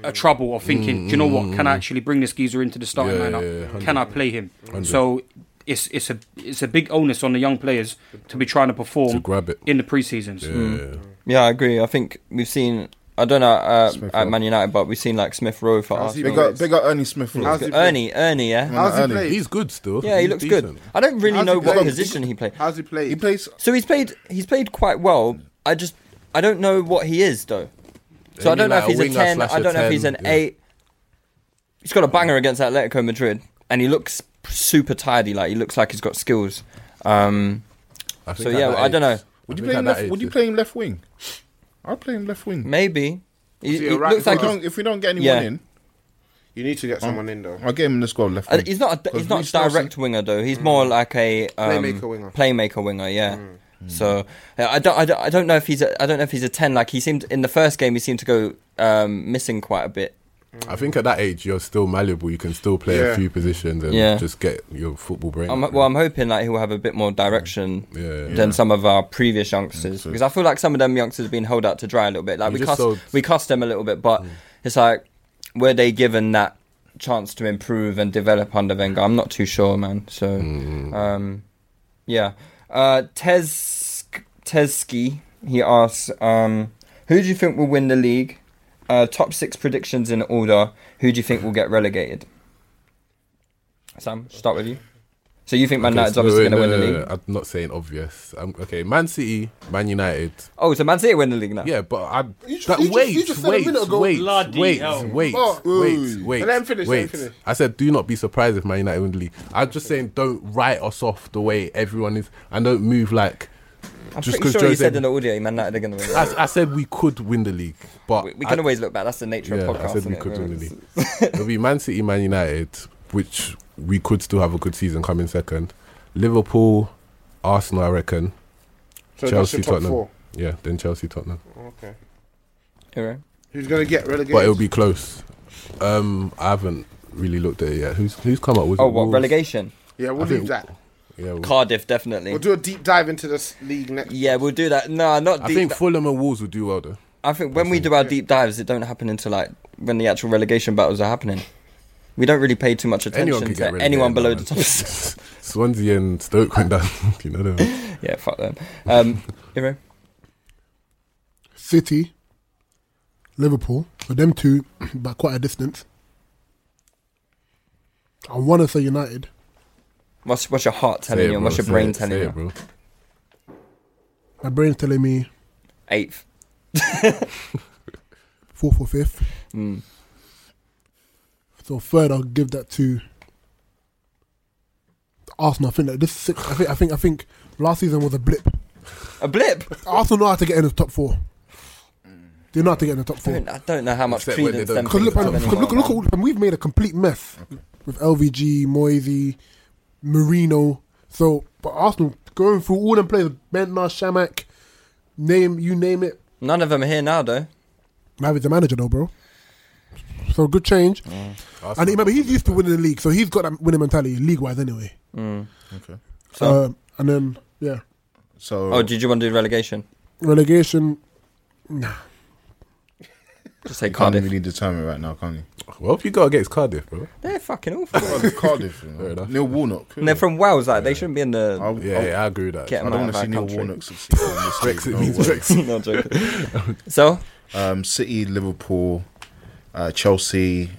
Speaker 4: a trouble of thinking, do you know what? Can I actually bring this geezer into the starting
Speaker 5: Mm. Yeah, yeah, yeah,
Speaker 4: lineup?
Speaker 5: hundred.
Speaker 4: Can I play him? So it's it's a it's a big onus on the young players to be trying to perform
Speaker 5: To grab it.
Speaker 4: in the pre-seasons.
Speaker 5: Yeah.
Speaker 3: Yeah, I agree. I think we've seen. I don't know uh,
Speaker 6: Smith
Speaker 3: at
Speaker 6: Rowe.
Speaker 3: Man United, but we've seen like Smith Rowe for
Speaker 8: How's he
Speaker 3: Arsenal.
Speaker 6: Big up, big up Ernie Smith.
Speaker 8: How's he played?
Speaker 3: Ernie, Ernie, yeah.
Speaker 6: How's he
Speaker 8: Ernie.
Speaker 6: played?
Speaker 5: He's good still.
Speaker 3: Yeah, he
Speaker 5: He's
Speaker 3: looks
Speaker 5: decent.
Speaker 3: good. I don't really
Speaker 8: How's
Speaker 3: know
Speaker 8: he
Speaker 3: what
Speaker 8: played?
Speaker 3: position he played.
Speaker 8: How's he played?
Speaker 6: He plays.
Speaker 3: So he's played. He's played quite well. I just. I don't know what he is though. So I
Speaker 5: Maybe
Speaker 3: don't know
Speaker 5: like
Speaker 3: if he's
Speaker 5: a
Speaker 3: a
Speaker 5: winger
Speaker 3: ten.
Speaker 5: slash
Speaker 3: I
Speaker 5: a
Speaker 3: don't know if he's an
Speaker 5: 10, yeah.
Speaker 3: eight. He's got a banger against Atletico Madrid, and he looks super tidy. Like he looks like he's got skills. Um,
Speaker 5: I think
Speaker 3: So,
Speaker 5: at
Speaker 3: yeah,
Speaker 5: that
Speaker 3: I don't
Speaker 5: age-
Speaker 3: know.
Speaker 6: Would
Speaker 5: I think
Speaker 6: you play
Speaker 5: at
Speaker 6: him?
Speaker 5: that
Speaker 6: Left,
Speaker 5: age,
Speaker 6: would you
Speaker 5: it's-
Speaker 6: play him left wing? I'd play him left wing.
Speaker 3: maybe. He,
Speaker 8: he
Speaker 3: he
Speaker 8: a right
Speaker 3: looks like
Speaker 6: If we
Speaker 8: winger?
Speaker 3: he's,
Speaker 6: don't, if we don't get anyone
Speaker 3: Yeah.
Speaker 6: in,
Speaker 8: You need to get someone in, though.
Speaker 6: I'll get him in the squad left
Speaker 3: uh,
Speaker 6: wing.
Speaker 3: he's not. A, he's
Speaker 6: Because
Speaker 3: not
Speaker 6: Reece
Speaker 3: a direct
Speaker 6: Nelson-
Speaker 3: winger though. He's more like a um,
Speaker 8: Playmaker winger. Mm.
Speaker 3: Playmaker winger, yeah. So uh, I don't, I don't. I don't know if he's. A, I don't know if he's a ten. Like he seemed in the first game. He seemed to go um, missing quite a bit.
Speaker 5: I think at that age you're still malleable. You can still play
Speaker 8: Yeah.
Speaker 5: a few positions and
Speaker 3: Yeah.
Speaker 5: just get your football brain.
Speaker 3: I'm,
Speaker 5: up,
Speaker 3: well,
Speaker 5: man.
Speaker 3: I'm hoping like he'll have a bit more direction
Speaker 5: Yeah.
Speaker 3: than some of our previous youngsters
Speaker 6: so-
Speaker 3: because I feel like some of them youngsters have been held out to dry a little bit. Like
Speaker 5: You
Speaker 3: we
Speaker 5: just
Speaker 3: cuss,
Speaker 5: sold- Mm.
Speaker 3: we cuss them a little bit, but it's like were they given that chance to improve and develop under Wenger? I'm not too sure, man. So,
Speaker 5: Mm.
Speaker 3: um, yeah, uh, Tez Tezski he asks, um, who do you think will win the league? Uh, top six predictions in order. Who do you think will get relegated? Sam, start with you. So you think Man
Speaker 5: Okay,
Speaker 3: United's
Speaker 5: so
Speaker 3: obviously
Speaker 5: wait,
Speaker 3: going to win
Speaker 5: no, no,
Speaker 3: the league?
Speaker 5: no, no, I'm not saying obvious. i okay, Man City, Man United.
Speaker 3: Oh, so Man City win the league now?
Speaker 5: Yeah, but I.
Speaker 8: You just-
Speaker 5: that,
Speaker 8: you just-
Speaker 5: wait,
Speaker 8: you just said a
Speaker 5: wait,
Speaker 8: minute ago-
Speaker 5: wait,
Speaker 10: Bloody
Speaker 5: wait,
Speaker 10: hell.
Speaker 5: wait,
Speaker 8: Oh,
Speaker 5: wait,
Speaker 8: ooh.
Speaker 5: wait.
Speaker 8: Let him finish, let
Speaker 5: wait.
Speaker 8: him finish.
Speaker 5: I said, do not be surprised if Man United win the league. I'm just saying, don't write us off the way everyone is, and don't move like.
Speaker 3: I'm pretty
Speaker 5: just 'cause
Speaker 3: sure you
Speaker 5: Jose-
Speaker 3: said in the audio Man United are going to win. the league.
Speaker 5: I, I said we could win the league, but
Speaker 3: We, we can
Speaker 5: I-
Speaker 3: always look back. That's the nature
Speaker 5: Yeah,
Speaker 3: of podcasts.
Speaker 5: I said we
Speaker 3: innit?
Speaker 5: could win the
Speaker 3: It's-
Speaker 5: league. It'll be Man City, Man United, which we could still have a good season coming second. Liverpool, Arsenal, I reckon.
Speaker 8: So
Speaker 5: Chelsea,
Speaker 8: that's your top
Speaker 5: Tottenham.
Speaker 8: four.
Speaker 5: Yeah, then Chelsea, Tottenham.
Speaker 8: Oh, Okay.
Speaker 3: you know?
Speaker 8: Who's going to get relegated?
Speaker 5: But it'll be close. Um, I haven't really looked at it yet. Who's who's come up? Was
Speaker 3: Oh,
Speaker 5: it
Speaker 3: what
Speaker 5: Wolves?
Speaker 3: relegation?
Speaker 8: yeah, we'll
Speaker 5: I
Speaker 8: leave
Speaker 5: think-
Speaker 8: that.
Speaker 5: Yeah, Wolves.
Speaker 3: Cardiff definitely.
Speaker 8: We'll do a deep dive into this league next.
Speaker 3: yeah, we'll do that. No, not
Speaker 5: I
Speaker 3: deep.
Speaker 5: think
Speaker 3: di-
Speaker 5: Fulham and Wolves will do well though.
Speaker 3: I think when we do our deep dives, it don't happen until like when the actual relegation battles are happening. We don't really pay too much
Speaker 5: Anyone
Speaker 3: attention
Speaker 5: can get
Speaker 3: to anyone
Speaker 5: relegated,
Speaker 3: below
Speaker 5: man.
Speaker 3: the top. six.
Speaker 5: Swansea and Stoke went down. you know them.
Speaker 3: yeah, fuck them. Um, you know?
Speaker 9: City, Liverpool, for them two by quite a distance. I want to say United.
Speaker 3: what's what's your heart
Speaker 5: Say
Speaker 3: telling
Speaker 5: it,
Speaker 3: you? and What's
Speaker 5: bro.
Speaker 3: your brain
Speaker 5: Say it,
Speaker 3: telling
Speaker 5: say
Speaker 3: you?
Speaker 5: it, bro.
Speaker 9: My brain's telling me
Speaker 3: Eighth.
Speaker 9: fourth or fifth.
Speaker 3: Mm.
Speaker 9: So third, I'll give that to Arsenal. I think that this six, I think I think I think last season was a blip.
Speaker 3: A blip.
Speaker 9: Arsenal know how to get in the top four. They know how to get in the top
Speaker 3: I
Speaker 9: four.
Speaker 3: don't, I don't know how much
Speaker 5: Except when they
Speaker 3: credence them
Speaker 5: don't come
Speaker 3: things
Speaker 9: Because look,
Speaker 5: Think
Speaker 3: have
Speaker 9: look,
Speaker 3: anymore,
Speaker 9: look, look,
Speaker 3: man.
Speaker 9: look, we've made a complete mess with LVG, Moisey, Marino, So, but Arsenal going through all them players, Bentner, Shamak, name you name it.
Speaker 3: None of them are here now, though.
Speaker 9: Mavi's the manager though, bro. So good change.
Speaker 3: Mm.
Speaker 9: And remember, he's used to winning the league, so he's got that winning mentality, league wise, anyway.
Speaker 3: Mm.
Speaker 6: Okay.
Speaker 3: So,
Speaker 9: Um, and then yeah,
Speaker 6: so
Speaker 3: oh, did you want to do relegation?
Speaker 9: relegation. Nah,
Speaker 3: Just say
Speaker 6: You can't
Speaker 3: Cardiff.
Speaker 6: really determine right now, can you?
Speaker 5: Well, if you go against Cardiff, bro.
Speaker 3: They're fucking awful.
Speaker 6: Cardiff, Cardiff you know. Neil Warnock.
Speaker 3: And they're from Wales, like they shouldn't be in the.
Speaker 6: I'll-
Speaker 5: Yeah, yeah, I agree with that.
Speaker 3: Get
Speaker 6: I
Speaker 3: them
Speaker 6: don't
Speaker 3: out of
Speaker 6: want to
Speaker 3: our
Speaker 6: see Neil
Speaker 3: country.
Speaker 6: Warnock succeed. in this league,
Speaker 5: Brexit
Speaker 6: no
Speaker 5: means
Speaker 6: way.
Speaker 5: Brexit.
Speaker 3: no joke. So
Speaker 6: Um, City, Liverpool, uh, Chelsea,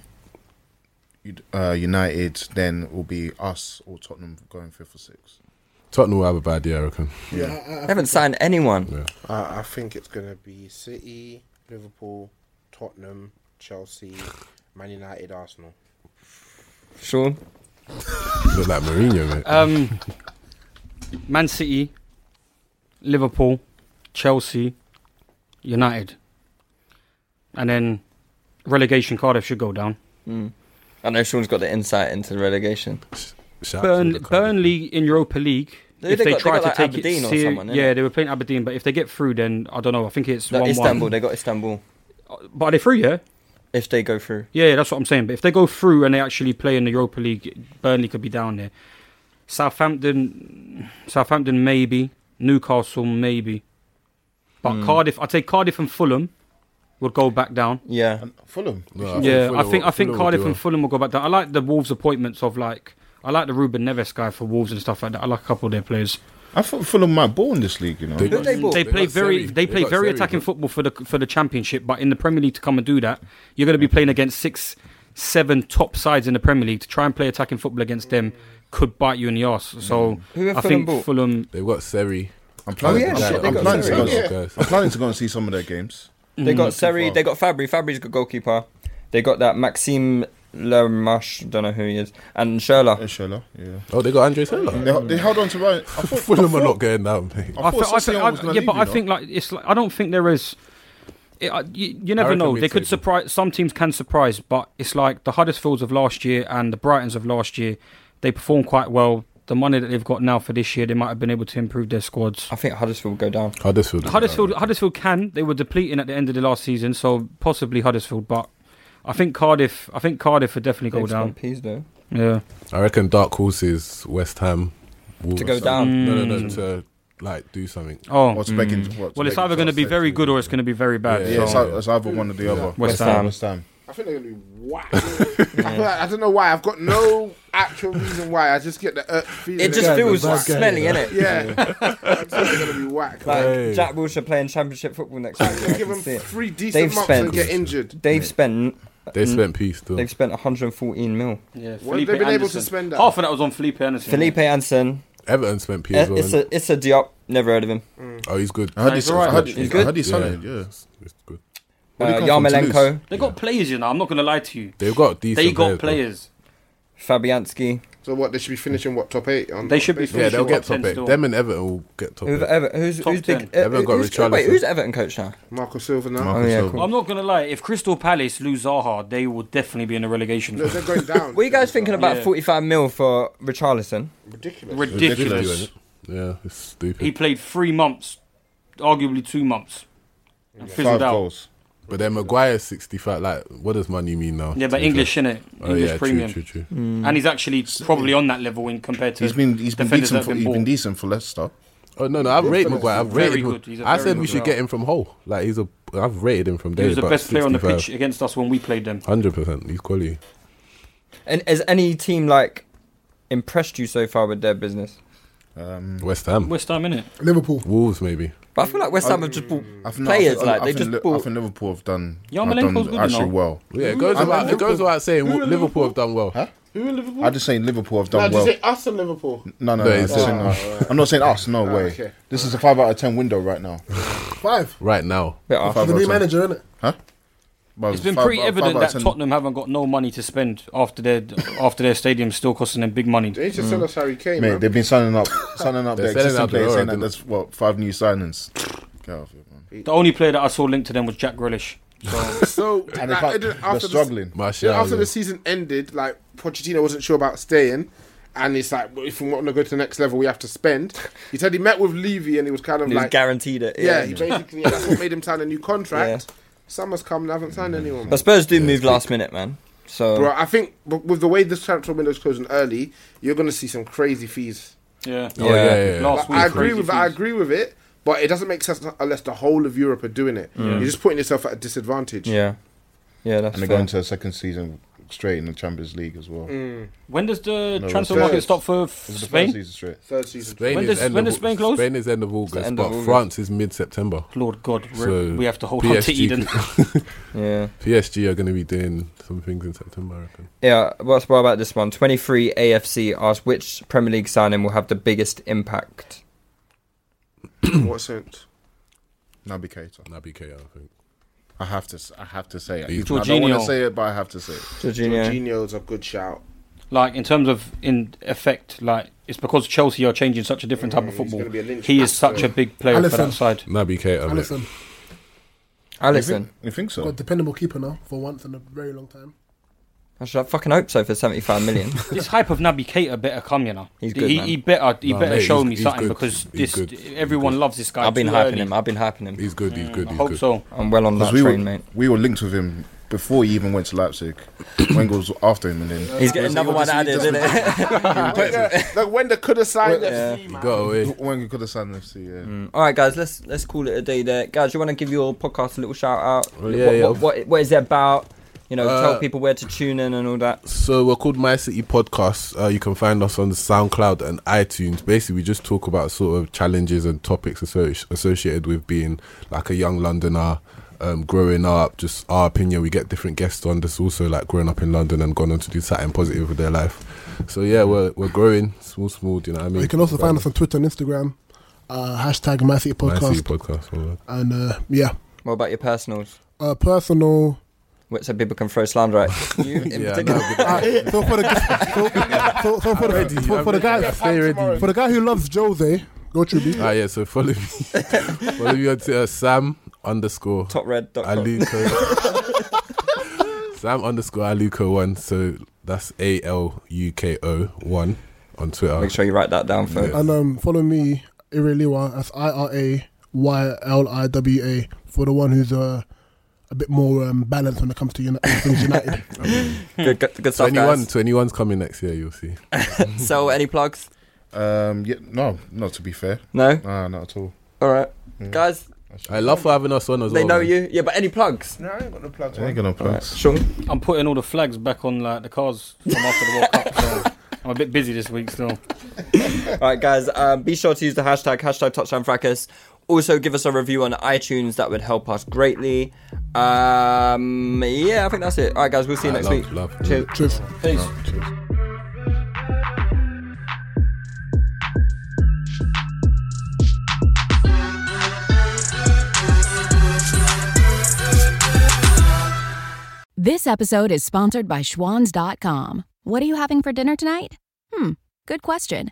Speaker 6: uh, United. Then will be us or Tottenham going fifth or sixth.
Speaker 5: Tottenham will have a bad year, I reckon.
Speaker 6: Yeah,
Speaker 3: they haven't signed anyone.
Speaker 5: Yeah.
Speaker 7: Uh, I think it's going to be City, Liverpool, Tottenham, Chelsea, Man United, Arsenal.
Speaker 3: Sean,
Speaker 5: Look like Mourinho, mate.
Speaker 4: Um, Man City, Liverpool, Chelsea, United, and then relegation. Cardiff should go down.
Speaker 3: Mm. I know Sean's got the insight into the relegation.
Speaker 5: Shout out to
Speaker 4: Burn,
Speaker 5: the Cardiff.
Speaker 4: Burnley in Europa League.
Speaker 3: They-
Speaker 4: if
Speaker 3: they
Speaker 4: they,
Speaker 3: got- they
Speaker 4: try
Speaker 3: got,
Speaker 4: to
Speaker 3: like,
Speaker 4: take
Speaker 3: Aberdeen
Speaker 4: it,
Speaker 3: or
Speaker 4: seri-
Speaker 3: someone, innit?
Speaker 4: yeah, they were playing Aberdeen. But if they get through, then I don't know. I think it's
Speaker 3: No,
Speaker 4: one
Speaker 3: Istanbul,
Speaker 4: one.
Speaker 3: they got Istanbul.
Speaker 4: But are they through? Yeah,
Speaker 3: If they go through,
Speaker 4: yeah, yeah, that's what I'm saying. But if they go through and they actually play in the Europa League, Burnley could be down there. Southampton, Southampton maybe, Newcastle maybe, but
Speaker 6: Hmm.
Speaker 4: Cardiff. I'd say Cardiff and Fulham would go back down.
Speaker 3: yeah.
Speaker 6: And Um, Fulham.
Speaker 5: No,
Speaker 4: yeah,
Speaker 5: Fulham
Speaker 4: I think
Speaker 5: will-
Speaker 4: I think
Speaker 5: Fulham will
Speaker 4: Cardiff
Speaker 5: do
Speaker 4: and
Speaker 5: well.
Speaker 4: Fulham will go back down. I like the Wolves appointments of like I like the Ruben Neves guy for Wolves and stuff like that. I like a couple of their players.
Speaker 6: I thought Fulham might ball in this league. You know,
Speaker 5: They-
Speaker 3: Who they bought?
Speaker 4: They, play
Speaker 5: got
Speaker 4: very
Speaker 5: Serie.
Speaker 4: they play
Speaker 5: got
Speaker 4: very
Speaker 5: Serie,
Speaker 4: attacking
Speaker 5: bro.
Speaker 4: football for the for the championship, but in the Premier League to come and do that, you're going to be playing against six, seven top sides in the Premier League to try and play attacking football against them could bite you in the arse.
Speaker 6: Mm.
Speaker 4: So
Speaker 3: Who have
Speaker 4: I
Speaker 3: Fulham
Speaker 4: think
Speaker 3: bought?
Speaker 4: Fulham.
Speaker 5: They've got Seri.
Speaker 6: I'm planning.
Speaker 3: Oh, yeah,
Speaker 6: I'm,
Speaker 3: shit,
Speaker 6: I'm
Speaker 3: they got
Speaker 6: planning to go,
Speaker 3: Serie.
Speaker 5: Yeah.
Speaker 6: I'm planning to go and see some of their games.
Speaker 5: Mm,
Speaker 3: They
Speaker 4: Mm.
Speaker 3: got Seri,
Speaker 6: far.
Speaker 3: they got Fabry. Fabry's good goalkeeper. They got that Maxime Lamache, don't know who he is, and Sherla.
Speaker 6: Inshallah, yeah.
Speaker 5: Oh, they got Andre Sella.
Speaker 6: They, they held on to Ryan. I thought,
Speaker 5: Fulham
Speaker 6: I
Speaker 5: are
Speaker 6: thought,
Speaker 5: not going down, mate.
Speaker 6: I
Speaker 4: fe-
Speaker 6: thought
Speaker 4: fe-
Speaker 6: Sessegnon was
Speaker 4: I-
Speaker 6: gonna
Speaker 4: yeah,
Speaker 6: leave,
Speaker 4: but
Speaker 6: you
Speaker 4: I
Speaker 6: know?
Speaker 4: think like it's like I don't think there is. It, I, you, you never
Speaker 5: reckon
Speaker 4: know.
Speaker 5: we'd
Speaker 4: They could
Speaker 5: take them.
Speaker 4: surprise. Some teams can surprise, but it's like the Huddersfields of last year and the Brightons of last year. They performed quite well. The money that they've got now for this year, they might have been able to improve their squads.
Speaker 3: I think Huddersfield will go down.
Speaker 5: Huddersfield.
Speaker 4: Huddersfield, Huddersfield can. They were depleting at the end of the last season, so possibly Huddersfield. But I think Cardiff. I think Cardiff would definitely go
Speaker 3: They've
Speaker 4: down.
Speaker 3: spent Peas, though.
Speaker 4: Yeah,
Speaker 5: I reckon Dark Horses, West Ham. Wolves.
Speaker 3: To go down.
Speaker 5: No, no, no. To like do something.
Speaker 4: Hmm. Oh.
Speaker 6: What's
Speaker 5: Hmm.
Speaker 6: making? What,
Speaker 4: well, it's
Speaker 6: making-
Speaker 4: either going to be very good or it's going to be very bad.
Speaker 6: Yeah, it's,
Speaker 4: so.
Speaker 6: ei- it's either one or the other.
Speaker 4: West Ham.
Speaker 6: West Ham.
Speaker 7: I think they're going to be whack. I, feel like, I don't know why. I've got no actual reason why. I just get the irk feeling.
Speaker 3: It
Speaker 7: that
Speaker 3: just
Speaker 7: they're
Speaker 3: feels
Speaker 7: gonna be whack.
Speaker 3: smelly, innit?
Speaker 7: Yeah, I just think they're going to be whack.
Speaker 3: Like
Speaker 5: Hey.
Speaker 3: Jack Wilshere playing Championship football next
Speaker 7: Like,
Speaker 3: year. I
Speaker 7: give
Speaker 3: can
Speaker 7: them
Speaker 3: see it.
Speaker 7: three decent
Speaker 3: They've
Speaker 7: months
Speaker 3: spent-
Speaker 7: and get injured.
Speaker 3: They've spent
Speaker 5: They spent peace though.
Speaker 3: they've spent 114 mil.
Speaker 4: Yeah,
Speaker 7: Well, they've been able to spend that.
Speaker 4: Half of that was on Felipe Anderson.
Speaker 3: Felipe Anson,
Speaker 5: Everton spent peace.
Speaker 3: eh, it's
Speaker 5: well.
Speaker 3: a it's a Diop. Never heard of him.
Speaker 7: Mm.
Speaker 5: Oh, he's good.
Speaker 6: I heard
Speaker 4: He's
Speaker 6: he's
Speaker 4: alright.
Speaker 6: I heard,
Speaker 3: He's
Speaker 6: I
Speaker 3: good.
Speaker 6: heard he's solid. Yeah.
Speaker 5: It's, it's good.
Speaker 3: Uh,
Speaker 6: Where'd he come from,
Speaker 3: Yarmolenko,
Speaker 4: They got players, you know. I'm not going to lie to you.
Speaker 5: They've got decent.
Speaker 4: They got
Speaker 5: players.
Speaker 4: players.
Speaker 3: Fabianski.
Speaker 7: So what? They should be finishing what top eight? On,
Speaker 4: They should be
Speaker 7: based
Speaker 5: though.
Speaker 7: on-
Speaker 5: Yeah,
Speaker 4: finishing
Speaker 5: they'll get
Speaker 4: top
Speaker 5: top
Speaker 4: 10
Speaker 5: eight.
Speaker 4: still.
Speaker 5: Them and Everton will get top
Speaker 3: Who's,
Speaker 5: eight.
Speaker 3: Ever, who's,
Speaker 4: Top
Speaker 3: who's big?
Speaker 4: 10.
Speaker 3: Uh,
Speaker 5: Everton got
Speaker 3: who's, wait,
Speaker 5: Richarlison.
Speaker 3: who's Everton coach now?
Speaker 7: Marco Silva now.
Speaker 6: Marco
Speaker 3: Oh, yeah,
Speaker 6: Silva.
Speaker 3: cool.
Speaker 4: I'm not going to lie. If Crystal Palace lose Zaha, they will definitely be in a relegation.
Speaker 7: No, they're going down.
Speaker 3: What are you guys thinking about
Speaker 4: Yeah.
Speaker 3: 45 mil for Richarlison?
Speaker 7: Ridiculous.
Speaker 4: Ridiculous.
Speaker 5: Ridiculous. Yeah, it's stupid.
Speaker 4: He played three months, arguably two months, and
Speaker 6: Five
Speaker 4: fizzled out.
Speaker 6: goals.
Speaker 5: but then Maguire's sixty-five. Like, what does money mean now?
Speaker 4: Yeah, but
Speaker 5: To be
Speaker 4: English,
Speaker 5: fair.
Speaker 4: innit?
Speaker 5: Oh,
Speaker 4: English
Speaker 5: yeah,
Speaker 4: premium.
Speaker 5: True, true, true.
Speaker 4: And he's actually probably on that level in compared to
Speaker 6: He's been he's been
Speaker 4: defenders
Speaker 6: decent
Speaker 4: that
Speaker 6: for
Speaker 4: have
Speaker 6: he's been
Speaker 4: bought.
Speaker 6: decent for Leicester.
Speaker 5: Oh no, no, I've rated Maguire. I've
Speaker 4: Very
Speaker 5: rated. him.
Speaker 4: good. He's a
Speaker 5: I
Speaker 4: very
Speaker 5: said
Speaker 4: good
Speaker 5: we should
Speaker 4: player.
Speaker 5: get him from Hull. Like he's a. I've rated him from day.
Speaker 4: He was the best player on the pitch against us when we played them.
Speaker 5: Hundred percent. He's quality.
Speaker 3: And has any team like impressed you so far with their business?
Speaker 6: Um,
Speaker 5: West Ham.
Speaker 4: West Ham, innit?
Speaker 9: Liverpool.
Speaker 5: Wolves maybe.
Speaker 3: But I feel like West Ham have just bought
Speaker 6: I think,
Speaker 3: players.
Speaker 6: I think,
Speaker 3: like
Speaker 6: I
Speaker 3: they
Speaker 6: think,
Speaker 3: just
Speaker 6: Li- I
Speaker 3: bought.
Speaker 6: think Liverpool have done, have
Speaker 4: Yarmolenko's
Speaker 6: done
Speaker 4: good, you
Speaker 6: actually
Speaker 4: know.
Speaker 6: well.
Speaker 5: Yeah, it goes
Speaker 7: And
Speaker 5: about it
Speaker 7: Liverpool.
Speaker 5: goes without saying
Speaker 7: Who
Speaker 5: Liverpool,
Speaker 7: and
Speaker 5: have done well.
Speaker 6: Huh?
Speaker 7: Who in Liverpool?
Speaker 6: I just saying Liverpool have
Speaker 7: no,
Speaker 6: done
Speaker 7: did you
Speaker 6: well.
Speaker 7: say us and Liverpool?
Speaker 6: No, no,
Speaker 5: No,
Speaker 6: no.
Speaker 5: he
Speaker 6: I'm,
Speaker 5: said-
Speaker 6: saying,
Speaker 7: Oh,
Speaker 6: no. I'm not saying us. No
Speaker 4: Ah,
Speaker 6: way.
Speaker 7: okay.
Speaker 6: This is a five out of ten window right now.
Speaker 9: Five.
Speaker 5: Right now,
Speaker 3: Bit off.
Speaker 9: For
Speaker 6: Five
Speaker 9: the
Speaker 6: out
Speaker 9: new
Speaker 6: of ten.
Speaker 9: manager, innit?
Speaker 6: Huh? Well,
Speaker 4: It's been
Speaker 6: five-
Speaker 4: pretty
Speaker 6: five
Speaker 4: evident
Speaker 6: out of
Speaker 4: that
Speaker 6: 10.
Speaker 4: Tottenham haven't got no money to spend after their after their stadium still costing them big money.
Speaker 7: They just sell us Harry Kane,
Speaker 6: Mate,
Speaker 7: man.
Speaker 6: they've been signing up, signing up
Speaker 5: They're
Speaker 6: their
Speaker 5: selling
Speaker 6: existing
Speaker 5: out the
Speaker 6: players,
Speaker 5: door,
Speaker 6: saying that
Speaker 5: didn't
Speaker 6: there's what five new signings. Get off it, man.
Speaker 4: The only player that I saw linked to them was Jack Grealish. So
Speaker 7: So
Speaker 6: And
Speaker 7: like,
Speaker 6: they can't,
Speaker 7: it didn't-
Speaker 6: they're
Speaker 7: after the s-
Speaker 6: struggling.
Speaker 5: Martial.
Speaker 7: yeah, after
Speaker 5: yeah.
Speaker 7: the season ended, like Pochettino wasn't sure about staying,
Speaker 8: And it's like, well, if we want to go to the next level, we have to spend. He said he met with Levy and it was kind of
Speaker 3: He was
Speaker 8: like
Speaker 3: guaranteed it,
Speaker 8: Yeah,
Speaker 3: yeah.
Speaker 8: he basically that's what made him sign a new contract. Summer's come and I haven't signed anyone.
Speaker 3: But Spurs do move last minute, man. So
Speaker 8: Bro, I think w- with the way this transfer window is closing early, you're going to see some crazy fees.
Speaker 4: Yeah.
Speaker 5: Oh, yeah, yeah, yeah.
Speaker 8: Like,
Speaker 5: Last
Speaker 8: I
Speaker 5: week,
Speaker 8: agree
Speaker 5: crazy
Speaker 8: with I
Speaker 5: fees.
Speaker 8: agree with it, but it doesn't make sense unless the whole of Europe are doing it.
Speaker 3: Mm.
Speaker 6: Yeah.
Speaker 8: You're just putting yourself at a disadvantage.
Speaker 3: yeah,
Speaker 8: that's
Speaker 6: and they're
Speaker 8: fair.
Speaker 6: going to a second season straight in the Champions League as well.
Speaker 8: Mm.
Speaker 4: When does the
Speaker 6: No,
Speaker 4: transfer
Speaker 6: third.
Speaker 4: market stop for
Speaker 6: Is it the
Speaker 4: Spain?
Speaker 6: Third season straight.
Speaker 8: Third season.
Speaker 5: Spain
Speaker 4: when
Speaker 5: is
Speaker 4: does,
Speaker 5: end
Speaker 4: when
Speaker 5: of,
Speaker 4: does Spain close?
Speaker 5: Spain is end of August,
Speaker 4: end
Speaker 5: but
Speaker 4: of August.
Speaker 5: France is mid September.
Speaker 4: Lord God, we're- we have to hold on to Eden.
Speaker 3: yeah.
Speaker 5: PSG are going to be doing some things in September. I reckon.
Speaker 3: Yeah, what's what about this one? 23 AFC asked which Premier League signing will have the biggest impact.
Speaker 8: what sense?
Speaker 6: Naby Keita.
Speaker 5: Naby Keita, I think.
Speaker 6: I have to. s- I have to say it.
Speaker 5: He's-
Speaker 6: Even- I don't want
Speaker 4: Jorginho.
Speaker 6: to say it, but I have to say it.
Speaker 3: Jorginho.
Speaker 8: Jorginho's a good shout.
Speaker 4: Like in terms of in effect, like it's because Chelsea are changing such a different type of football.
Speaker 8: gonna be a lynch
Speaker 4: He is
Speaker 8: bastard.
Speaker 4: such a big player for
Speaker 9: Alisson.
Speaker 4: that side.
Speaker 5: Naby Keita. mate.
Speaker 9: Alisson.
Speaker 3: Alisson.
Speaker 6: You think
Speaker 9: Got a dependable keeper now for once in a very long time.
Speaker 3: I should I fucking hope so for 75 million.
Speaker 4: This hype of Naby Keita better come, you know.
Speaker 3: He's good,
Speaker 4: he,
Speaker 3: man.
Speaker 4: he better, he
Speaker 5: Nah,
Speaker 4: better
Speaker 5: mate,
Speaker 4: show
Speaker 5: he's-
Speaker 4: me
Speaker 5: he's
Speaker 4: something
Speaker 5: good.
Speaker 4: because
Speaker 5: He's
Speaker 4: this
Speaker 5: good.
Speaker 4: everyone loves this guy.
Speaker 3: I've been
Speaker 4: too
Speaker 3: hyping
Speaker 4: early. Mm,
Speaker 3: him. I've been hyping him.
Speaker 5: He's good. He's good.
Speaker 4: I
Speaker 5: He's
Speaker 4: hope
Speaker 5: good.
Speaker 4: so.
Speaker 3: I'm well on that
Speaker 6: Because we,
Speaker 3: train,
Speaker 6: were-
Speaker 3: mate.
Speaker 6: we were linked with him before he even went to Leipzig. Wenger was after him, and then
Speaker 3: He's getting another one added, isn't it?
Speaker 8: Like Wender could have signed FC,
Speaker 5: He
Speaker 8: man.
Speaker 5: got away.
Speaker 6: Wenger could have signed FC. Yeah.
Speaker 3: All right, guys, let's let's call it a day there. Guys, you want to give your podcast a little shout out?
Speaker 5: Well, Oh, yeah,
Speaker 3: what,
Speaker 5: yeah.
Speaker 3: What, what, what is it about? You know,
Speaker 5: Uh,
Speaker 3: tell people where to tune in and all that.
Speaker 5: So we're called My City Podcast. Uh, you can find us on SoundCloud and iTunes. Basically, we just talk about sort of challenges and topics associ- associated with being like a young Londoner, um, growing up. Just our opinion. We get different guests on. That's also like growing up in London and gone on to do something positive with their life. So yeah, we're we're growing small, small. Do you know what I mean?
Speaker 9: you can also find us
Speaker 5: on
Speaker 9: on Twitter and Instagram, uh, hashtag My City
Speaker 5: My
Speaker 9: Podcast.
Speaker 5: City Podcast. all right.
Speaker 9: and uh, yeah,
Speaker 3: What about your personals?
Speaker 9: uh, personal.
Speaker 3: What- So people can throw slander at you in
Speaker 5: Yeah,
Speaker 3: particular.
Speaker 5: no,
Speaker 9: Uh, so for the so, so, so for the for, for the guy
Speaker 5: Stay ready.
Speaker 9: for the guy who loves Jose, go to be.
Speaker 5: Ah, yeah, so follow me. follow me on Twitter, Sam underscore
Speaker 3: Top red. Dot com.
Speaker 5: Aluko. Sam underscore Aluko one. So that's A L U K O one on Twitter.
Speaker 3: Make sure you write that down first.
Speaker 9: And um, follow me, Ireliwa. That's I R A Y L I W A for the one who's uh, a bit more um, balanced when it comes to uni- things United.
Speaker 3: Good, good, good stuff,
Speaker 5: 21,
Speaker 3: guys.
Speaker 5: 21's coming next year. You'll see.
Speaker 3: So, any plugs?
Speaker 6: Um, yeah, no, not to be fair.
Speaker 3: No.
Speaker 6: Nah, not at all.
Speaker 3: All right, guys.
Speaker 5: I love for having us on as
Speaker 3: They
Speaker 5: well.
Speaker 3: know
Speaker 5: man.
Speaker 3: you. Yeah, but any plugs?
Speaker 8: No, I ain't got no plugs.
Speaker 6: I ain't got no plugs.
Speaker 3: Sean.
Speaker 4: I'm putting all the flags back on like the cars from after the World Cup. So I'm a bit busy this week still.
Speaker 3: All right, guys. Um, be sure to use the hashtag hashtag touchdown fracas. Also, give us a review on iTunes. That would help us greatly. Um, yeah, I think that's it. All right, guys. We'll see you
Speaker 5: Ah,
Speaker 3: next
Speaker 5: love,
Speaker 3: week.
Speaker 5: love.
Speaker 3: Cheers.
Speaker 9: Cheers.
Speaker 3: Peace.
Speaker 12: This episode is sponsored by Schwans.com. What are you having for dinner tonight? Hmm, good question.